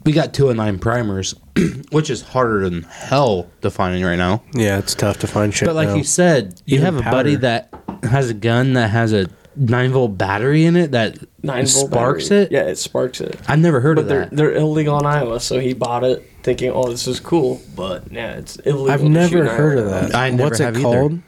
we got two and nine primers, which is harder than hell to find right now. Yeah, it's tough to find shit. But like now. you said, you Even have a buddy that has a gun that has a nine volt battery in it that Nine volt sparks battery. it. Yeah, it sparks it. I've never heard But of they're that. they're illegal in Iowa, so he bought it thinking, "Oh, this is cool." But yeah, it's illegal. I've to shoot never in heard Iowa. of that. I never What's have it either. called?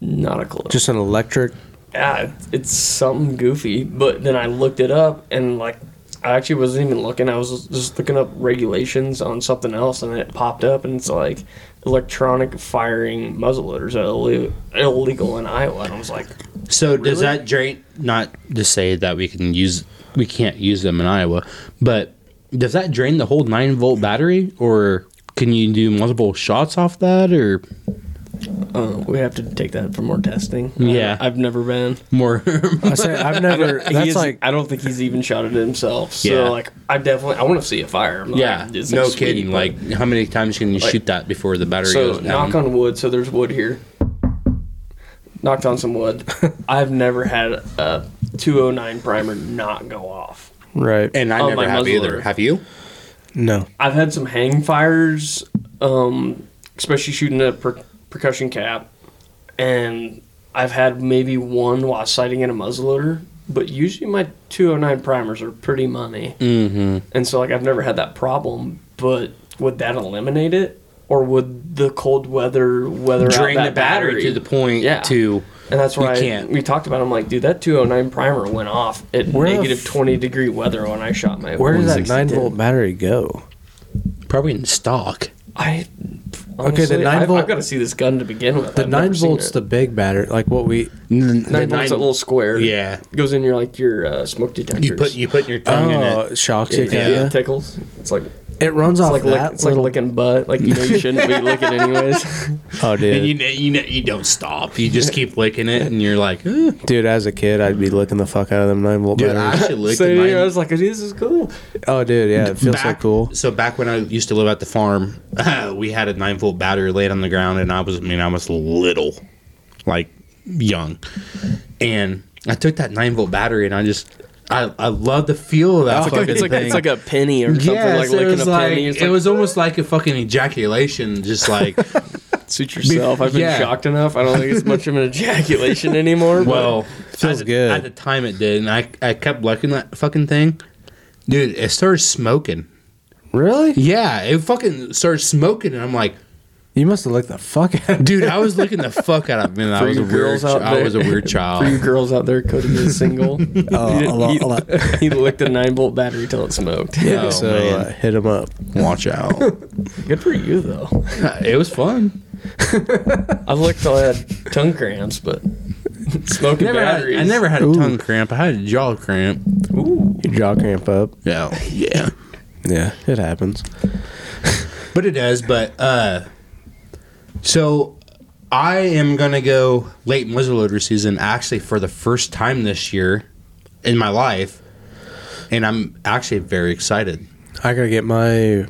Not a clue. Just an electric. yeah, it's something goofy. But then I looked it up and like I actually wasn't even looking. I was just looking up regulations on something else, and it popped up, and it's like electronic firing muzzleloaders are ille- illegal in Iowa. And I was like, So does that drain? Not to say that we can use we can't use them in Iowa, but does that drain the whole nine volt battery, or can you do multiple shots off that, or oh, we have to take that for more testing. Yeah. I, have never been. more? I say I've never. He That's is- like I don't think he's even shot it himself. So Yeah. like, I definitely I want to see it fire. I'm like, yeah, this no thing's sweet, kidding. but- Like how many times can you Like- shoot that before the battery So goes down? knock on wood. So there's wood here. Knocked on some wood. I've never had a 209 primer not go off. right. and I Oh, never my have either. muzzleloader. Have you? no. I've had some hang fires, um, especially shooting a per- percussion cap, and I've had maybe one while sighting in a muzzleloader. But usually my 209 primers are pretty money, mm-hmm. and so like I've never had that problem. But would that eliminate it, or would the cold weather weather Drain out the that battery, to the point Yeah. to And that's why You I- can't. we talked about. it. I'm like, dude, that 209 primer went off at Where the negative f- 20 degree weather when I shot my. Where does that 160. nine volt battery go? Probably in stock. I Okay, the honestly, nine I've, volt- I've got to see this gun to begin with. The I've nine never seen volts it. the big battery, like what we. nine volts a little square. Yeah, It goes in your like your uh, smoke detectors. you put you put your tongue in Oh, it. shocks yeah, you, yeah. kinda. tickles. It's like It runs off like lick, that it's like licking butt. Like you know you shouldn't be licking anyways. oh, And dude, you, you you don't stop. You just keep licking it, and you're like, eh. dude. As a kid, I'd be licking the fuck out of them nine volt dude, I batteries. actually licked so mine. yeah, I was like, this is cool. oh, dude, yeah, it feels so Back- cool. So back when I used to live at the farm, we had a nine volt battery laid on the ground, and I was, I mean, I was little, like young, and I took that nine volt battery, and I just, I, I love the feel of that It's like, fucking it's like, thing. it's like a penny or something. Yes, like licking it was a like, penny. It's it like, was almost like a fucking ejaculation, just like suit yourself. I've been yeah. shocked enough. I don't think it's much of an ejaculation anymore. but- well, Feels at, good. at the time it did, and I I kept licking that fucking thing, dude. It started smoking. Really? Yeah, it fucking started smoking, and I'm like. You must have licked the fuck out. of Dude, I was looking the fuck out of him. I For was a you weird. girls Ch- out I there- was a weird For you child. girls out there, Cody is single. Oh, He- a lot- he- a lot. he licked a nine volt battery till it smoked. Oh, so man. uh, hit him up. Watch out. Good for you though. it was fun. I've licked till I had tongue cramps, but smoking Never had, batteries. I never had a tongue cramp. I had a jaw cramp. Ooh. Your jaw cramp up. Yeah, yeah. Yeah, it happens. But it does. But uh, so I am gonna go late muzzleloader season. Actually, for the first time this year in my life, and I'm actually very excited. I gotta get my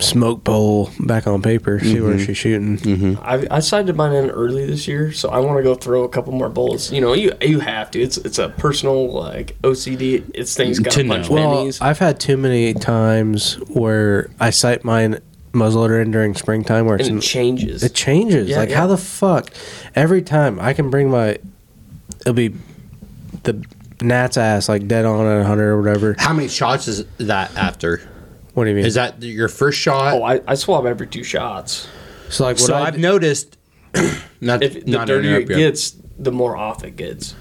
smoke pole back on paper. See where Mm-hmm. she's shooting. I, I decided mine in early this year, so I want to go throw a couple more bullets. You know, you you have to. It's it's a personal like OCD. It's things got To to punch know. Well, pennies. I've had too many times where I sight mine muzzleloader in during springtime where it's and in, it changes. it changes. Yeah, like yeah. how the fuck? Every time I can bring my, it'll be the gnat's ass like dead on at hundred or whatever. How many shots is that after? What do you mean? Is that your first shot? oh, I, I swab every two shots. so like what so I I've noticed. Not, If the not to dirtier it interrupt you. gets, the more off it gets.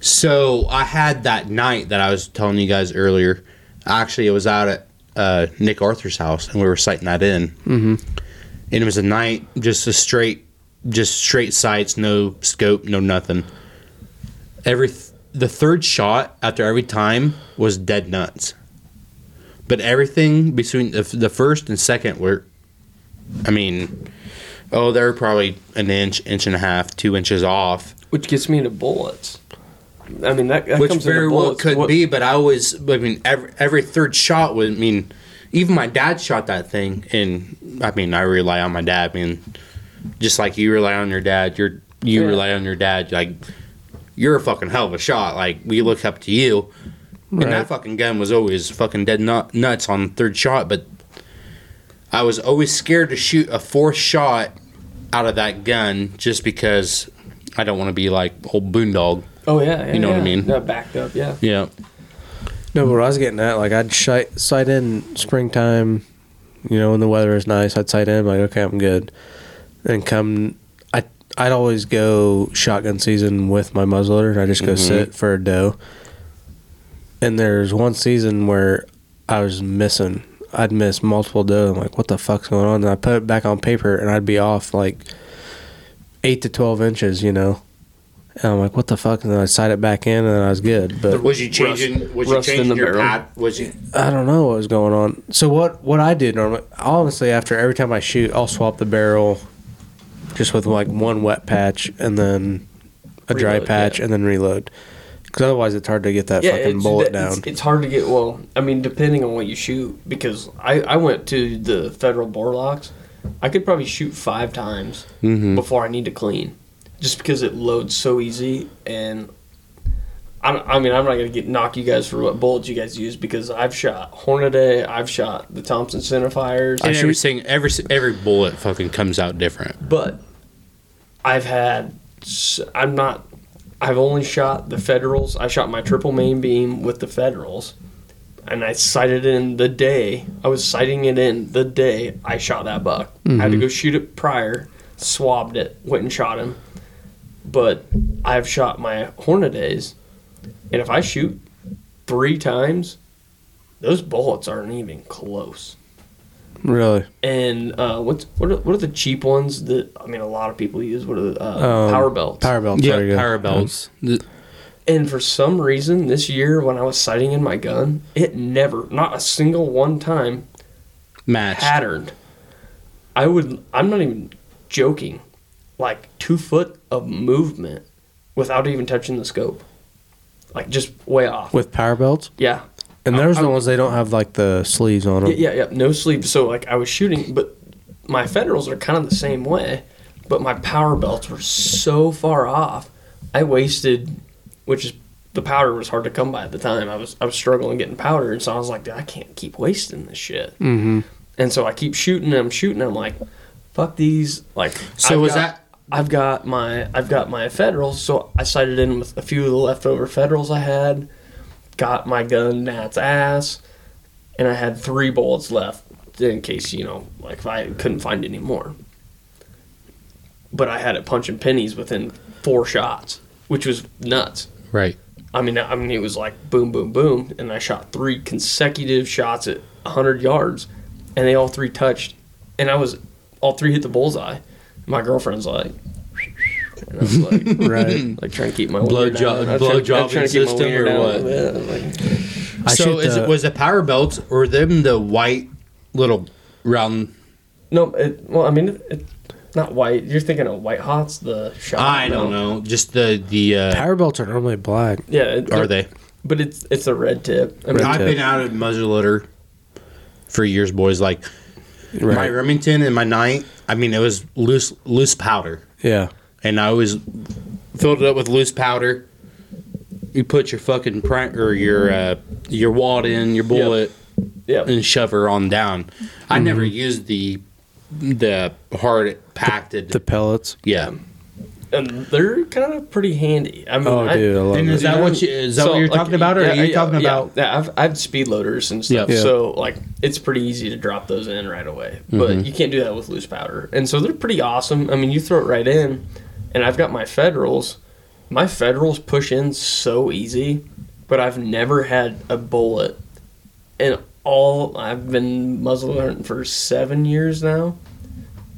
So I had that night that I was telling you guys earlier. Actually, it was out at uh, Nick Arthur's house, and we were sighting that in. Mm-hmm. And it was a night, just a straight, just straight sights, no scope, no nothing. Every th- the third shot after every time was dead nuts. But everything between the, f- the first and second were, I mean, oh, they were probably an inch, inch and a half, two inches off Which gets me into bullets. I mean that, that which comes very into well bullets. could What- be. But I always, I mean, every, every third shot would I mean. Even my dad shot that thing, and I mean, I rely on my dad. I mean, just like you rely on your dad, you're you Yeah. rely on your dad. Like, you're a fucking hell of a shot. Like, we look up to you. And that fucking gun was always fucking dead nut, nuts on third shot. But I was always scared to shoot a fourth shot out of that gun just because I don't want to be like old boondog. Oh yeah, yeah You know what I yeah. mean? Yeah, backed up. Yeah. Yeah. No, but what I was getting at, like, I'd sight, sight in springtime, you know, when the weather is nice, I'd sight in, like, okay, I'm good. And come, I, I'd always go shotgun season with my muzzleloader. I just go sit for a doe. And there's one season where I was missing. I'd miss multiple doe. I'm like, what the fuck's going on? And I put it back on paper and I'd be off like eight to 12 inches, you know? And I'm like, what the fuck? And then I sight it back in and I was good. But Was you changing? was you rust in changing the your barrel. pat? Was you? I don't know what was going on. So what what I did normally, honestly, after every time I shoot, I'll swap the barrel, just with like one wet patch and then a dry Reload, patch yeah. and then reload. Because otherwise, it's hard to get that fucking it's- bullet that- down. It's, it's hard to get. Well, I mean, depending on what you shoot, because I, I went to the federal Borlocks, I could probably shoot five times Mm-hmm. before I need to clean, just because it loads so easy. And I, don't- I mean, I'm not gonna get knock you guys for what bullets you guys use because I've shot Hornaday, I've shot the Thompson Centerfires, And every sing, every every bullet fucking comes out different. but I've had s- I'm not I've only shot the federals. I shot my triple main beam with the federals, and I sighted in the day I was sighting it in the day I shot that buck. I had to go shoot it prior, swabbed it, went and shot him. But I've shot my Hornadays, and if I shoot three times, those bullets aren't even close. really, And uh, what's what are, what are the cheap ones that I mean a lot of people use? What are the uh, Um, power belts? power belts. there you Yeah, go. power belts. The- And for some reason this year when I was sighting in my gun, it never not a single one time Matched. patterned. I would. I'm not even joking. Like two foot of movement without even touching the scope, like just way off. with power belts. Yeah, And there's the ones they don't have like the sleeves on them. yeah, yeah, yeah. No sleep. So like I was shooting, but my federals are kind of the same way, but my power belts were so far off. I wasted, which is the powder was hard to come by at the time. I was I was struggling getting powder, and so I was like, "Dude, I can't keep wasting this shit. Mm-hmm. And so I keep shooting. I'm shooting. I'm like, fuck these. Like So I've was got- that- I've got my I've got my federals, so I sighted in with a few of the leftover federals I had. Got my gun down its ass, and I had three bullets left in case you know, like if I couldn't find any more. But I had it punching pennies within four shots, which was nuts. Right. I mean, I mean, it was like boom, boom, boom, and I shot three consecutive shots at 100 yards, and they all three touched, and I was all three hit the bullseye. My girlfriend's like, and I was like, Right. like trying to keep my Blow wiener job- down. I'm blow trying- I'm jobbing trying to keep my system wiener or down a what? little bit, like- I so shoot is the- it was the power belts or them the white little round? no, it, well, I mean, it, it, not white. You're thinking of white hots, the shot. I don't know. Just the the uh, Power belts are normally black. Yeah, it, are they? But it's it's a red tip. I mean, I've tip. been out of muzzleloader for years, boys. Like my Right. Remington and my nine. I mean, it was loose loose powder, Yeah. and I always filled it up with loose powder. You put your fucking prime or your uh, your wad in your bullet yeah, and shove her on down. I never used the the hard packed. The pellets. yeah. and they're kind of pretty handy. I mean, Oh, I, dude, I love And it. is that what you, is that So, what you're like, talking about, or yeah, are you yeah, talking yeah. about? Yeah, I've, I've speed loaders and stuff, Yeah. Yeah. so like it's pretty easy to drop those in right away. But you can't do that with loose powder, and so they're pretty awesome. I mean, you throw it right in, and I've got my federals. My federals push in so easy, but I've never had a bullet in all. I've been muzzle hunting for seven years now,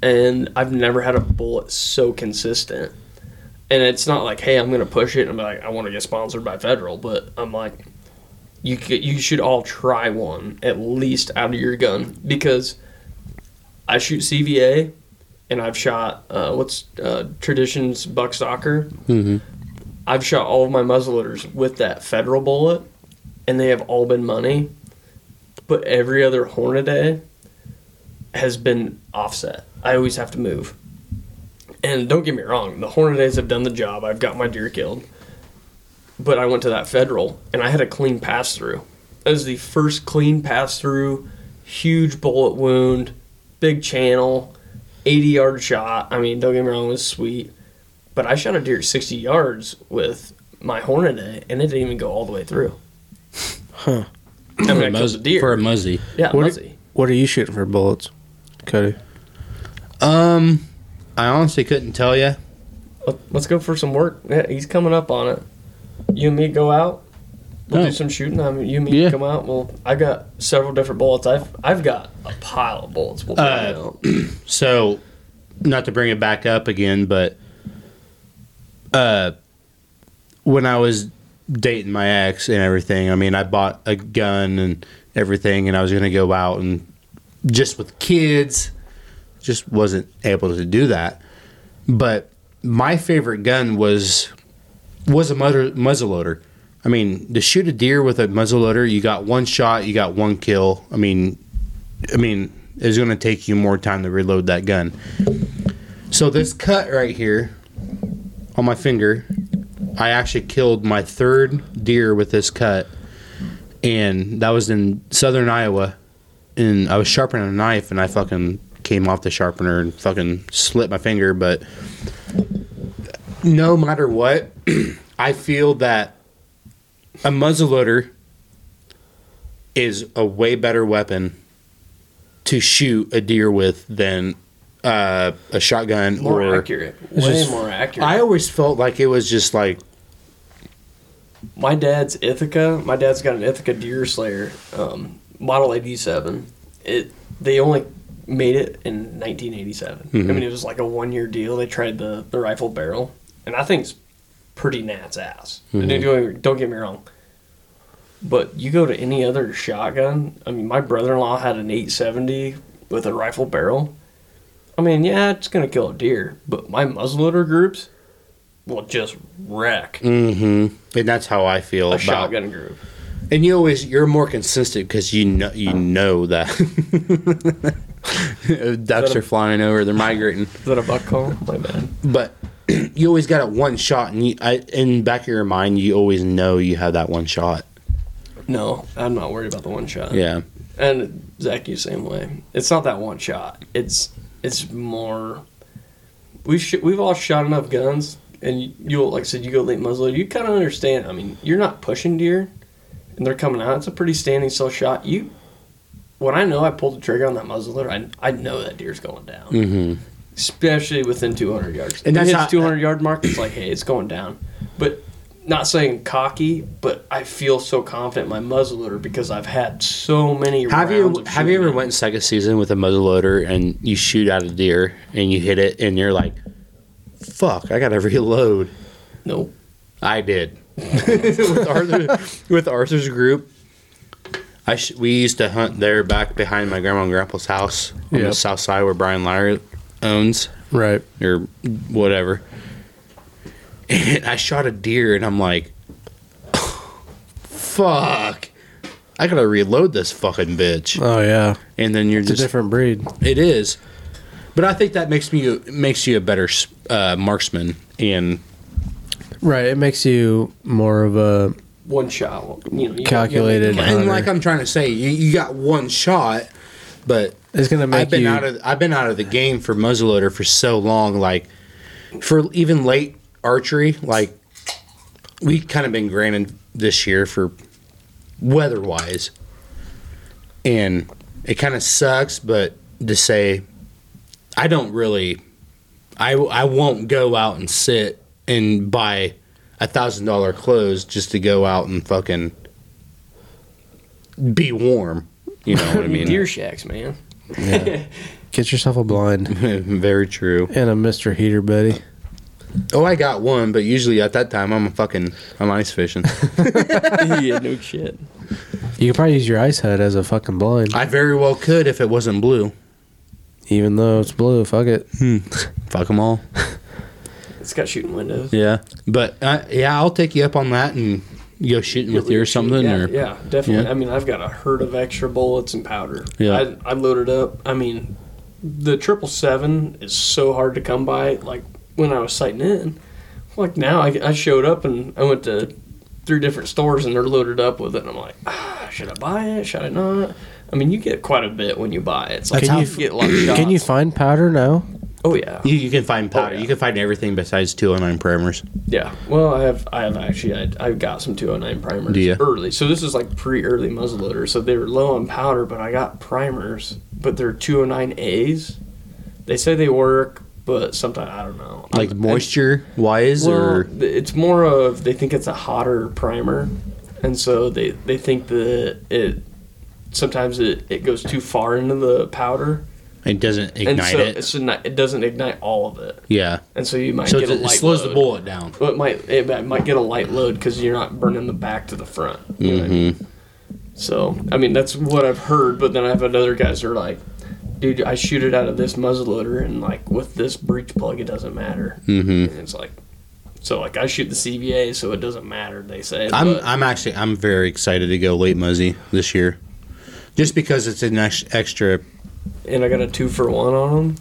and I've never had a bullet so consistent and it's not like, hey, I'm gonna push it. and I'm like, I want to get sponsored by Federal, but I'm like, you c- you should all try one at least out of your gun because I shoot CVA, and I've shot uh, what's uh, Traditions Buck Stalker. I've shot all of my muzzleloaders with that Federal bullet, and they have all been money, but every other Hornaday has been offset. I always have to move. And don't get me wrong, the Hornadays have done the job. I've got my deer killed. But I went to that federal and I had a clean pass through. That was the first clean pass through, huge bullet wound, big channel, 80 yard shot. I mean, don't get me wrong, it was sweet. But I shot a deer at 60 yards with my Hornaday and it didn't even go all the way through. Huh. I mean, I killed the deer. for a muzzy. yeah, What muzzy. are, what are you shooting for bullets, Cody? Um, I honestly couldn't tell you. Let- Let's go for some work. Yeah, he's coming up on it. You and me go out. We'll Oh. do some shooting. I mean, you and me Yeah. come out. Well, I got several different bullets. I've I've got a pile of bullets. We'll Uh, find out. So, not to bring it back up again, but uh, when I was dating my ex and everything, I mean, I bought a gun and everything, and I was gonna go out and just with kids, just wasn't able to do that. But my favorite gun was was a muzzle muzzleloader. I mean, to shoot a deer with a muzzleloader, you got one shot, you got one kill. I mean, I mean, it's going to take you more time to reload that gun. So this cut right here on my finger, I actually killed my third deer with this cut, and that was in southern Iowa. And I was sharpening a knife, and I fucking came off the sharpener and fucking slit my finger. But no matter what, I feel that a muzzleloader is a way better weapon to shoot a deer with than uh, a shotgun more or accurate. Way it's just- more accurate. I always felt like it was just like my dad's Ithaca. My dad's got an Ithaca deer slayer, um, model '87. It they only made it in 1987. I mean, it was like a one year deal. They tried the the rifle barrel, and I think it's pretty nat's ass. And don't, don't get me wrong. But you go to any other shotgun. I mean, my brother-in-law had an 870 with a rifle barrel. I mean, yeah, it's gonna kill a deer, but my muzzleloader groups will just wreck Mm-hmm. And that's how I feel a about. shotgun group. And you always you're more consistent because you know Oh. you know that. Ducks are flying over; they're migrating. Is that a buck call? My bad. But you always got it one shot, and you, I, in back of your mind, you always know you have that one shot. No, I'm not worried about the one shot. Yeah, and Zach, you same way. It's not that one shot. It's it's more. We sh- we've all shot enough guns, and you'll like I said, you go late muzzle. You kind of understand. I mean, you're not pushing deer, and they're coming out. It's a pretty standing still shot. You, when I know I pulled the trigger on that muzzleloader, I I know that deer's going down. Mhm. Especially within 200 yards. And And that's that's not- 200 yard mark. It's like, hey, it's going down. But not saying cocky, but I feel so confident in my muzzleloader because I've had so many. Have rounds you of have you shooting. ever went second season with a muzzleloader and you shoot at a deer and you hit it and you're like, "Fuck, I gotta reload." Nope. I did with, Arthur, with Arthur's group. I sh- we used to hunt there back behind my grandma and grandpa's house on the Yep. south side where Brian Lyer owns Right. or whatever. And I shot a deer, and I'm like, "Fuck." I gotta reload this fucking bitch, Oh yeah. and then you're It's a just different breed. it is, but I think that makes me makes you a better uh, marksman. And Right. It makes you more of a One shot. You know, you calculated and like hunter. I'm trying to say, you, you got one shot, but It's gonna make I've been you. out of I've been out of the game for muzzleloader for so long. Like for even late archery, like we kind of been granted this year for weather wise, and it kind of sucks. But to say, I don't really, I I won't go out and sit and buy a thousand dollar clothes just to go out and fucking be warm. You know what I mean? deer shacks, man. get yourself a blind Very true. and a Mister Heater, buddy. Oh, I got one, but usually at that time I'm fucking I'm ice fishing. yeah, no shit. You could probably use your ice head as a fucking blind, I very well could if it wasn't blue. even though it's blue. Fuck it. Fuck them all. It's got shooting windows. Yeah, but uh, yeah, I'll take you up on that and go shooting with you or something. Yeah, or yeah, definitely. Yeah. I mean, I've got a herd of extra bullets and powder. Yeah. I, I loaded up. I mean, the triple seven is so hard to come by. Like when I was sighting in, like now I, I showed up and I went to three different stores and they're loaded up with it. And I'm like, ah, should I buy it? Should I not? I mean, you get quite a bit when you buy it. It's like Can you you- get a lot of shots. Can you find powder now? Oh yeah. you, you can find powder. Oh, yeah. You can find everything besides 209 primers. Yeah. Well, I have I have actually I, I've got some 209 primers Do ya? early. So this is like pre-early muzzleloader. So they were low on powder, but I got primers, but they're 209As. They say they work, but sometimes I don't know. Like I'm- moisture wise, well, or th- it's more of they think it's a hotter primer, and so they they think that it sometimes it, it goes too far into the powder, it doesn't and ignite so it. it's not, it doesn't ignite all of it, Yeah, and so you might so get it, a it light slows the load. bullet down. Well, it might it might- might get a light load because you're not burning the back to the front. You know what I mean? So I mean that's what I've heard, but then I have other guys that are like, dude, I shoot it out of this muzzleloader and like with this breech plug, it doesn't matter. Mm-hmm. And it's like, so like I shoot the CVA, so it doesn't matter. They say I'm but- I'm actually I'm very excited to go late muzzy this year, just because it's an ex- extra. and I got a two for one on them.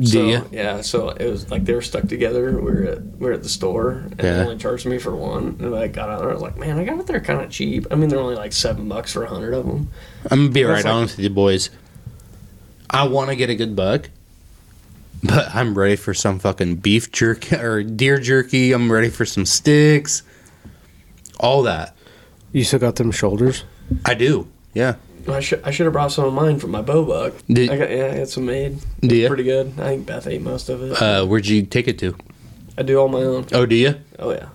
Do ya? So, yeah, so it was like they were stuck together. We were at, we were at the store, and Yeah. they only charged me for one. And I got out there, I was like, man, I got it there kind of cheap. I mean, they're only like seven bucks for a hundred of them. I'm gonna be right like- honest with you, boys. I want to get a good buck, but I'm ready for some fucking beef jerky or deer jerky. I'm ready for some sticks, all that. You still got them shoulders. I do. Yeah. I should I should have brought some of mine from my bow buck. Did- I got yeah, I got some made. Do ya? Pretty good. I think Beth ate most of it. Uh, where'd you take it to? I do all my own. Oh, do you? Oh yeah,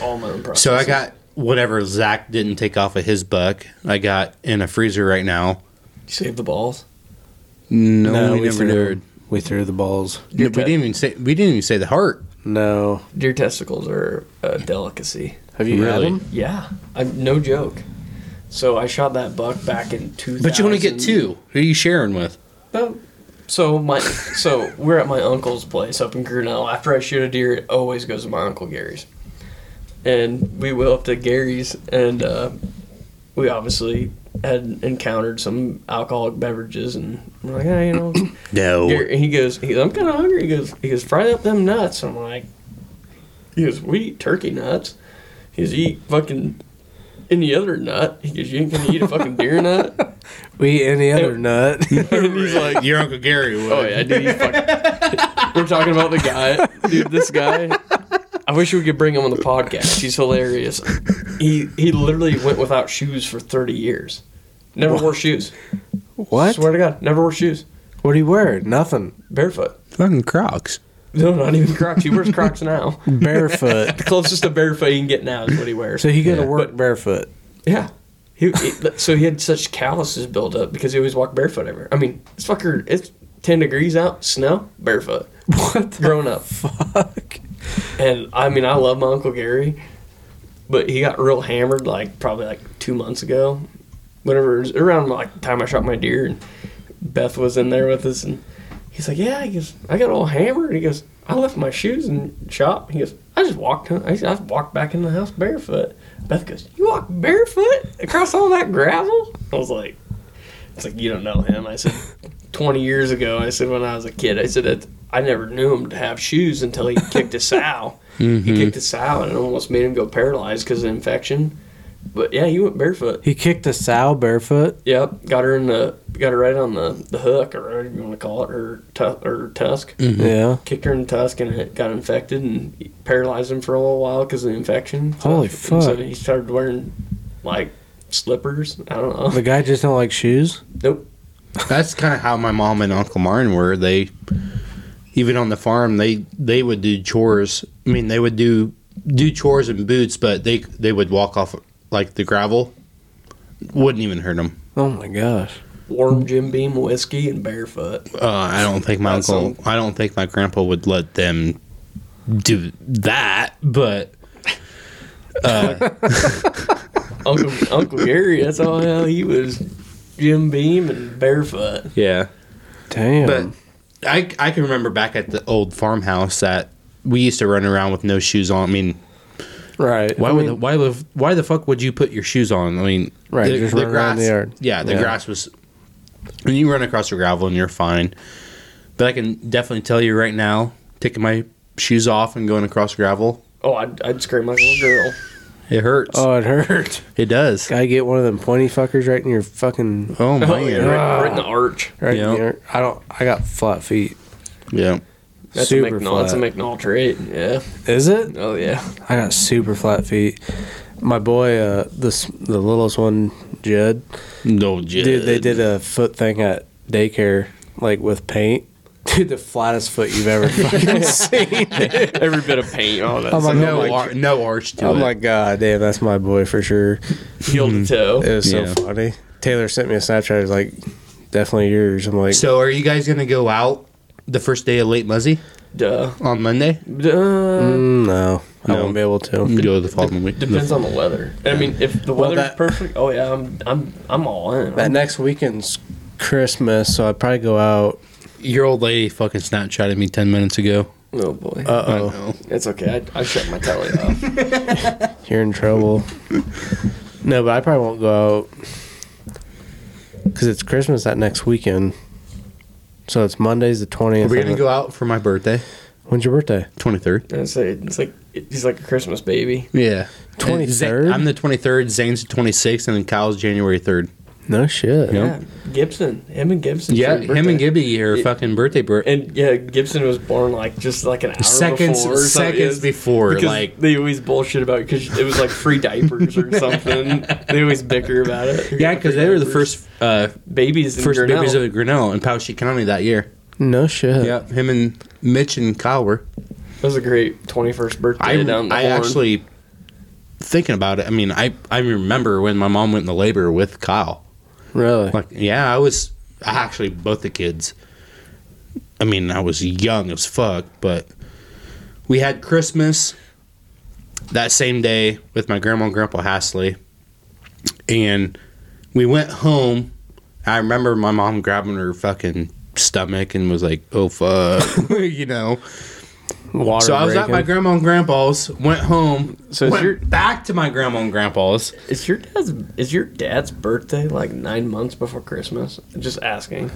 all my own. Process. So I got whatever Zach didn't take off of his buck. I got in a freezer right now. you saved the balls. No, we, never threw, did. We threw the balls. No, we didn't even say we didn't even say the heart. No. Deer testicles are a delicacy. Have you Really? had them? Yeah, I'm no joke. So I shot that buck back in two. But you only get two. Who are you sharing with? No. So my so we're at my uncle's place up in Grinnell. After I shoot a deer, it always goes to my uncle Gary's, and we went up to Gary's, and uh, we obviously had encountered some alcoholic beverages, and we're like, hey, you know, No. Gary, he goes, he goes, I'm kind of hungry. He goes, he goes, fry up them nuts. I'm like, he goes, we eat turkey nuts. He goes, you eat fucking any other nut. He goes, you ain't gonna eat a fucking deer nut. We eat any other nut. And he's like, Your Uncle Gary would. oh yeah, dude. He's fucking, we're talking about the guy, dude. This guy. I wish we could bring him on the podcast. He's hilarious. He he literally went without shoes for 30 years. Never wore shoes. what? Swear to God, never wore shoes. What do you wear? Nothing. Barefoot. Fucking Crocs. No, not even Crocs. He wears Crocs now. Barefoot. the closest to barefoot you can get now is what he wears. so you go to work barefoot. yeah. He, he- so he had such calluses built up because he always walked barefoot everywhere. I mean, it's fucker. It's ten degrees out, snow, barefoot. What the Growing up, fuck? and I mean, I love my uncle Gary, but he got real hammered like probably like two months ago, whenever it was around like the time I shot my deer, and Beth was in there with us, and he's like, "Yeah," he goes, "I got all hammered." He goes, "I left my shoes in the shop." He goes, "I just walked. home. I just I walked back in the house barefoot." Beth goes, "You walk barefoot across all that gravel?" I was like, "It's like you don't know him." I said, 20 years ago, I said when I was a kid, I said that I never knew him to have shoes until he kicked a sow. He kicked a sow and it almost made him go paralyzed because of infection. But yeah, he went barefoot. He kicked a sow barefoot. Yep, got her in the got her right on the, the hook or whatever you want to call it, her tu- her tusk. Yeah. Kicked her in the tusk and it got infected and paralyzed him for a little while because of the infection. So- Holy and So fuck. he started wearing like slippers. I don't know. The guy just don't like shoes. Nope. That's kind of how my mom and Uncle Martin were. They, even on the farm, they they would do chores. I mean, they would do do chores in boots, but they they would walk off like the gravel. Wouldn't even hurt them. Oh my gosh. Warm Jim Beam whiskey and barefoot. Uh, I don't think my That's uncle. I don't think my grandpa would let them do that. But Uncle Uncle Gary, that's all hell he was Jim Beam and barefoot. yeah, Damn. but I I can remember back at the old farmhouse that we used to run around with no shoes on. I mean, right. Why I would mean, the, why the why the fuck would you put your shoes on? I mean, Right, The, just the run around grass. the yard. Yeah, the Yeah. grass was. When you run across the gravel and you're fine, but I can definitely tell you right now, taking my shoes off and going across gravel, Oh, I'd, I'd scream like a little girl. it hurts. Oh, it hurt. it does. I get one of them pointy fuckers right in your fucking. Oh my. Oh, yeah, right, right in the arch. Right in Yeah. your, I don't. I got flat feet. Yeah. That's a super McNaught. That's a flat. McNaught trait. Yeah. Is it? Oh yeah. I got super flat feet. My boy, uh, this the littlest one, Jed. No, Jed. Dude, they did a foot thing at daycare, like with paint. Dude, the flattest foot you've ever fucking seen. Every bit of paint on it. I'm like, no, oh my, ar- no arch to I'm it. like, god damn, that's my boy for sure. heel to It toe. was Yeah. so funny. Taylor sent me a Snapchat. He's like, definitely yours. I'm like, so, are you guys gonna go out the first day of late Muzzy Duh. on Monday? Duh. mm, no, I No. Mm. won't be able to. Go the following week. Depends on the weather. I mean, if the weather's that- perfect, oh yeah, I'm I'm I'm all in. That next weekend's Christmas, so I'd probably go out. Your old lady fucking Snapchatted me ten minutes ago. oh boy, Uh oh, it's okay. I, I shut my telly off. you're in trouble. no, but I probably won't go out because it's Christmas that next weekend. So it's Monday's the twentieth. We're gonna go out for my birthday, When's your birthday? twenty third. It's like it's like he's like a Christmas baby. Yeah. 23rd? I'm the 23rd, Zane's the 26th, and then Kyle's January 3rd. No shit. Yeah. Gibson, him and Gibson. Yeah, him and Gibby are fucking birthday bro. And yeah, Gibson was born like just like an hour Seconds- before or something. seconds It's- before, because like- they always bullshit about because it was like free diapers or something. they always bicker about it. Yeah, because they were the first uh, babies. In first Grinnell. babies of Grinnell in Powashik County that year. No shit. Yeah, him and Mitch and Kyle were. That was a great twenty-first birthday I, down the I horn. actually, thinking about it, I mean, I, I remember when my mom went into labor with Kyle. Really? Like, yeah, I was actually both the kids. I mean, I was young as fuck, but we had Christmas that same day with my grandma and grandpa Hasley. and we went home. I remember my mom grabbing her fucking stomach and was like, "Oh fuck," you know. Water So I was at breaking. my grandma and grandpa's, went home, So so is went your- back to my grandma and grandpa's. Is your dad's is your dad's birthday like nine months before Christmas? Just asking.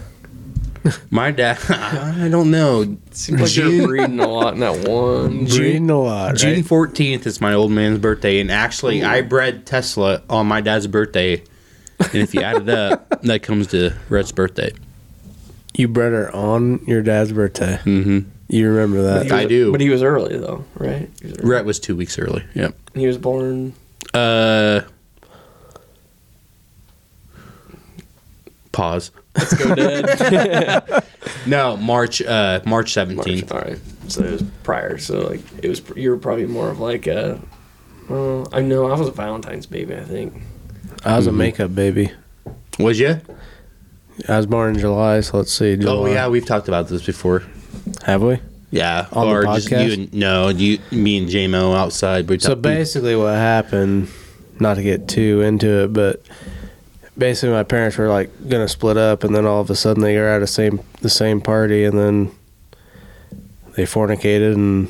My dad, I don't know. Seems like you're reading a lot in that one. Breeding a lot, right? June fourteenth is my old man's birthday, and actually, I bred Tesla on my dad's birthday. And if you add it up, that comes to Red's birthday. You bred her on your dad's birthday. Mhm. You remember that? I do. But he was early though, right? He was, early. Rhett was two weeks early. Yep. He was born. Uh, pause. Let's go, Dad. No, March. Uh, March March. seventeenth. All right. So it was prior. So like it was. You were probably more of like a. Well, I know I was a Valentine's baby. I think. I Mm-hmm. was a makeup baby. Was you? I was born in July, so let's see. July. Oh yeah, we've talked about this before. Have we? Yeah, On the or podcast? just you and no, you, me and JMO outside. We So talked- basically, what happened, not to get too into it, but basically, my parents were like gonna split up, and then all of a sudden, they were at the same the same party, and then they fornicated, and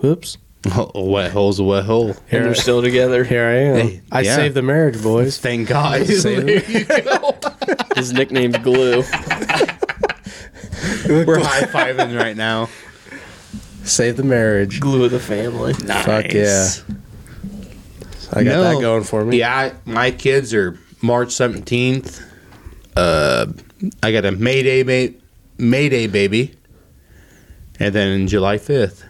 whoops, a wet hole's a wet hole. And here, they're still together. here I am. Hey, I yeah. saved the marriage, boys. Thank God. His nickname's Glue. We're high fiving right now. Save the marriage. Glue of the family. Fuck yeah, I got that No. going for me. Yeah, I, my kids are March seventeenth. Uh, I got a May Day ba- May Day baby, and then July fifth.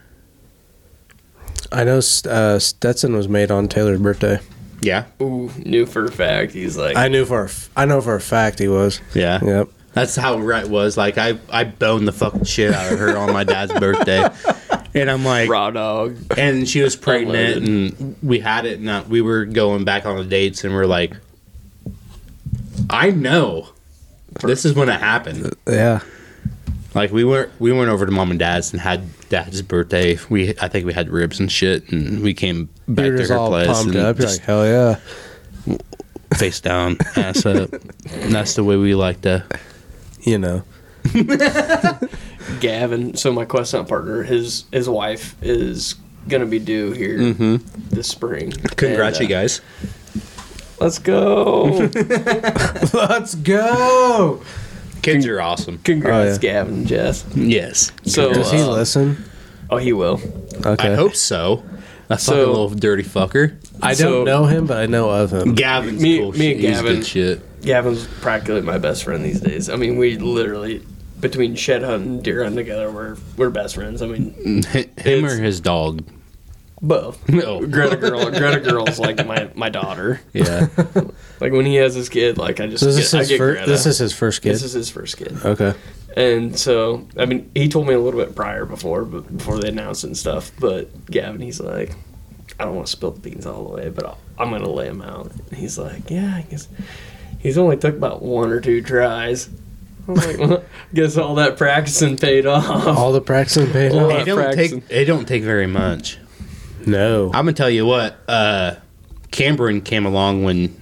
I know uh, Stetson was made on Taylor's birthday. Yeah, Ooh, knew for a fact. He's like. I knew for a f- I know for a fact he was. yeah, Yep. That's how Rhett was. Like I, I boned the fucking shit out of her on my dad's birthday, and I'm like, raw dog. and she was pregnant, Unloaded. and we had it, and uh, we were going back on the dates, and we're like, I know, this is when it happened. Yeah. Like we went we went over to mom and dad's and had dad's birthday. We I think we had ribs and shit, and we came back You're to just her all place pumped and up. You're just like, hell yeah. face down, ass up. And that's the way we like to. You know. Gavin, so my quest hunt partner, his his wife is gonna be due here Mm-hmm. this spring. Congrats, you And, uh, guys. Let's go. Let's go. Kids are awesome. Congrats, Oh, yeah. Gavin, and Jess. Yes, So Does he uh, listen? oh, he will. Okay. I hope so. That So- fucking little dirty fucker. I don't so- know him, but I know of him. Gavin's Me- cool me shit. and He's Gavin- good shit. Gavin's practically my best friend these days. I mean, we literally between shed hunting, and deer hunting together, we're we're best friends. I mean, Him or his dog. both. No. Greta girl, Greta girl's like my my daughter. Yeah. Like when he has his kid, like I just So this get, is I his get first. Greta. This is his first kid. this is his first kid. okay. And so, I mean, he told me a little bit prior before, but before they announced it and stuff. But Gavin, he's like, I don't want to spill the beans all the way, but I'll, I'm gonna lay him out. And he's like, Yeah, I guess he's only took about one or two tries. I'm like, well, guess all that practicing paid off. All the practicing paid All It off. that don't practicing. take. It don't take very much. No. I'm gonna tell you what. Uh, Cameron came along when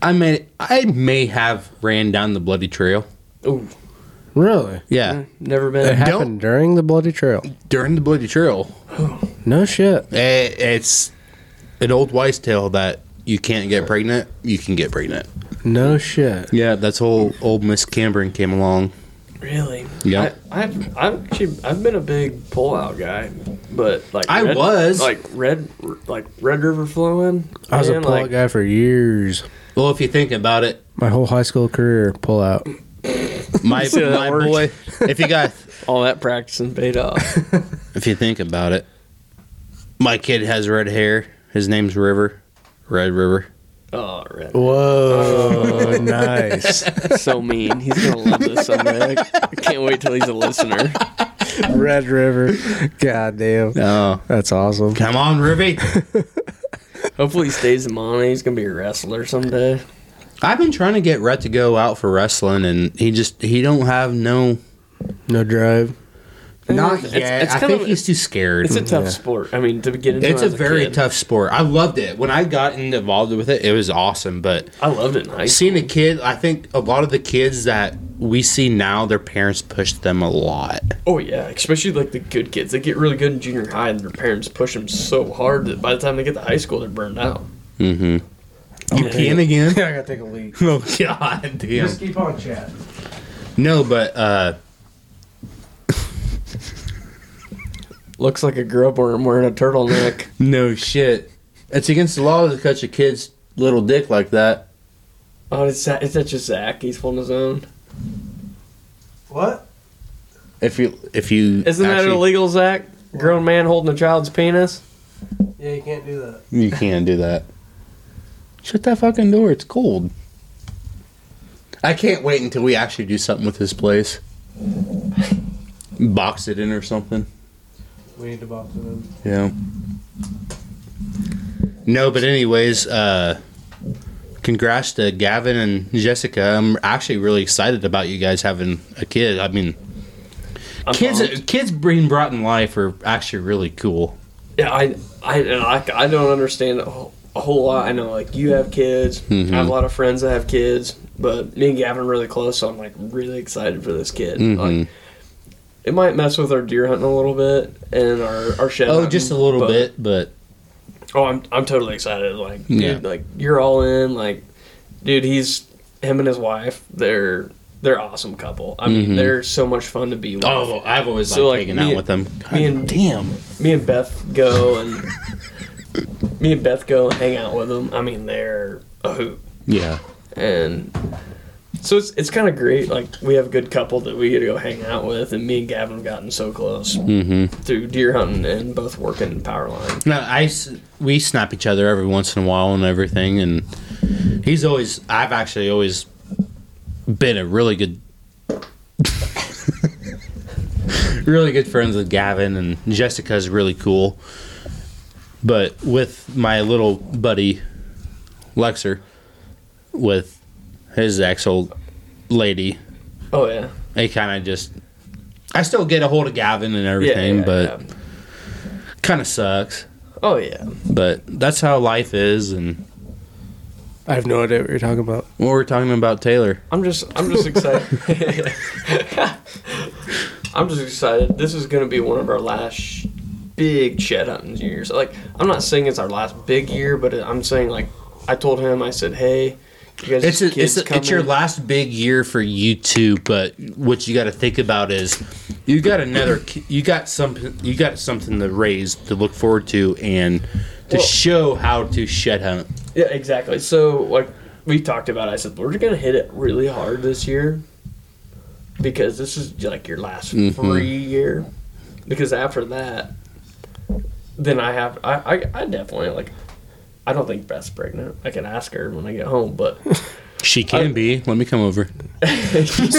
I may I may have ran down the bloody trail. Ooh, Really? Yeah, never It been. happened during the bloody trail. during the bloody trail, No shit. Eh, it's an old wise tale that you can't get pregnant. You can get pregnant. No shit. Yeah, that's whole old Miss Cameron came along. Really? Yeah. I, I've I've actually I've been a big pullout guy, but like I was. like red like Red River flowing. I was a man, pullout like, guy for years. Well, if you think about it, My whole high school career pull out. my how that my works? boy. If you got All that practicing paid off. If you think about it, my kid has red hair. His name's River. Red River. Oh, Rick. Whoa, nice. So mean. He's going to love this, I'm Rick. I can't wait till he's a listener. Red River. God damn. Oh. That's awesome. Come on, Ruby. Hopefully he stays in Monty. He's going to be a wrestler someday. I've been trying to get Rhett to go out for wrestling and he just he don't have no No drive. Not Eh, It's- yet. it's I kind think of- he's too scared. Mm, It's a tough sport. I mean, to get into It's it a as very kid, tough sport. I loved it. When I got in- involved with it, it was awesome. But I loved it. in high school. seeing a kid, I think a lot of the kids that we see now, their parents push them a lot. Oh yeah, especially like the good kids. They get really good in junior high, and their parents push them so hard that by the time they get to high school, they're burned out. You peeing again? I gotta take a leak. oh god, damn. Just keep on chat. No, but uh, Looks like a grub worm wearing a turtleneck. no shit. It's against the law to catch a kid's little dick like that. oh, is that is that just Zach? He's holding his own. What? If you if you Isn't that actually- illegal, Zach? Grown man holding a child's penis. Yeah, you can't do that. You can't do that. Shut that fucking door. It's cold. I can't wait until we actually do something with this place. Box it in or something. We need to box it in. Yeah. No, but anyways, uh congrats to Gavin and Jessica. I'm actually really excited about you guys having a kid. I mean, I'm kids pumped. kids being brought in life are actually really cool. Yeah, I I and I, I don't understand a whole, a whole lot. I know like you have kids. I have a lot of friends that have kids, but me and Gavin are really close, so I'm like really excited for this kid. Like, it might mess with our deer hunting a little bit and our our shed. Oh, hunting, just a little but- bit, but Oh, I'm I'm totally excited. Like, Yeah. dude, like you're all in. Like, dude, he's him and his wife. They're they're awesome couple. I mean, they're so much fun to be with. oh, I've always So, liked like, hanging me- out with them. me and- damn. me and Beth go and me and Beth go and hang out with them. I mean, they're a hoot, Yeah. and so it's it's kind of great. Like we have a good couple that we get to go hang out with, and me and Gavin have gotten so close Mm-hmm. through deer hunting and both working power line. No, I s- we snap each other every once in a while and everything, and he's always. I've actually always been a really good, really good friends with Gavin and Jessica's really cool. But with my little buddy, Lexer, with his ex old lady, Oh yeah, they kind of just. I still get a hold of Gavin and yeah, everything, yeah, but yeah. kind of sucks. oh yeah, But that's how life is, and I have no idea what you're talking about. what we're talking about Taylor. I'm just I'm just excited. I'm just excited. This is gonna be one of our last sh- big shed hunting years. Like I'm not saying it's our last big year, but I'm saying like I told him I said, hey, you guys, It's a, kids it's a, it's your coming." last big year for you two, but what you got to think about is you got another ki- you got something you got something to raise to look forward to and to Well- show how to shed hunt. yeah exactly. So like we talked about, it. I said we're gonna hit it really hard this year because this is like your last free year. Because after that, then I have I, I I definitely like. I don't think Beth's pregnant. I can ask her when I get home, but She can be. Let me come over.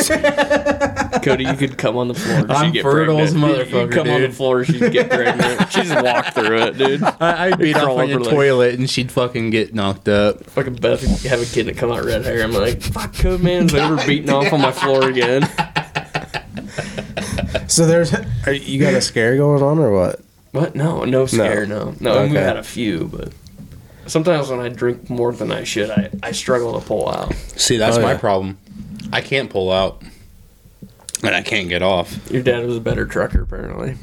Cody, you could come on the floor. She'd I'm get fertile as a pregnant. You motherfucker, could come on the dude. floor. She'd get pregnant. She'd just walk through it, dude. I, I'd beat Crawl off on your over like- toilet and she'd fucking get knocked up. Fucking Beth have a kid that come out red hair. I'm like, fuck, Code Man's never beating off on my floor again. So there's, are, you got a scare going on or what? What? No, no scare. No, no. and we've Okay. had a few, but sometimes when I drink more than I should, I, I struggle to pull out. See, that's Oh, my yeah. problem. I can't pull out, and I can't get off. Your dad was a better trucker, apparently.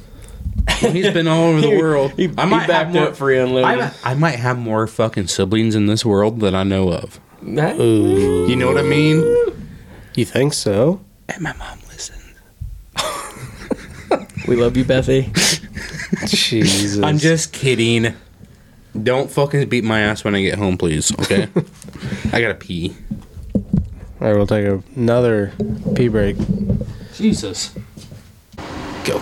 He's been all over the world. He, I might he have backed more. up for you and I, I might have more fucking siblings in this world than I know of. You know what I mean? You think so? And my mom listens. We love you, Bethy. Jesus. I'm just kidding. Don't fucking beat my ass when I get home, please. Okay. I gotta pee. All right, we'll take another pee break. Jesus. Go.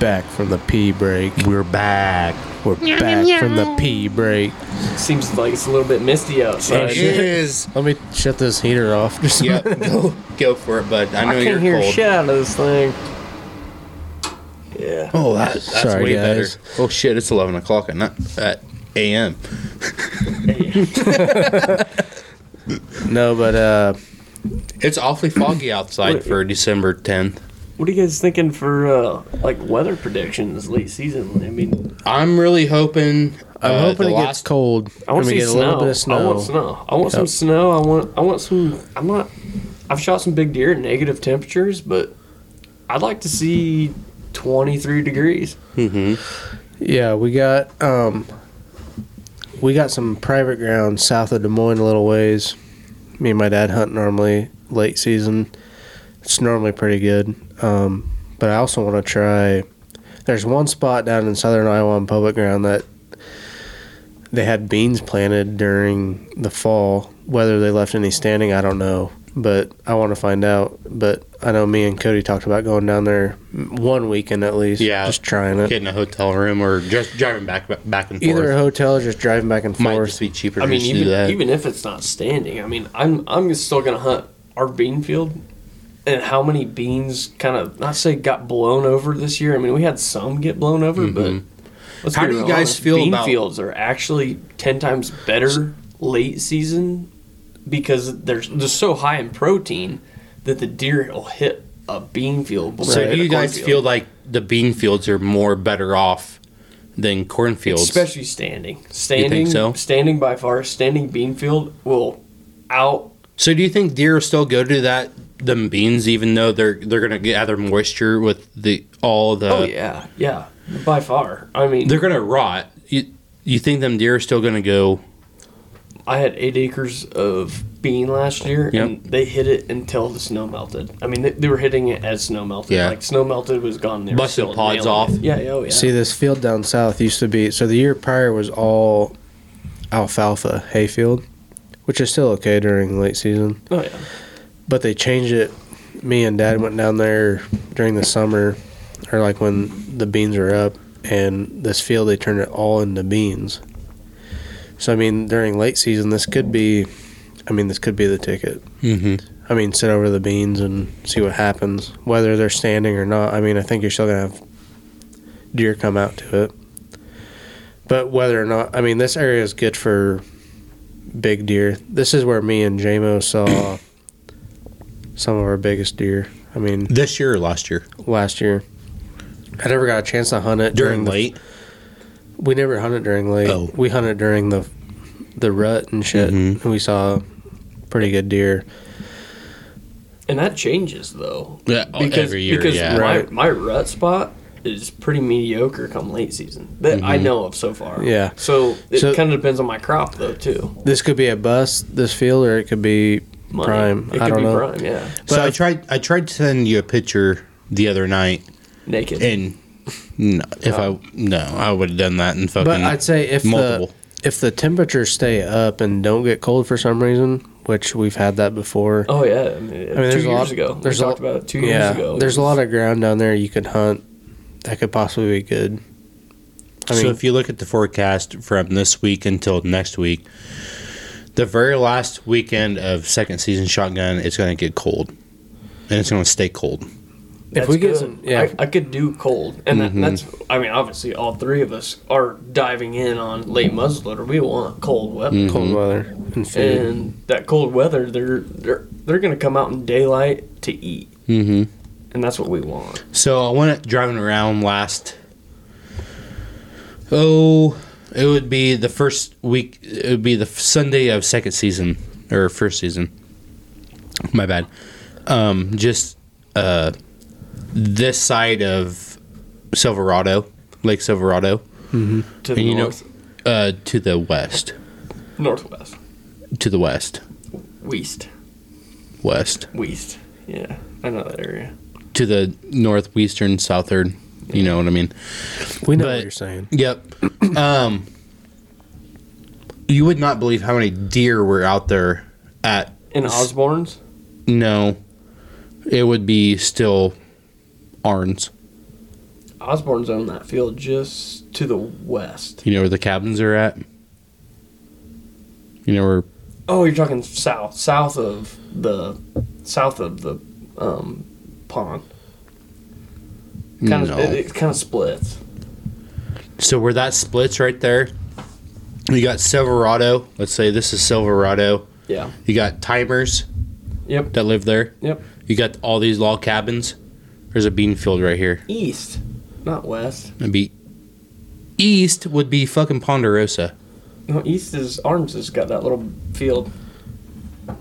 Back from the pee break. We're back. We're back from the pee break. Seems like it's a little bit misty outside. It is. Let me shut this heater off. Just yep. Go, go for it, bud. I know I you're can't hear cold. shit out of this thing. Yeah. Oh, that, that's Sorry, way guys. better. Oh shit! It's 11 o'clock at night. At a.m. no, but uh, It's awfully foggy outside for December 10th. What are you guys thinking for uh, like weather predictions late season? I mean, I'm really hoping. I'm uh, hoping the it gets last- cold. I want and to we see get a little bit of snow. I snow. want snow. I want some snow. I want. I want some. I'm not. I've shot some big deer at negative temperatures, but I'd like to see 23 degrees. Yeah, we got um, we got some private ground south of Des Moines, a little ways. Me and my dad hunt normally late season. It's normally pretty good, um, but I also want to try. There's one spot down in southern Iowa on public ground that they had beans planted during the fall. Whether they left any standing, I don't know, but I want to find out. But I know me and Cody talked about going down there m- one weekend at least. Yeah. just trying it Getting a hotel room or just driving back back and forth. either a hotel or just driving back and might forth. just be cheaper. I mean, just to do even that. even if it's not standing, I mean, I'm I'm still gonna hunt our bean field, and how many beans kind of not say got blown over this year. I mean, we had some get blown over, but let's Mm-hmm. How do be you real guys feel bean about- fields are actually ten times better late season because they're they're so high in protein that the deer will hit a bean field. before So they do hit a you guys cornfield. feel like the bean fields are more better off than cornfields? Especially standing. Standing so? standing by far, standing bean field will out so do you think deer still go to that them beans even though they're they're gonna gather moisture with the all the Uh, Oh yeah, yeah, by far. I mean, they're gonna rot. You you think them deer are still gonna go I had eight acres of bean last year, and they hit it until the snow melted. I mean, they, they were hitting it as snow melted. Yeah. like snow melted was gone. They were Busted still pods nailing it. off. Yeah, yeah, oh, yeah. See, this field down south used to be so the year prior was all alfalfa hayfield, which is still okay during late season, oh yeah. but they changed it. Me and dad went down there during the summer or like when the beans were up, and this field they turned it all into beans. So, I mean, during late season, this could be, I mean, this could be the ticket. mm-hmm. I mean, sit over the beans and see what happens, whether they're standing or not. I mean, I think you're still gonna have deer come out to it, but whether or not, I mean, this area is good for big deer. This is where me and JMO saw some of our biggest deer. I mean, this year or last year? last year, I never got a chance to hunt it During the- late? we never hunted during late. Oh. We hunted during the the rut and shit, Mhm. and we saw pretty good deer. And that changes though. Yeah, Oh, every year, Because yeah. my, Right. my rut spot is pretty mediocre come late season that I know of so far. Mm-hmm. Yeah. So it So- kind of depends on my crop though too. This could be a bust, this field, or it could be Money. prime. It I could don't be know. prime. Yeah. So I tried I tried to send you a picture the other night Naked. and no, if I no, I would have done that and fucking But I'd say if multiple. the if the temperatures stay up and don't get cold for some reason, which we've had that before. Oh yeah, I mean, there's two a years lot- ago. there's a we talked lot- about it two yeah, years ago. there's a lot of ground down there you could hunt that could possibly be good. I mean, so if you look at the forecast from this week until next week, the very last weekend of second season shotgun, it's going to get cold, and it's going to stay cold. That's we get good. some- yeah. Mm-hmm. I, I could do cold, and that, that's. I mean, obviously, all three of us are diving in on late muzzleloader. We want cold weather, cold Mm-hmm. weather and food. and that cold weather, they're they're they're gonna come out in daylight to eat, mm-hmm. and that's what we want. So I went driving around last. Oh, it would be the first week. It would be the Sunday of second season or first season. My bad. Um, just uh, this side of Silverado, Lake Silverado, To the and you know, north, uh, to the west, northwest, to the west, west, west, west. Yeah, I know that area. to the northwestern, southern. You know what I mean? We know what but- you're saying. Yep. um, you would not believe how many deer were out there at In Osborne's, no. It would be still Arns. Osborne's on that field just to the west. You know where the cabins are at? You know where Oh, you're talking south, south of the, south of the, um, pond. Kind of, no. it, it kind of splits. so where that splits right there. You got Silverado. Let's say this is Silverado. Yeah. You got timers Yep. that live there. Yep. You got all these log cabins There's a bean field right here. East, not west. It'd be east would be fucking Ponderosa. No, east is Arms has got that little field.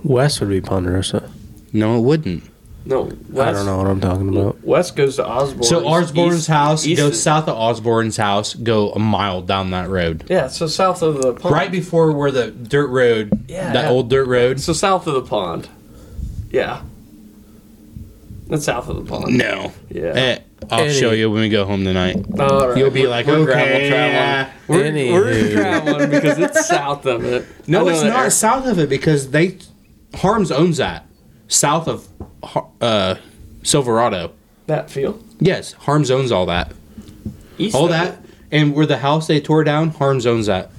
West would be Ponderosa. No, it wouldn't. No, west. I don't know what I'm talking about. West goes to Osborne. So Osborne's East- house east go is- south of Osborne's house, go a mile down that road. Yeah, so south of the pond. Right before where the dirt road, Yeah. that old dirt road. So south of the pond. Yeah. That's south of the pond. No. Yeah. Eh, I'll show you when we go home tonight. All right. You'll be like, we're okay. traveling. We're, we're Anywho. traveling because it's south of it. I No, know it's that not area. south of it because they Harms owns that south of Har- uh, Silverado. that field. Yes, Harms owns all that. East All of that, and where the house they tore down, Harms owns that.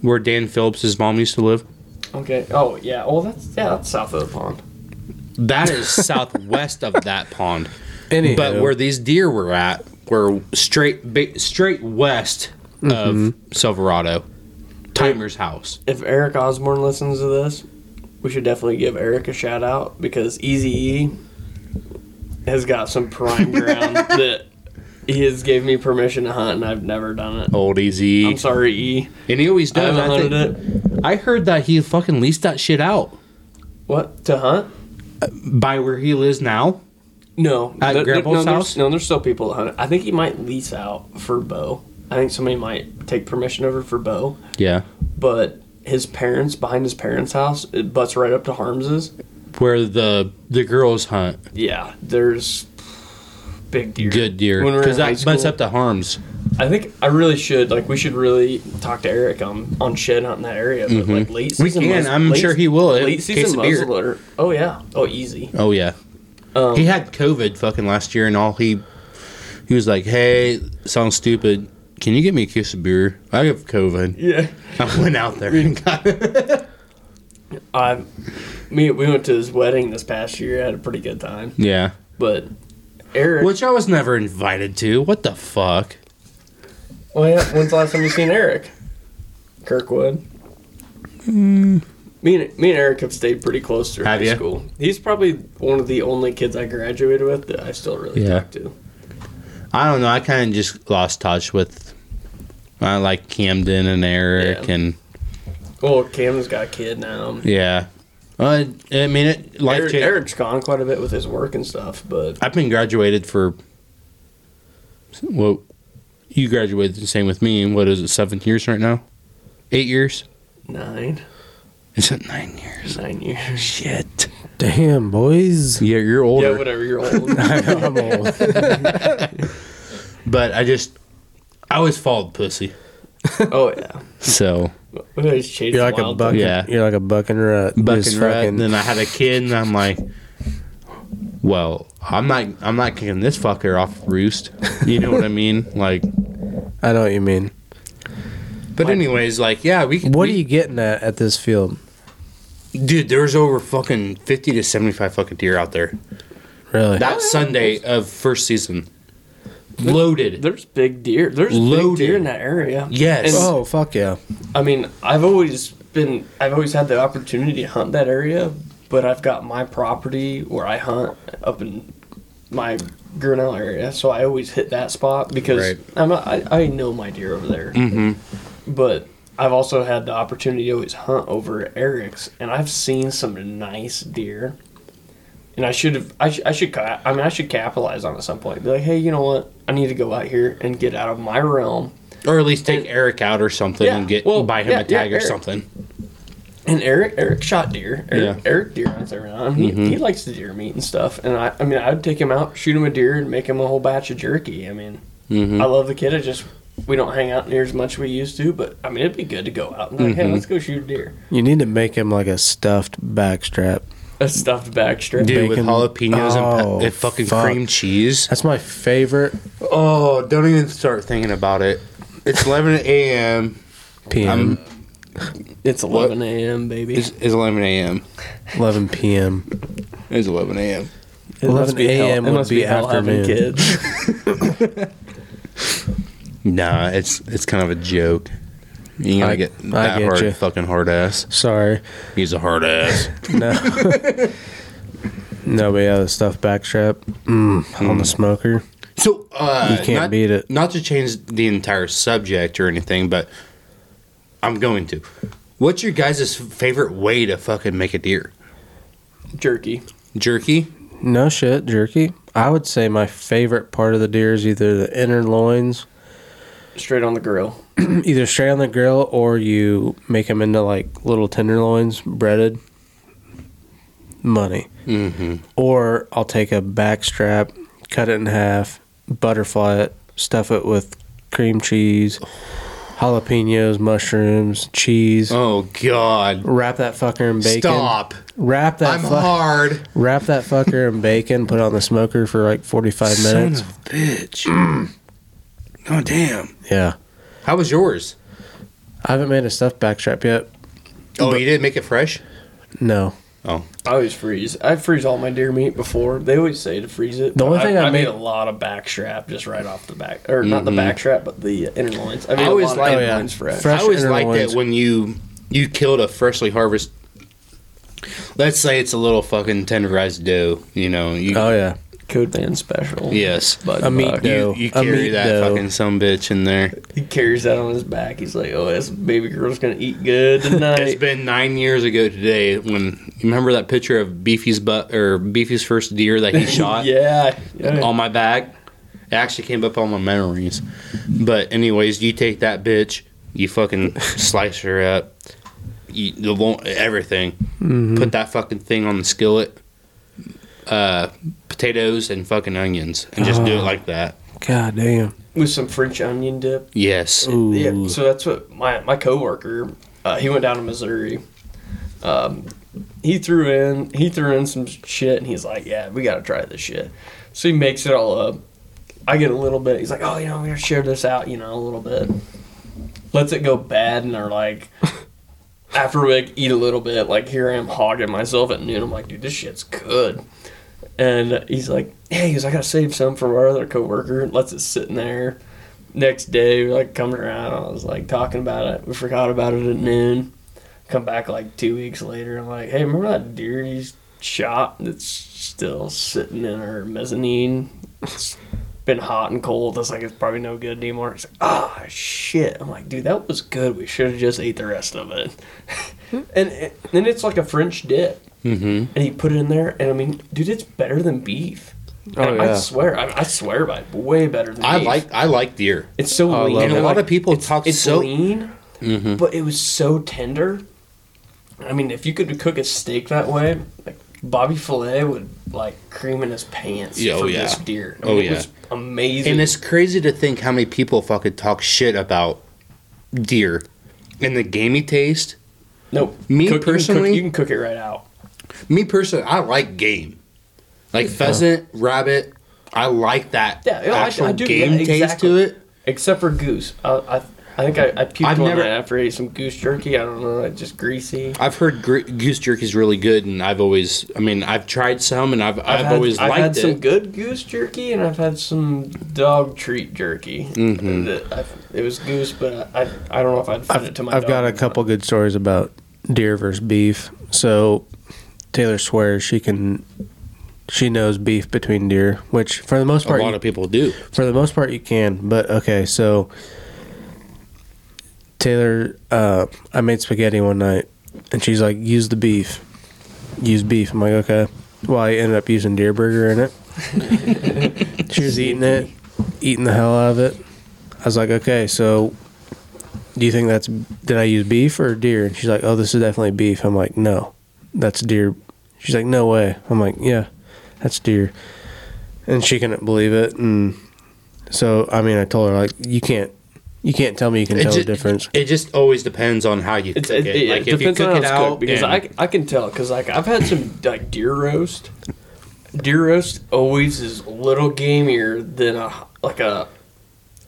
Where Dan Phillips' mom used to live. it. Okay. Oh yeah. Well, that's yeah. That's south of the pond. That is southwest of that pond. Anywho, But where these deer were at were straight ba- straight west of Mm-hmm. Silverado, Timer's house. If Eric Osborne listens to this, we should definitely give Eric a shout out because Easy E has got some prime ground that he has gave me permission to hunt, and I've never done it. Old Easy, I'm sorry, E. and he always I does. haven't I, hunted think- it. I heard that he fucking leased that shit out What to hunt? by where he lives now. No, At There- there- Grandpa's no, there's- house? No, there's still people that hunt. it. I think he might lease out for bow. I think somebody might take permission over for bow, Yeah, but his parents behind his parents' house it butts right up to Harms's. where the the girls hunt Yeah, there's big deer. good deer When we were because in high that butts school. up to Harms. I think I really should like we should really talk to Eric on on shed hunting that area, but like late We season. can, mus- I'm late- sure he will, in Late case season of deer. muzzleloader. Oh yeah. Oh easy. Oh yeah, Um, he had COVID fucking last year and all. He he was like, "Hey, sounds stupid. Can you get me a case of beer? I have COVID." Yeah. I went out there and got it. I, me we went to his wedding this past year. I had a pretty good time, Yeah, but Eric. which I was never invited to. What the fuck? Well, Oh, yeah. When's the last time you seen Eric? Kirkwood. Me and me and Eric have stayed pretty close through Have high ya? school. He's probably one of the only kids I graduated with that I still really Yeah. talk to. I don't know. I kind of just lost touch with. I like Camden and Eric Yeah. and Well, Camden's got a kid now. yeah. Uh, I mean, it, life Eric, change- Eric's gone quite a bit with his work and stuff, but I've been graduated for. Well, you graduated the same with me. and What is it? Seven years right now? Eight years? nine, Is it nine years? nine years. Shit. damn boys, Yeah, you're older. Yeah, whatever. You're old. I'm old. but I just, I always followed pussy. oh yeah. So We always chased You're like a wild buck. Yeah. you're like a buck and rut. buck Just and rat, fucking- and then I had a kid, and I'm like, well, I'm not, I'm not kicking this fucker off roost. You know what I mean? Like, I know what you mean. but anyways, like, yeah, we. What we, are you getting at at this field? dude? There's over fucking fifty to seventy five fucking deer out there. Really? That Sunday of first season, loaded. There's big deer. There's Loaded. big deer in that area. Yes. And, oh fuck yeah! I mean, I've always been, I've always had the opportunity to hunt that area, but I've got my property where I hunt up in my Grinnell area, so I always hit that spot because Right. I'm a, I, I know my deer over there. But I've also had the opportunity to always hunt over at Eric's, and I've seen some nice deer. And I should have, I, sh- I should, ca- I mean, I should capitalize on it at some point. Be like, hey, you know what? I need to go out here and get out of my realm Or at least take Eric out or something Yeah, and get well, buy him yeah, a tag yeah, or Eric. something. And Eric, Eric shot deer. Eric, Yeah. Eric deer hunts every now and he, he likes the deer meat and stuff. And I, I mean, I'd take him out, shoot him a deer, and make him a whole batch of jerky. I mean, I love the kid. I just we don't hang out near as much we used to, but I mean, it'd be good to go out and like, hey, let's go shoot a deer. You need to make him like a stuffed backstrap. A stuffed backstrap. Dude, with Bacon- jalapenos and, Oh, pe- and fucking fuck. cream cheese. That's my favorite Oh, don't even start thinking about it. It's 11 a.m. PM. It's 11 a.m. baby. It's, it's 11 a.m. 11 p.m. It's 11 a.m. It 11 must be hell- a.m. it would must be hell having afternoon. Kids. Nah, it's it's kind of a joke. You gotta I- get I that get hard, you. fucking hard ass. Sorry. He's a hard ass. No. No, but yeah, the stuff backstrap mm, on the smoker. So uh, You can't not, beat it. Not to change the entire subject or anything, but I'm going to. What's your guys' favorite way to fucking make a deer? jerky. Jerky? No shit, jerky. I would say my favorite part of the deer is either the inner loins, Straight on the grill. either straight on the grill or you make them into like little tenderloins, breaded. Money. Mm-hmm. Or I'll take a backstrap, cut it in half, butterfly it, stuff it with cream cheese, jalapenos, mushrooms, cheese. Oh God! Wrap that fucker in bacon. Stop! Wrap that. I'm fu- hard. Wrap that fucker in bacon. Put it on the smoker for like forty-five minutes. Son of a bitch. Oh damn! yeah. How was yours? I haven't made a stuffed backstrap yet. Oh, you didn't make it fresh. Oh. No. I always freeze. I freeze all my deer meat before. They always say to freeze it. The but only I, thing I I made made- a lot of back strap just right off the back, or not the back strap, but the inner loins. I, made I a always lot of like- inner Oh, yeah. loins fresh. Fresh I always inner like loins. that when you you killed a freshly harvested. Let's say it's a little fucking tenderized doe. You know. You, Oh yeah. Code man special. Yes. Bud A meat buck. deer. You, doe. you A meat carry that doe. fucking some bitch in there. He carries that on his back. He's like, "Oh, this baby girl's gonna eat good tonight." It's been nine years ago today when you remember that picture of Beefy's butt or Beefy's first deer that he shot yeah, yeah. on my back. It actually came up on my memories. But anyways, you take that bitch, you fucking slice her up, you, you want everything. Put that fucking thing on the skillet, uh, potatoes and fucking onions, and just do it like that. God damn. with some French onion dip. Yes. Yeah, so that's what my my coworker. Uh, he went down to Missouri. Um, he threw in he threw in some shit, and he's like, "Yeah, we got to try this shit." So he makes it all up. I get a little bit. He's like, "Oh, you know, we're gonna share this out, you know, a little bit." Lets it go bad, and they're like, after we like, eat a little bit, like here I am hogging myself at noon. I'm like, "Dude, this shit's good." And he's like, "Hey, he goes, I gotta save some for our other coworker." Lets it sit in there next day, we, like coming around, I was like talking about it. We forgot about it at noon. Come back like two weeks later. I'm like, hey, remember that deer you shot that's still sitting in our mezzanine? It's been hot and cold. It's like it's probably no good anymore. It's like, ah, shit. I'm like, dude, that was good. We should have just ate the rest of it. and it- and it's like a French dip. Mm-hmm. And he put it in there, and I mean, dude, it's better than beef. Oh, I yeah. swear, I, I swear by it, way better than I beef. like I Mm-hmm. like deer. It's so I lean. love And it. a lot Like, of people talk it's so lean, but it was so tender. I mean, if you could cook a steak that way, like Bobby Filet would like cream in his pants Yeah, oh, for yeah. this deer. I Oh, it yeah. was amazing. And it's crazy to think how many people fucking talk shit about deer and the gamey taste. nope. me Cook- you can cook- personally- you can cook it right out. Me personally, I like game, like pheasant, rabbit. I like that Yeah, yeah, I- actual I do, game yeah, taste to exactly. it. Except for goose. I, I, I think I, I puked I've one never- night after I ate some goose jerky. I don't know. It's just greasy. I've heard gr- goose jerky is really good, and I've always, I mean, I've tried some, and I've I've, had- always I've had liked some it. good goose jerky and I've had some dog treat jerky. That I- it was goose, but I, I, I don't know if I'd find it to my. Mm-hmm. I've dog got or a not. couple good stories about deer versus beef. So Taylor swears she can she knows beef between deer, which for the most A part lot you- of people do. for the most part you can. But okay, so Taylor uh I made spaghetti one night and she's like, use the beef. Use beef. I'm like, okay. Well, I ended up using deer burger in it. she was eating it, eating the hell out of it. I was like, okay, so do you think that's did I use beef or deer? And she's like, oh, this is definitely beef. I'm like, no, that's deer. She's like, no way. I'm like, yeah, that's deer. And she couldn't believe it. And so, I mean, I told her like, you can't, you can't tell me you can It tell just, the difference. it just always depends on how you It's, cook it, it. it, Like it if you depends cook on how it it's cooked out, because and- I, I can tell because like I've had some like deer roast. Deer roast always is a little gamier than a like a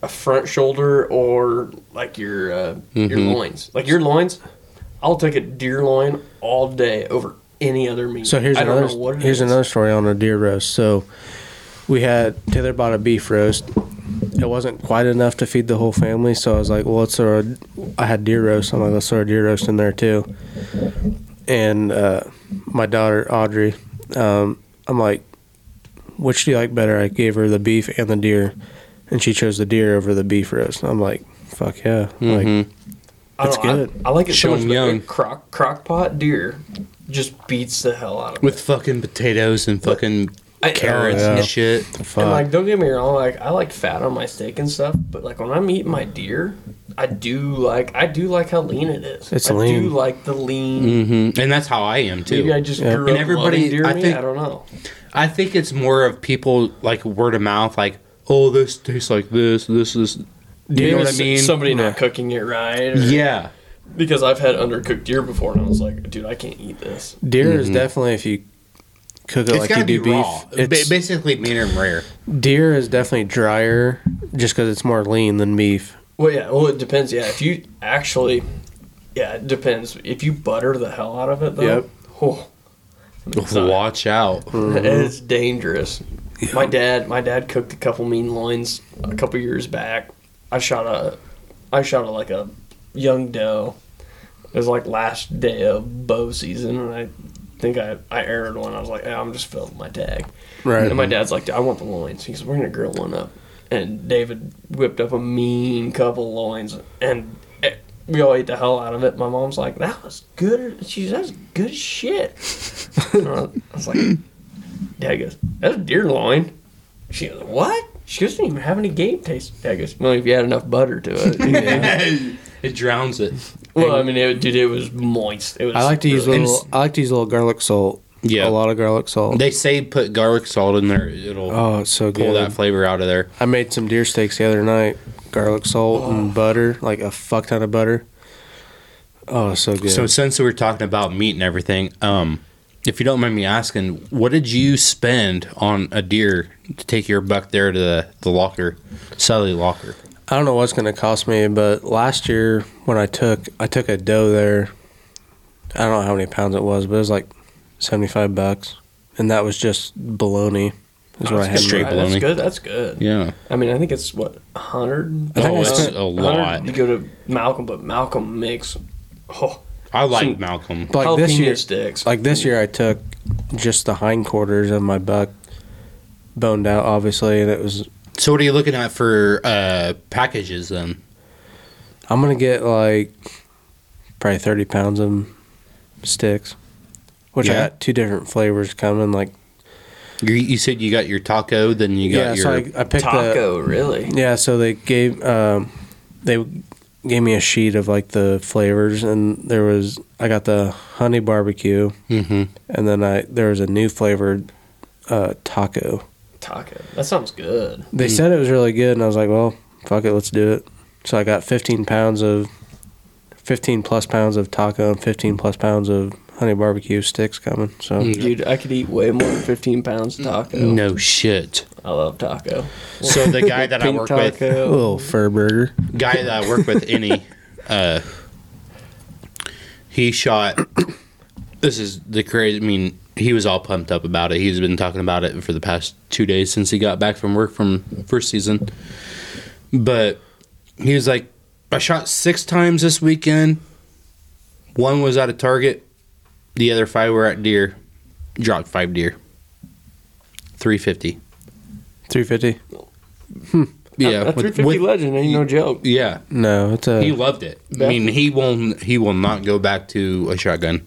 a front shoulder or like your uh, your Mm-hmm. loins. Like your loins, I'll take a deer loin all day over any other meat. So here's I don't another know what it here's is. another story on a deer roast. So we had Taylor bought a beef roast. It wasn't quite enough to feed the whole family, so I was like, "Well, let's throw." A, I had deer roast. I'm like, "Let's throw a deer roast in there too." And uh, my daughter Audrey, um, I'm like, which do you like better? I gave her the beef and the deer, and she chose the deer over the beef roast. I'm like, fuck yeah, Mm-hmm. like I it's don't know, good. I, I like it Show so 'em much. Young. young. Crock crockpot deer just beats the hell out of me. with fucking potatoes and fucking I- carrots Oh, yeah. and shit. fuck. And like, don't get me wrong, like I like fat on my steak and stuff, but like when I'm eating my deer, I do like I do like how lean it is. It's I do lean. like the lean. Mm-hmm. And that's how I am too. Maybe I just Yeah. grew And up everybody- loving deer I meat. think- I don't know. I think it's more of people like word of mouth, like, oh, this tastes like this, this is. Do you know what I mean? Somebody not cooking it right. or- yeah. Because I've had undercooked deer before, and I was like, dude, I can't eat this. deer is definitely if you cook it It's like gotta you do be beef. raw. Ba- It's, basically medium rare. deer is definitely drier just because it's more lean than beef. Well, yeah. Well, it depends. Yeah, if you actually, yeah, it depends. If you butter the hell out of it, though, Yep. oh, Sorry. Watch out. it's dangerous. My dad, my dad cooked a couple mean loins a couple years back. I shot a, I shot a, like a young doe. It was like last day of bow season, and I think I I aired one. I was like, "Ah, I'm just filling my tag. Right. And my dad's like, I want the loins. He goes, We're gonna grill one up. And David whipped up a mean couple loins, and eh, we all ate the hell out of it. My mom's like, That was good. She's that's good as shit. And I was like, Dad goes, That's deer loin. She goes, What? She doesn't even have any game taste. Dad goes, Well, if you had enough butter to it. It drowns it. Well, I mean, it, dude, it was moist. It was. I like to use really- little. I like to use a little garlic salt. Yeah. a lot of garlic salt. They say put garlic salt in there, it'll oh, it's so pull good. that flavor out of there. I made some deer steaks the other night. Garlic salt and butter, like a fuck ton of butter. Oh, it's so good. So since we were talking about meat and everything, um, if you don't mind me asking, what did you spend on a deer to take your buck there to the, the locker, Sally locker? I don't know what's going to cost me, but last year when I took I took a doe there, I don't know how many pounds it was, but it was like seventy five bucks, and that was just bologna. Oh, Is what I had. That's straight good. That's bologna. good. That's good. Yeah. I mean, I think it's what hundred. I think Oh, I it's spent- a lot. 100 You go to Malcolm, but Malcolm makes oh, I like Some- Malcolm. But like this jalapeno year, sticks. like this year, I took just the hindquarters of my buck, boned out obviously, and it was So what are you looking at for uh, packages then? I'm gonna get like probably 30 pounds of sticks, which I Yeah. got two different flavors coming. Like You, you said you got your taco, then you yeah, got so your I, I picked the taco, really? yeah. So they gave um, they gave me a sheet of like the flavors, and there was I got the honey barbecue, Mhm. and then I there was a new flavored uh, taco. Taco. That sounds good. They said it was really good, and I was like, well, fuck it, let's do it. So I got 15 pounds of 15 plus pounds of taco and 15 plus pounds of honey barbecue sticks coming. So Dude, I could eat way more than fifteen pounds of taco. no shit. I love taco. So the guy that I Pink work with, a taco. little fur burger. guy that I work with, any, uh, he shot. This is the crazy. I mean, he was all pumped up about it. He's been talking about it for the past two days since he got back from work from first season. But he was like, I shot six times this weekend. One was at a target. The other five were at deer. Dropped five deer. Three fifty. 350? Yeah, That with- 350 with- legend ain't no joke. yeah. No, it's a He loved it. I mean, he will he will not go back to a shotgun.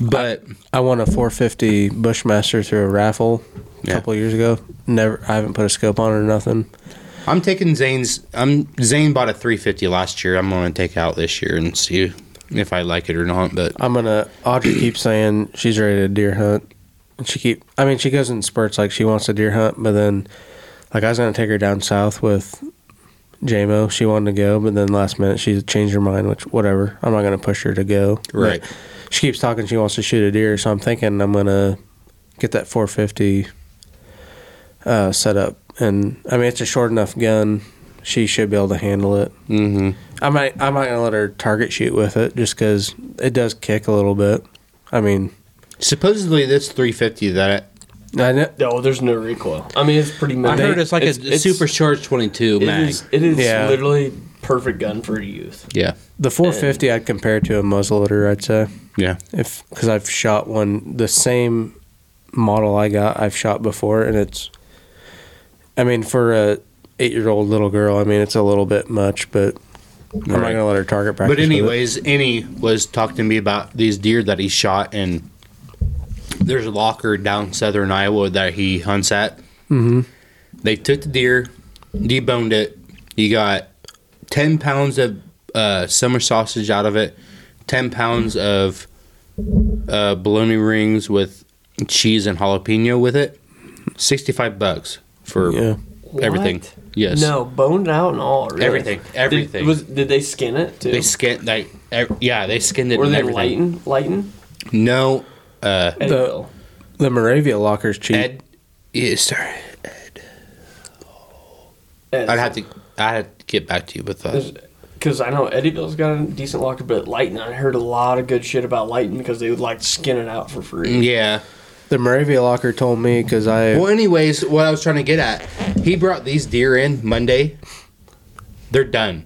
But I won a 450 Bushmaster through a raffle a Yeah. couple years ago. Never I haven't put a scope on it or nothing. I'm taking Zane's. I'm Zane bought a 350 last year. I'm going to take out this year and see if I like it or not. But I'm going to Audrey keeps saying she's ready to deer hunt. And she keep I mean she goes in spurts like she wants to deer hunt, but then like I was going to take her down south with JMO. She wanted to go, but then last minute she changed her mind, which whatever. I'm not going to push her to go. But Right. she keeps talking she wants to shoot a deer, so I'm thinking I'm going to get that 450 uh, set up. And I mean, it's a short enough gun. She should be able to handle it. Mhm. I might, I'm not gonna let her target shoot with it just because it does kick a little bit. I mean, supposedly this 350 that I know, No, there's no recoil. I mean, it's pretty. I, Minimal. heard it's like a supercharged 22 It mag. is. It is Yeah. literally perfect gun for youth. Yeah, the 450 I'd compare to a muzzleloader. I'd say yeah. if because I've shot one the same model I got I've shot before, and it's. I mean, for a eight-year-old little girl, I mean, it's a little bit much, but I'm not Right. gonna let her target practice. But with it. anyways, any was talking to me about these deer that he shot, and there's a locker down southern Iowa that he hunts at. Mm-hmm. They took the deer, deboned it. You got ten pounds of uh, summer sausage out of it, ten pounds of uh, bologna rings with cheese and jalapeno with it. Sixty-five bucks for yeah, everything. What? Yes, No, boned out and all. Really. everything, everything. Did, was, did they skin it too? they skinned like, ev- yeah, they skinned it. Were and they everything. lighten? Lighten? No, uh, The, the Moravia locker's cheap. Ed. Yeah, sorry. I'd have to. I had to get back to you with that. Because I know Eddyville's got a decent locker, but Lighton, I heard a lot of good shit about Lighton because they would like skin it out for free. Yeah. the Moravia locker told me because I Well, anyways, what I was trying to get at, he brought these deer in Monday. They're done.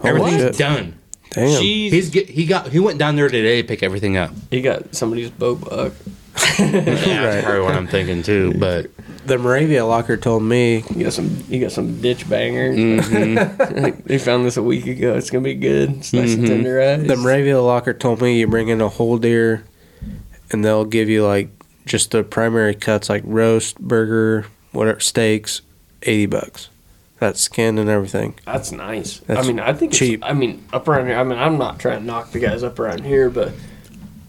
Holy Everything's shit. done. damn Jeez. He's get, he got he went down there today to pick everything up. he got somebody's bow buck. Yeah, That's probably what I'm thinking too. But the Moravia locker told me You got some. You got some ditch banger. they found this a week ago. It's gonna be good. It's nice and tenderized. The Moravia locker told me you bring in a whole deer, and they'll give you like just the primary cuts, like roast, burger, whatever steaks, eighty bucks. That's skin and everything. That's nice. That's I mean, I think cheap. It's, I mean, up around here. I mean, I'm not trying to knock the guys up around here, but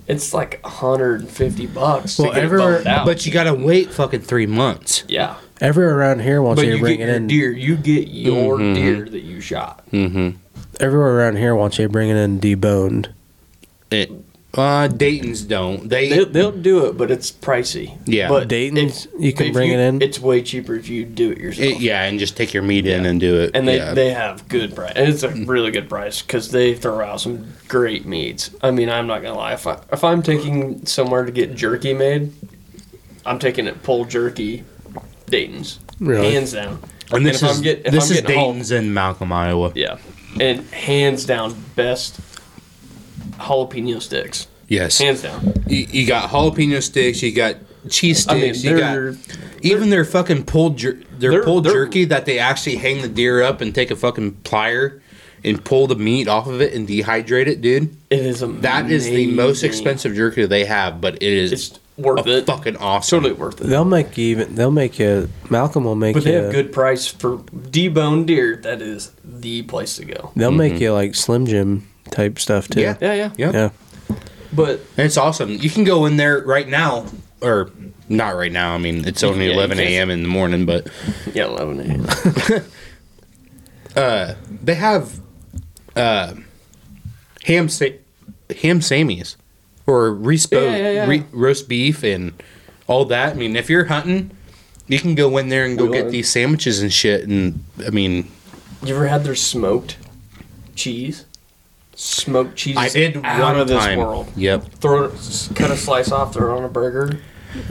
it's like 150 bucks. well, to get it ever, boned out. but you gotta wait fucking three months. yeah, Everywhere around here wants but you to you bring get it your in. deer. You get your deer that you shot. Mm-hmm. Everywhere around here wants you to bring it in deboned. It, uh, Dayton's don't. They They'll, they'll do it, but it's pricey. Yeah. but Dayton's, if- you can if bring it in? It's way cheaper if you do it yourself. it- yeah, and just take your meat in and do it. and they, yeah. they have good price. And it's a really good price because they throw out some great meats. I mean, I'm not gonna lie. If I if I'm taking somewhere to get jerky made, I'm taking it pole jerky, Dayton's Really? hands down. and this if I'm is get- if this I'm is getting home- Dayton's in Malcolm, Iowa. Yeah, and hands down best jalapeno sticks. Yes, Hands down. You, you got jalapeno sticks. You got cheese I mean, sticks. you they're got even their fucking pulled jer- their They're- pulled they're- jerky that they actually hang the deer up and take a fucking plier and pull the meat off of it and dehydrate it, dude. it is amazing. That is the most expensive Oh, jerky they have, but it is It's worth a it. fucking awesome. Totally worth it. They'll make you even. They'll make you. Malcolm will make But you. they have good price for deboned deer. That is the place to go. They'll make you like Slim Jim type stuff too. Yeah. Yeah, yeah, Yep. Yeah. But And it's awesome. You can go in there right now, or not right now. I mean, it's only Yeah, you 11 can't- a.m. in the morning, but yeah, eleven a.m. they have uh, ham sa- ham samies or respo Yeah, yeah, yeah. Re- roast beef and all that. I mean, if you're hunting, you can go in there and go We get are. these sandwiches and shit. And I mean, You ever had their smoked cheese? Smoked cheese. I is did out one of this time. world. Yep. Throw it, s- cut a slice off, throw it on a burger.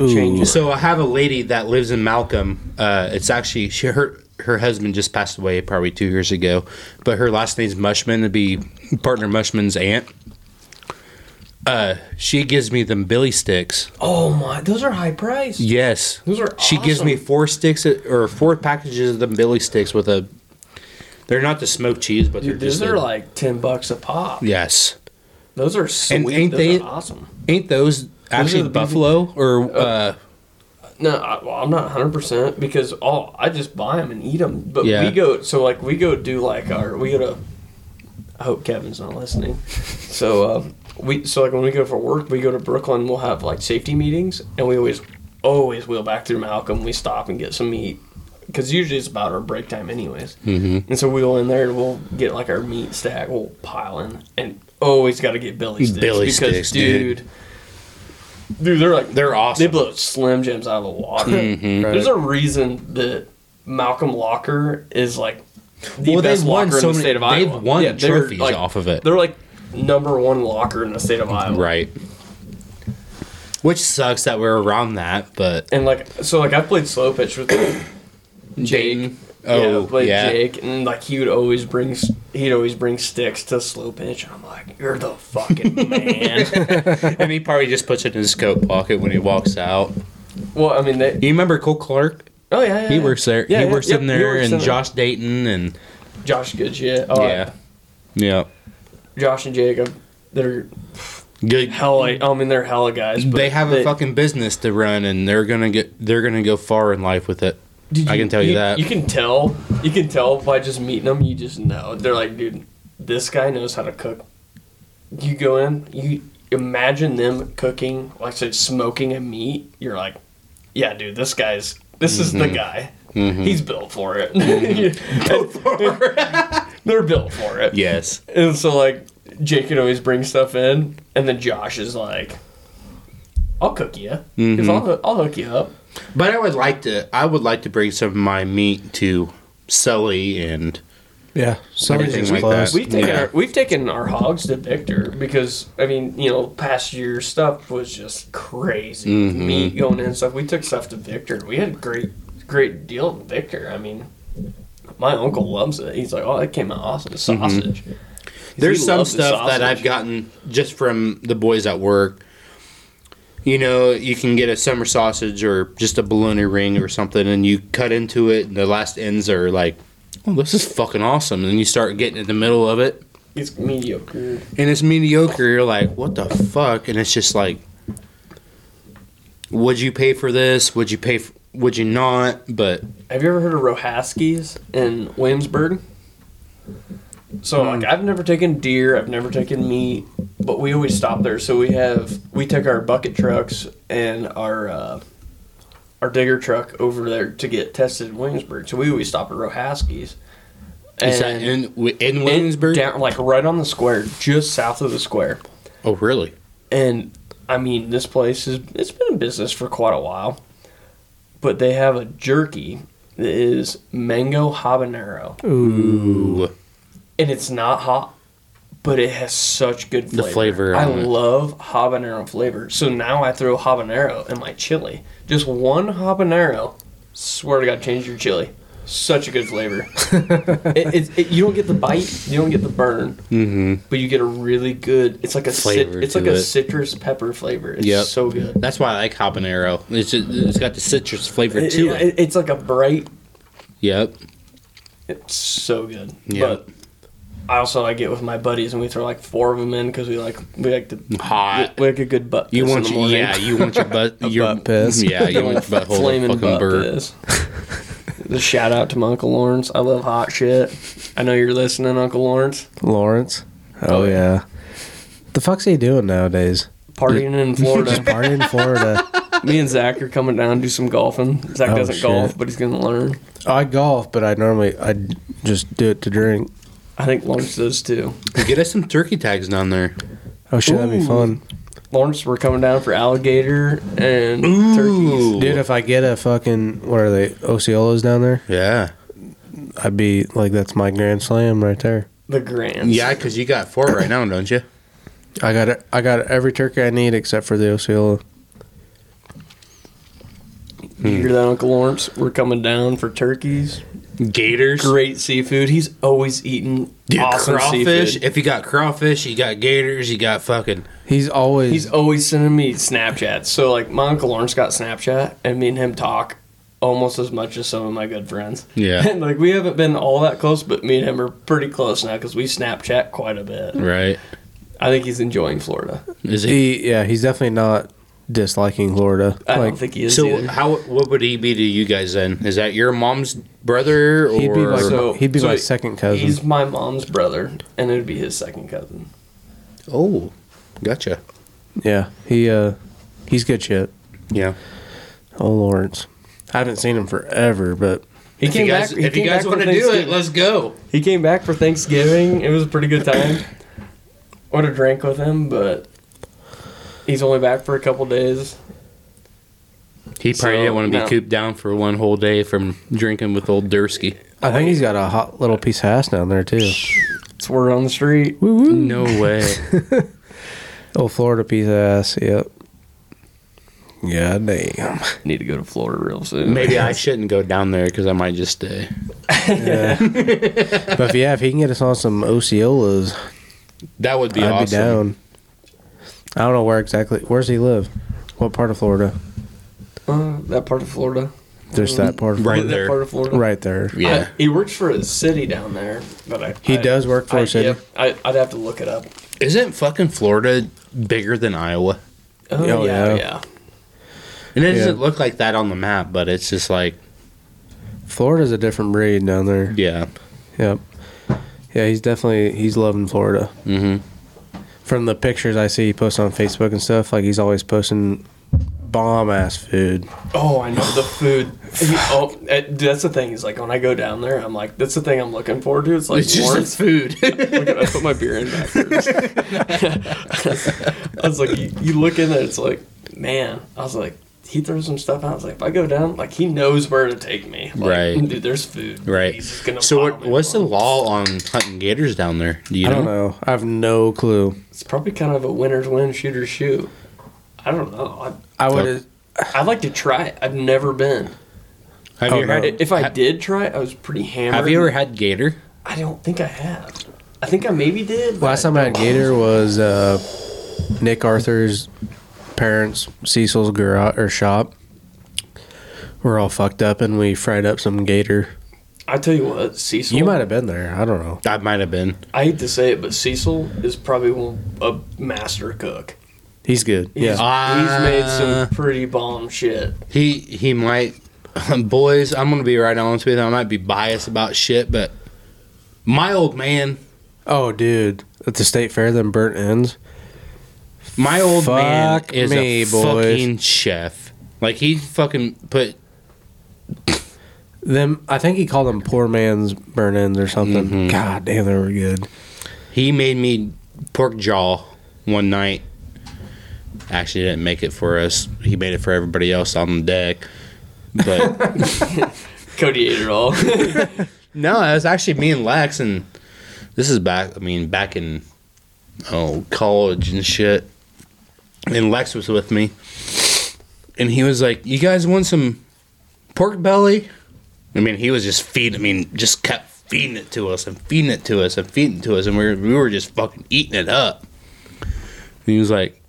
Ooh. Change it. So I have a lady that lives in Malcolm. Uh, it's actually she her her husband just passed away probably two years ago, but her last name's Mushman. It'd be partner Mushman's aunt. Uh, she gives me them Billy sticks. Oh my, those are high price. Yes. Those are She gives me four sticks uh, or four packages of them Billy sticks with a. They're not the smoked cheese, but Dude, they're just. those are a- like ten bucks a pop. Yes. Those are sweet. ain't those they- are awesome. Ain't those actually the buffalo or uh, No, I, well, I'm not 100 percent because all I just buy them and eat them. But Yeah. we go so like we go do like our we go to. I hope Kevin's not listening. So um, we so like when we go for work, we go to Brooklyn. We'll have like safety meetings, and we always always wheel back through Malcolm. We stop and get some meat because usually it's about our break time anyways. Mm-hmm. And so we go in there and we'll get like our meat stack. We'll pile in and always got to get Billy sticks Billy because sticks, dude. dude. Dude, they're like They're awesome. they blow Slim Jims out of the water. Mm-hmm. There's a reason that Malcolm Locker is like the Well, best they've won locker in so the many- state of Iowa. they've won they're, trophies off of it. They're like number one locker in the state of Iowa. Right. Which sucks that we're around that, but And like so, like I played slow pitch with Jake. Dayton. Oh, yeah, played yeah. Jake, and like he would always bring s- he'd always bring sticks to slow pitch, and I'm like, you're the fucking man. and he probably just puts it in his coat pocket when he walks out. well, I mean, they, You remember Cole Clark? oh yeah, yeah, He yeah. works there. Yeah, he yeah, works yep, in he there, works and in there. Josh Dayton, and Josh Goods, yeah, oh, yeah, yeah, Josh and Jake, I'm- they're good. hella. I mean, they're hella guys. But They have a fucking business to run, and they're gonna get. They're gonna go far in life with it. Dude, I can tell you that. You can tell. You can tell by just meeting them. You just know. They're like, dude, this guy knows how to cook. You go in. You imagine them cooking, like say, smoking a meat. You're like, yeah, dude, this guy's. This is Mm-hmm. the guy. He's built for it. built for it. They're built for it. yes. And so like Jake can always bring stuff in, and then Josh is like, I'll cook you. Mm-hmm. because I'll, I'll hook you up. But I would like to. I would like to bring some of my meat to Sully and Yeah. everything like that. We've taken Yeah. our we've taken our hogs to Victor because I mean you know past year stuff was just crazy Mm-hmm. meat going in and stuff. We took stuff to Victor. We had a great great deal with Victor. I mean, my uncle loves it. He's like, oh, that came out awesome the sausage. Mm-hmm. There's He some loves the stuff that I've sausage. gotten just from the boys at work. You know, you can get a summer sausage or just a bologna ring or something, and you cut into it, and the last ends are like, oh, this is fucking awesome. And you start getting in the middle of it, It's mediocre. and it's mediocre. You're like, what the fuck? And it's just like, would you pay for this? Would you pay? For, would you not? But Have you ever heard of Rohaskis in Williamsburg? So Hmm. like I've never taken deer, I've never taken meat, but we always stop there. So we have we take our bucket trucks and our uh, our digger truck over there to get tested in Williamsburg. So we always stop at Rohaskis. is that in in in- Williamsburg? down like right on the square, just south of the square. oh, really? And I mean, this place is it's been in business for quite a while, but they have a jerky that is mango habanero, Ooh. and it's not hot, but it has such good flavor. flavor I on it. love habanero flavor, so now I throw habanero in my chili. Just one habanero, swear to God, change your chili. Such a good flavor. it, it, it, you don't get the bite, you don't get the burn, but you get a really good. It's like a cit, Mm-hmm. Flavor it's like to a it. citrus pepper flavor. It's Yep. so good. That's why I like habanero. It's just, it's got the citrus flavor It- to it- it. it- it's like a bright. Yep. It's so good. Yeah. But I also like it with my buddies, and we throw like four of them in because we like we like to Hot. we like a good butt. You piss want in the your morning. yeah. You want your butt. your butt piss. Yeah. You want your butthole to flaming fucking butt burn. piss. the shout out to my uncle Lawrence. I love hot shit. I know you're listening, Uncle Lawrence. Lawrence. Oh, yeah. The fuck's he doing nowadays? Partying in Just Florida. partying in Florida. Me and Zach are coming down to do some golfing. Zach Oh, doesn't shit. golf, but he's gonna learn. I golf, but I normally I just do it to drink. I think Lawrence does too. Get us some turkey tags down there. Oh shit, that'd be fun, Lawrence, we're coming down for alligator and turkeys. Ooh. dude. If I get a fucking what are they Osceolas down there, Yeah. I'd be like, that's my grand slam right there. The Grand. Yeah, because you got four right now, don't you? I got it. I got every turkey I need except for the Osceola. You hear that, Uncle Lawrence? We're coming down for turkeys. Gators. Great seafood. He's always eating Dude, awesome crawfish. seafood. If you got crawfish, you got gators. You got fucking. He's always He's always sending me Snapchats. So, like, my Uncle Lawrence got Snapchat, and me and him talk almost as much as some of my good friends. Yeah. And, like, we haven't been all that close, but me and him are pretty close now because we Snapchat quite a bit. Right. I think he's enjoying Florida. Is it? he yeah. He's definitely not disliking Florida. I like don't think he is so either. how? What would he be to you guys then? Is that your mom's brother or? he'd be like So- he'd be so my second cousin. He's my mom's brother, and it would be his second cousin. oh, gotcha. yeah, he uh, he's good shit. Yeah. Oh Lawrence, I haven't seen him forever, but He If you guys, he if you came guys back want for to do it, Thanksgiving. let's go. He came back for Thanksgiving. It was a pretty good time. Would have drank with him, but he's only back for a couple days. He probably So, didn't want to be no. cooped down for one whole day from drinking with old Dursky. I think he's got a hot little piece of ass down there too. It's word on the street. No way. Oh Florida piece of ass. Yep. Yeah, damn. Need to go to Florida real soon. Maybe I shouldn't go down there because I might just stay. But if, yeah, if he can get us on some Osceolas, That would be I'd be awesome. down. I don't know where exactly. Where does he live? What part of Florida? Uh, that part of Florida. Just that part of Right that there. part of Florida. Right there. Yeah. I- he works for a city down there, but I He I- does work for I, a city. yep, I, I'd have to look it up. Isn't fucking Florida bigger than Iowa? Oh, Oh, yeah, yeah. yeah, And it doesn't Yeah. look like that on the map, but it's just like, Florida's a different breed down there. yeah. Yep. Yeah, he's definitely he's loving Florida. Mm-hmm. From the pictures I see he posts on Facebook and stuff, like he's always posting bomb ass food. Oh, I know the food. He- oh, eh, dude, that's the thing. Is like when I go down there, I'm like, that's the thing I'm looking forward to. It's like It's just Lawrence food. Look at- I put my beer in backwards. I was like, you, you look in there, it's like, man. I was like, he throws some stuff out. I was like, if I go down, like he knows where to take me. Like, Right. Dude, there's food. right. He's gonna So what, vomit what's the on me. law on hunting gators down there? Do you I know? don't know. I have no clue. It's probably kind of a winner's win, shooter's shoot. I don't know. I would Nope. I, I'd like to try it. I've never been. Have you I Oh, don't know. ever, If I Ha- did try it, I was pretty hammered. have you ever had gator? I don't think I have. I think I maybe did. but last time I had Gator was uh, Nick Arthur's parents, Cecil's garage or shop. We're all fucked up and we fried up some gator. I tell you what, Cecil. You might have been there. I don't know. That might have been. I hate to say it, but Cecil is probably one- a master cook. He's good. He's, Yeah. Ah. he's made some pretty bomb shit. He he might. Boys, I'm gonna be right honest with you. I might be biased about shit, but my old man, Oh, dude. At the state fair, them burnt ends. my old man Fuck is me, a boys. fucking chef. Like he fucking put Them, I think he called them poor man's burnt ends or something. Mm-hmm. God damn, they were good. He made me pork jaw one night. Actually, he didn't make it for us. He made it for everybody else on the deck. But Cody ate it all. no, it was actually me and Lex, and this is back. I mean, back in oh college and shit. And Lex was with me, and he was like, "You guys want some pork belly?" I mean, he was just feeding. I mean, just kept feeding it to us and feeding it to us and feeding it to us, and we were, we were just fucking eating it up. And he was like,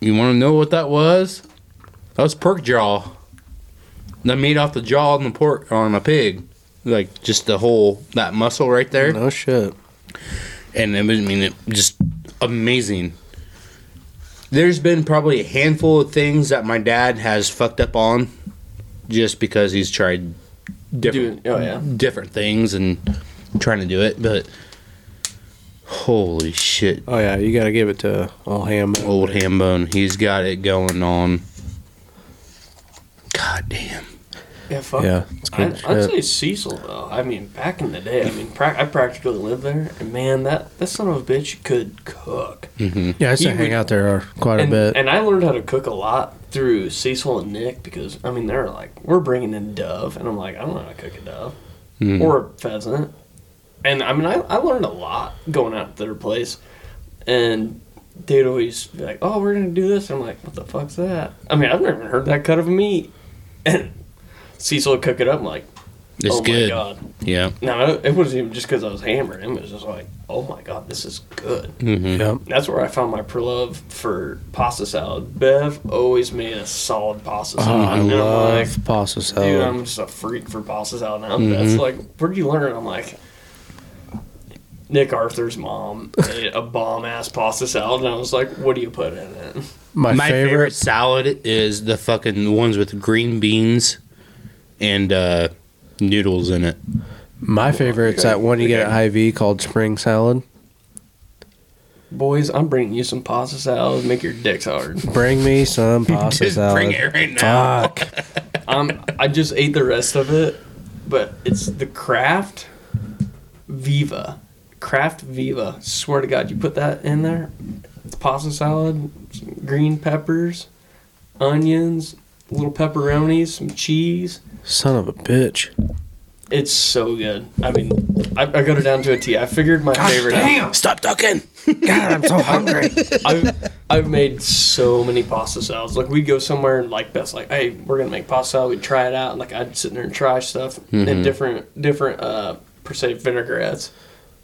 "You want to know what that was? That was pork jaw. The meat off the jaw on the pork on a pig, like just the whole that muscle right there." No shit. and it was, I mean, it just amazing. There's been probably a handful of things that my dad has fucked up on, just because he's tried different, Dude, oh yeah. different things and trying to do it. But holy shit, Oh, yeah. You got to give it to all ham. old ham bone, he's got it going on. God damn. Yeah, fuck. Yeah. It's I, good I'd shit. say Cecil though. I mean, back in the day, I mean, prac I practically lived there, and man, that that son of a bitch could cook. yeah, I used to he hang would- out there quite and, a bit. And I learned how to cook a lot through Cecil and Nick because I mean they're like we're bringing in dove, and I'm like I don't know how to cook a dove Mm-hmm. or a pheasant, and I mean I, I learned a lot going out to their place, and they'd always be like, oh we're gonna do this, and I'm like what the fuck's that? I mean I've never heard that cut of meat, and Cecil would cook it up, I'm like It's oh good. my god. Yeah. No, it wasn't even just because I was hammered. It was just like, oh my god, this is good. Yep. That's where I found my pre-love for pasta salad. Bev always made a solid pasta Oh, salad. I and I'm love like, pasta salad. Mm-hmm. Dude, I'm just a freak for pasta salad now. That's like, where'd you learn? I'm like, Nick Arthur's mom made a bomb ass pasta salad, and I was like, what do you put in it? my, My favorite, favorite, salad is the fucking ones with green beans and uh, noodles in it. my favorite's that one you get at IV called spring salad. Boys, I'm bringing you some pasta salad. Make your dicks hard. Bring me some pasta Just salad. bring it right now. Fuck. Um, I just ate the rest of it, but it's the Kraft Viva. Kraft Viva. Swear to God, you put that in there. It's pasta salad, green peppers, onions, little pepperonis, some cheese. Son of a bitch. It's so good. I mean, I, I got it down to a T. I figured my favorite. Damn. Stop talking. God, I'm so hungry. I've, I've made so many pasta salads. Like we'd go somewhere and like Beth's like, hey, we're gonna make pasta salad. We'd try it out. And, like I'd sit there and try stuff Mm-hmm. and different different uh, per se vinaigrettes.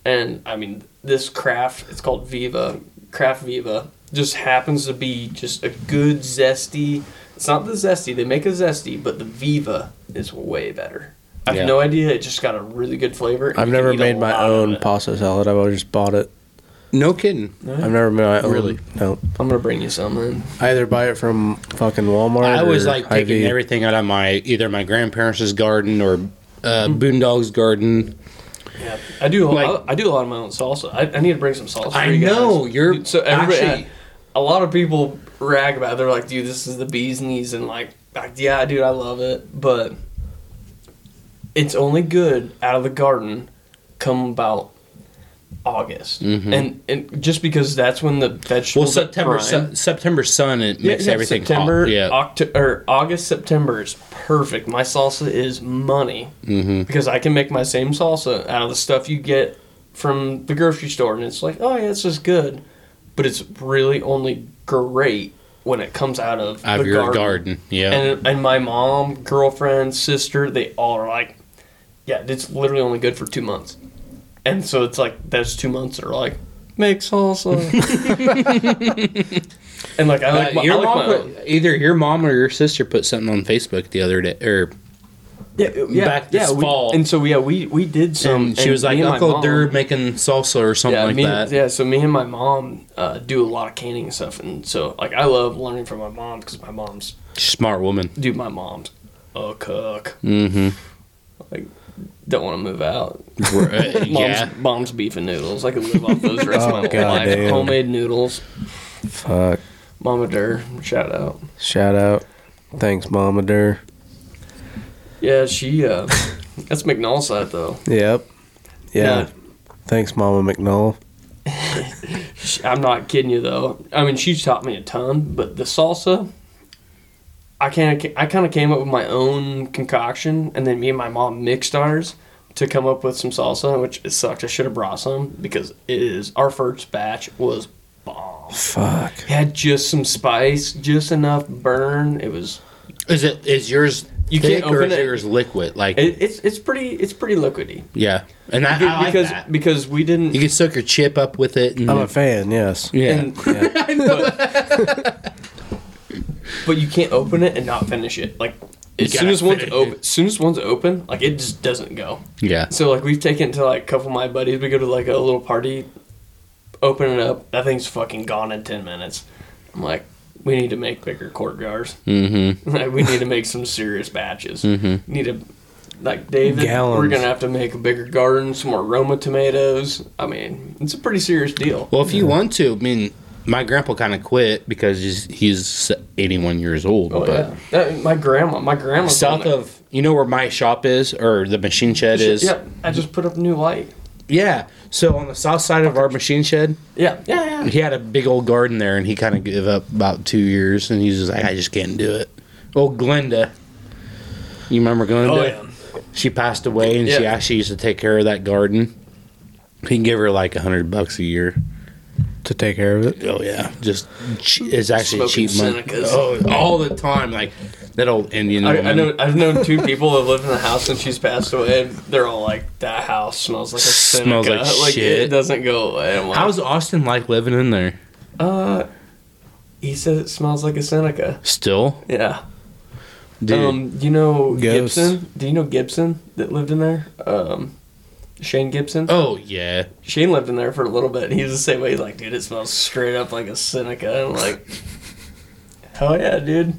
And I mean, this craft it's called Viva Craft Viva just happens to be just a good zesty. It's not the zesty they make a zesty, but the Viva is way better. I have Yeah. no idea. It just got a really good flavor. and I've you can never eat a made my lot of own it. pasta salad. I've always just bought it. No kidding. I've never made my own. Really? No. I'm gonna bring you some. Then. I either buy it from fucking Walmart. I was or like taking Hy-Vee. everything out of my either my grandparents' garden or uh, Boondog's garden. Yeah, I do. Like- I, I do a lot of my own salsa. I, I need to bring some salsa. I for you guys. know, you're- Dude, so everybody. actually- a lot of people rag about. it. They're like, "Dude, this is the bee's knees," and like, like, yeah, dude, I love it, but it's only good out of the garden come about August, and and just because that's when the Mm-hmm. Well, vegetables September prime. se- September sun it Yeah, makes yeah, everything September, hot. Yeah, Octo- or August, September is perfect. My salsa is money Mm-hmm. because I can make my same salsa out of the stuff you get from the grocery store, and it's like, oh yeah, it's just good, but it's really only great when it comes out of out of the your garden. Yeah, And and my mom, girlfriend, sister, they all are like, yeah, it's literally only good for two months, and so it's like those two months are like make salsa. And like I like Uh, my, I your like mom my own. put, either your mom or your sister put something on Facebook the other day, or yeah, yeah, back this yeah, we- fall. and so yeah, we we did some. and she and was like, me and my "Uncle, mom- they're making salsa or something yeah, like me, that." yeah. So me and my mom uh, do a lot of canning and stuff, and so like I love learning from my mom because my mom's Smart woman. dude, my mom's a cook. Hmm. Mm-hmm. Like, don't want to move out. Uh, Mom's, yeah, mom's beef and noodles. I could live off those the rest of my Oh, God life. damn. Homemade noodles. Fuck. Mama Dur, shout out. Shout out. Thanks, Mama Dur. Yeah, she. uh That's McNall's side though. Yep. Yeah. No. Thanks, Mama McNull. She- I'm not kidding you though. I mean, she's taught me a ton, but the salsa, I can't. I kind of came up with my own concoction, and then me and my mom mixed ours to come up with some salsa, which it sucked. I should have brought some because it is our first batch was bomb. Fuck. It had just some spice, just enough burn. It was. is it is yours? You thick can't or open is it. yours liquid? Like It, it's it's pretty it's pretty liquidy yeah, and I, I like because that. because we didn't You can soak your chip up with it. And, I'm a fan, yes. yeah, and But, but you can't open it and not finish it. Like as soon gotta as one's finish it. open, as soon as one's open, like it just doesn't go. yeah. So like we've taken it to like a couple of my buddies. We go to like a little party, open it up. That thing's fucking gone in ten minutes. I'm like, we need to make bigger quart jars. Mm-hmm. Like we need to make some serious batches. Mm-hmm. Need to. Like David, we're Gallons. gonna have to make a bigger garden, some more Roma tomatoes. I mean, it's a pretty serious deal. Well, if you want to, I mean, my grandpa kind of quit because he's he's 81 years old. Oh, but yeah. That- my grandma, my grandma. south of you know where my shop is or the machine shed is. Yeah, I just put up new light. Yeah. So on the south side of our machine shed, Yeah, yeah, yeah. he had a big old garden there, and he kind of gave up about two years, and he's just like, I just can't do it. Oh, Glenda. You remember Glenda? Oh, yeah. She passed away, and she Yeah. actually used to take care of that garden. He gave her like a hundred bucks a year. To take care of it. Oh yeah, just che- it's actually Smoking cheap money. Senecas. Oh, all the time, like that old Indian. I, I woman. know. I've known two people that lived in the house since she's passed away. And they're all like, "That house smells like a Smells Seneca. like It shit. doesn't go away." I'm like, How's Austin like living in there? uh, he said it smells like a Seneca. Still, Yeah. dude. Um, you know Ghosts. Gibson? Do you know Gibson that lived in there? Um, Shane Gibson. oh yeah, Shane lived in there for a little bit, and he was the same way. He's like, dude, it smells straight up like a Seneca. I'm like, hell yeah, dude.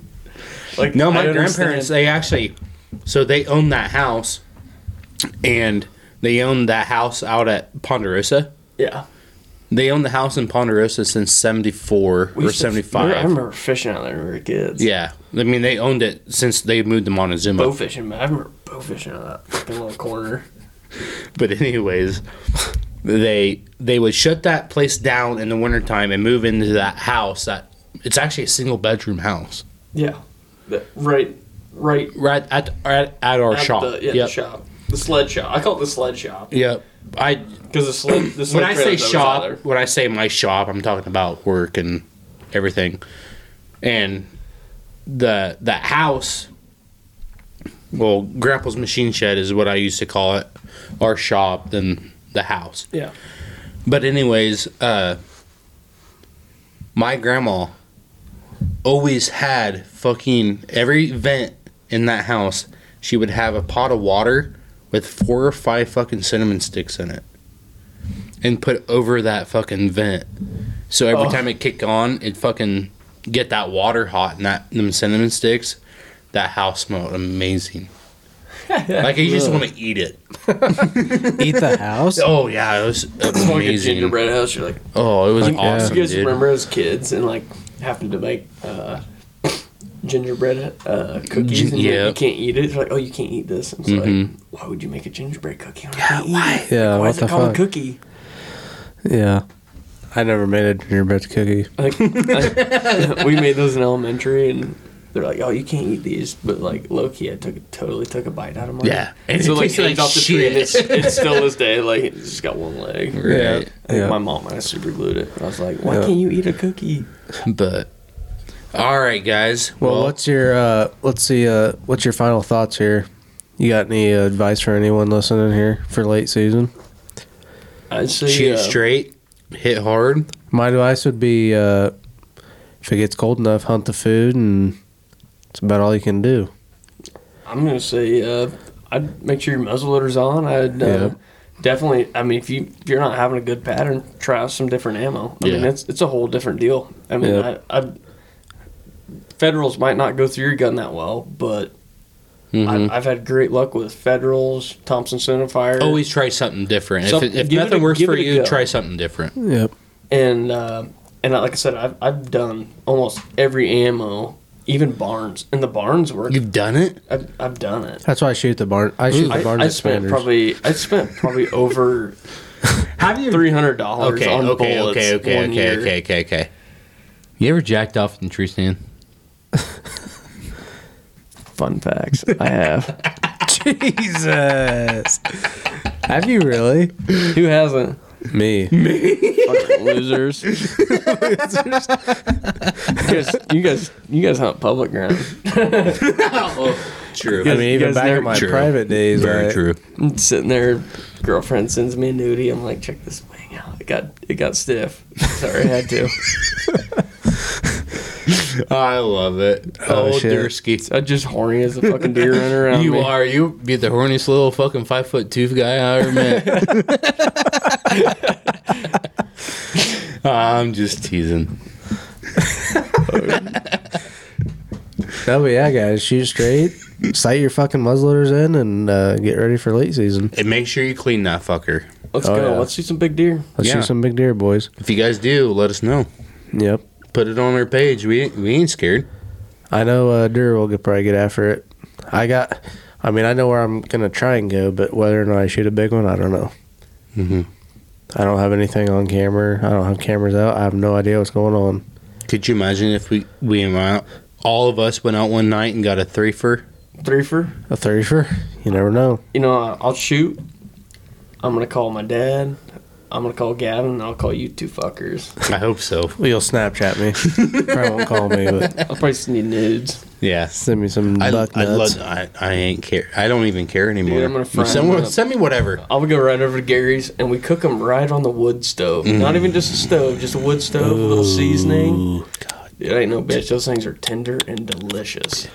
Like, No, my I grandparents, understand. they actually, so they owned that house and they owned that house out at Ponderosa. Yeah, They owned the house in Ponderosa since 74 or used to- 75. I remember fishing out there when we were kids. yeah. I mean, they owned it since they moved to Montezuma. bow fishing. man. I remember bow fishing out of that fucking little corner. But anyways, they they would shut that place down in the wintertime and move into that house that it's actually a single bedroom house Yeah, That- right, right. right at at, at our at shop. The, yeah, the Yep. shop. The sled shop. I call it the sled shop Yep. I because the sled. The sled when I say trailer that was out shop, there. when I say my shop, I'm talking about work and everything, and the the house. Well, Grapple's machine shed is what I used to call it, our shop, then the house. Yeah. But anyways, uh, my grandma always had fucking every vent in that house. She would have a pot of water with four or five fucking cinnamon sticks in it, and put over that fucking vent. So Oh. every time it kicked on, it fucking get that water hot and that them cinnamon sticks. That house smelled amazing. like I just want to eat it. Eat the house? Oh yeah, it was Like a amazing. gingerbread house. You're like, Oh, it was Yeah. awesome, you guys dude. remember as kids and like having to make uh, gingerbread uh, cookies Gin- and like, yeah. you can't eat it. You're like, oh, you can't eat this. I'm just like, why would you make a gingerbread cookie? Yeah, why? Yeah, Why what is the it called fuck? a cookie? Yeah. I never made a gingerbread cookie. Like, I- we made those in elementary, and they're like, "Oh, you can't eat these," but like Loki, I took totally took a bite out of mine. Yeah. And so it like, tasted like like off the tree, and it's, shit. it's still this day like it's just got one leg. Right. I think Yeah. My mom and I super glued it. I was like, "Why Yeah. can't you eat a cookie?" But all right, guys. Well, what's your uh let's see uh what's your final thoughts here? You got any uh, advice for anyone listening here for late season? I'd say shoot uh, straight, hit hard. My advice would be uh if it gets cold enough, hunt the food and it's about all you can do. I'm gonna say uh, I'd make sure your muzzle loader's on. I'd uh, Yeah. definitely. I mean, if you if you're not having a good pattern, try out some different ammo. I mean, Yeah. it's it's a whole different deal. I mean, Yeah. I, I federals might not go through your gun that well, but I've, I've had great luck with federals, Thompson centerfire, Always try something different. Some- if if give it nothing a- works give for it a you, go. try something different. Yep. and uh, and like I said, I've I've done almost every ammo, even Barnes, and the Barnes work. You've done it. I've, I've done it. That's why I shoot the barn I shoot I, the barn I spent expanders. probably I spent probably over Have you? three hundred dollars Okay, on okay, bullets. okay, okay, one okay, year. okay, okay, okay. You ever jacked off in the tree stand? Fun facts. I have. Jesus. Have you really? Who hasn't? Me. Fucking losers. you guys, you guys, you guys hunt public ground. True. I mean, even guys back never- in my True. private days, Very like, true. I'm sitting there, girlfriend sends me a nudie. I'm like, check this wing out. It got, it got stiff. Sorry, I had to. I love it. Oh, shit. Dursky. I'm just horny as a fucking deer running around. You me. are. You be the horniest little fucking five foot two guy I ever met. I'm just teasing. No, but yeah, guys, shoot straight, sight your fucking muzzleloaders in, and uh, get ready for late season. And make sure you clean that fucker. Let's Oh, go. yeah. Let's see some big deer. Let's Yeah. shoot some big deer, boys. If you guys do, let us know. Yep. Put it on our page. We we ain't scared. I know uh, deer will get, probably get after it. I got, I mean, I know where I'm gonna try and go, but whether or not I shoot a big one, I don't know. Mm-hmm. Mhm. I don't have anything on camera. I don't have cameras out. I have no idea what's going on. Could you imagine if we we went out, all of us went out one night and got a threefer? Threefer. A thirty-four, you never know. you know, I- I'll shoot. I'm gonna call my dad. I'm gonna call Gavin, and I'll call you two fuckers. I hope so. Well, You'll Snapchat me. probably won't call me, but I'll probably send you nudes. Yeah. send me some I, buck I nuts. love. I, I ain't care. I don't even care anymore. Dude, I'm gonna fry If someone- them up. send me whatever. I would go right over to Gary's, and we cook them right on the wood stove. Not even just a stove, just a wood stove, a little seasoning. It ain't no bitch. Those things are tender and delicious.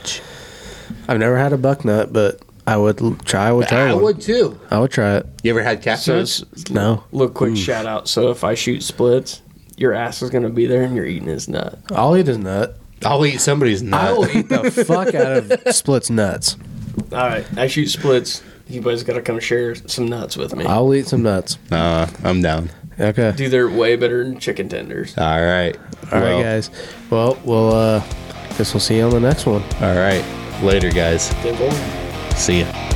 I've never had a buck nut, but I would l- try. I would try. I one. would too. I would try it. You ever had So, catfish? it's, No, look, quick shout out. So if I shoot splits, your ass is gonna be there, and you're eating his nut. I'll eat his nut. I'll eat somebody's I nut. will eat the fuck out of Split's nuts. All right, I shoot splits. You boys gotta come share some nuts with me. I'll eat some nuts. Uh, I'm down. Okay. Dude, they're way better than chicken tenders. All right. All right, guys. Well, we'll uh, guess we'll see you on the next one. All right. Later, guys. They're boring. See ya.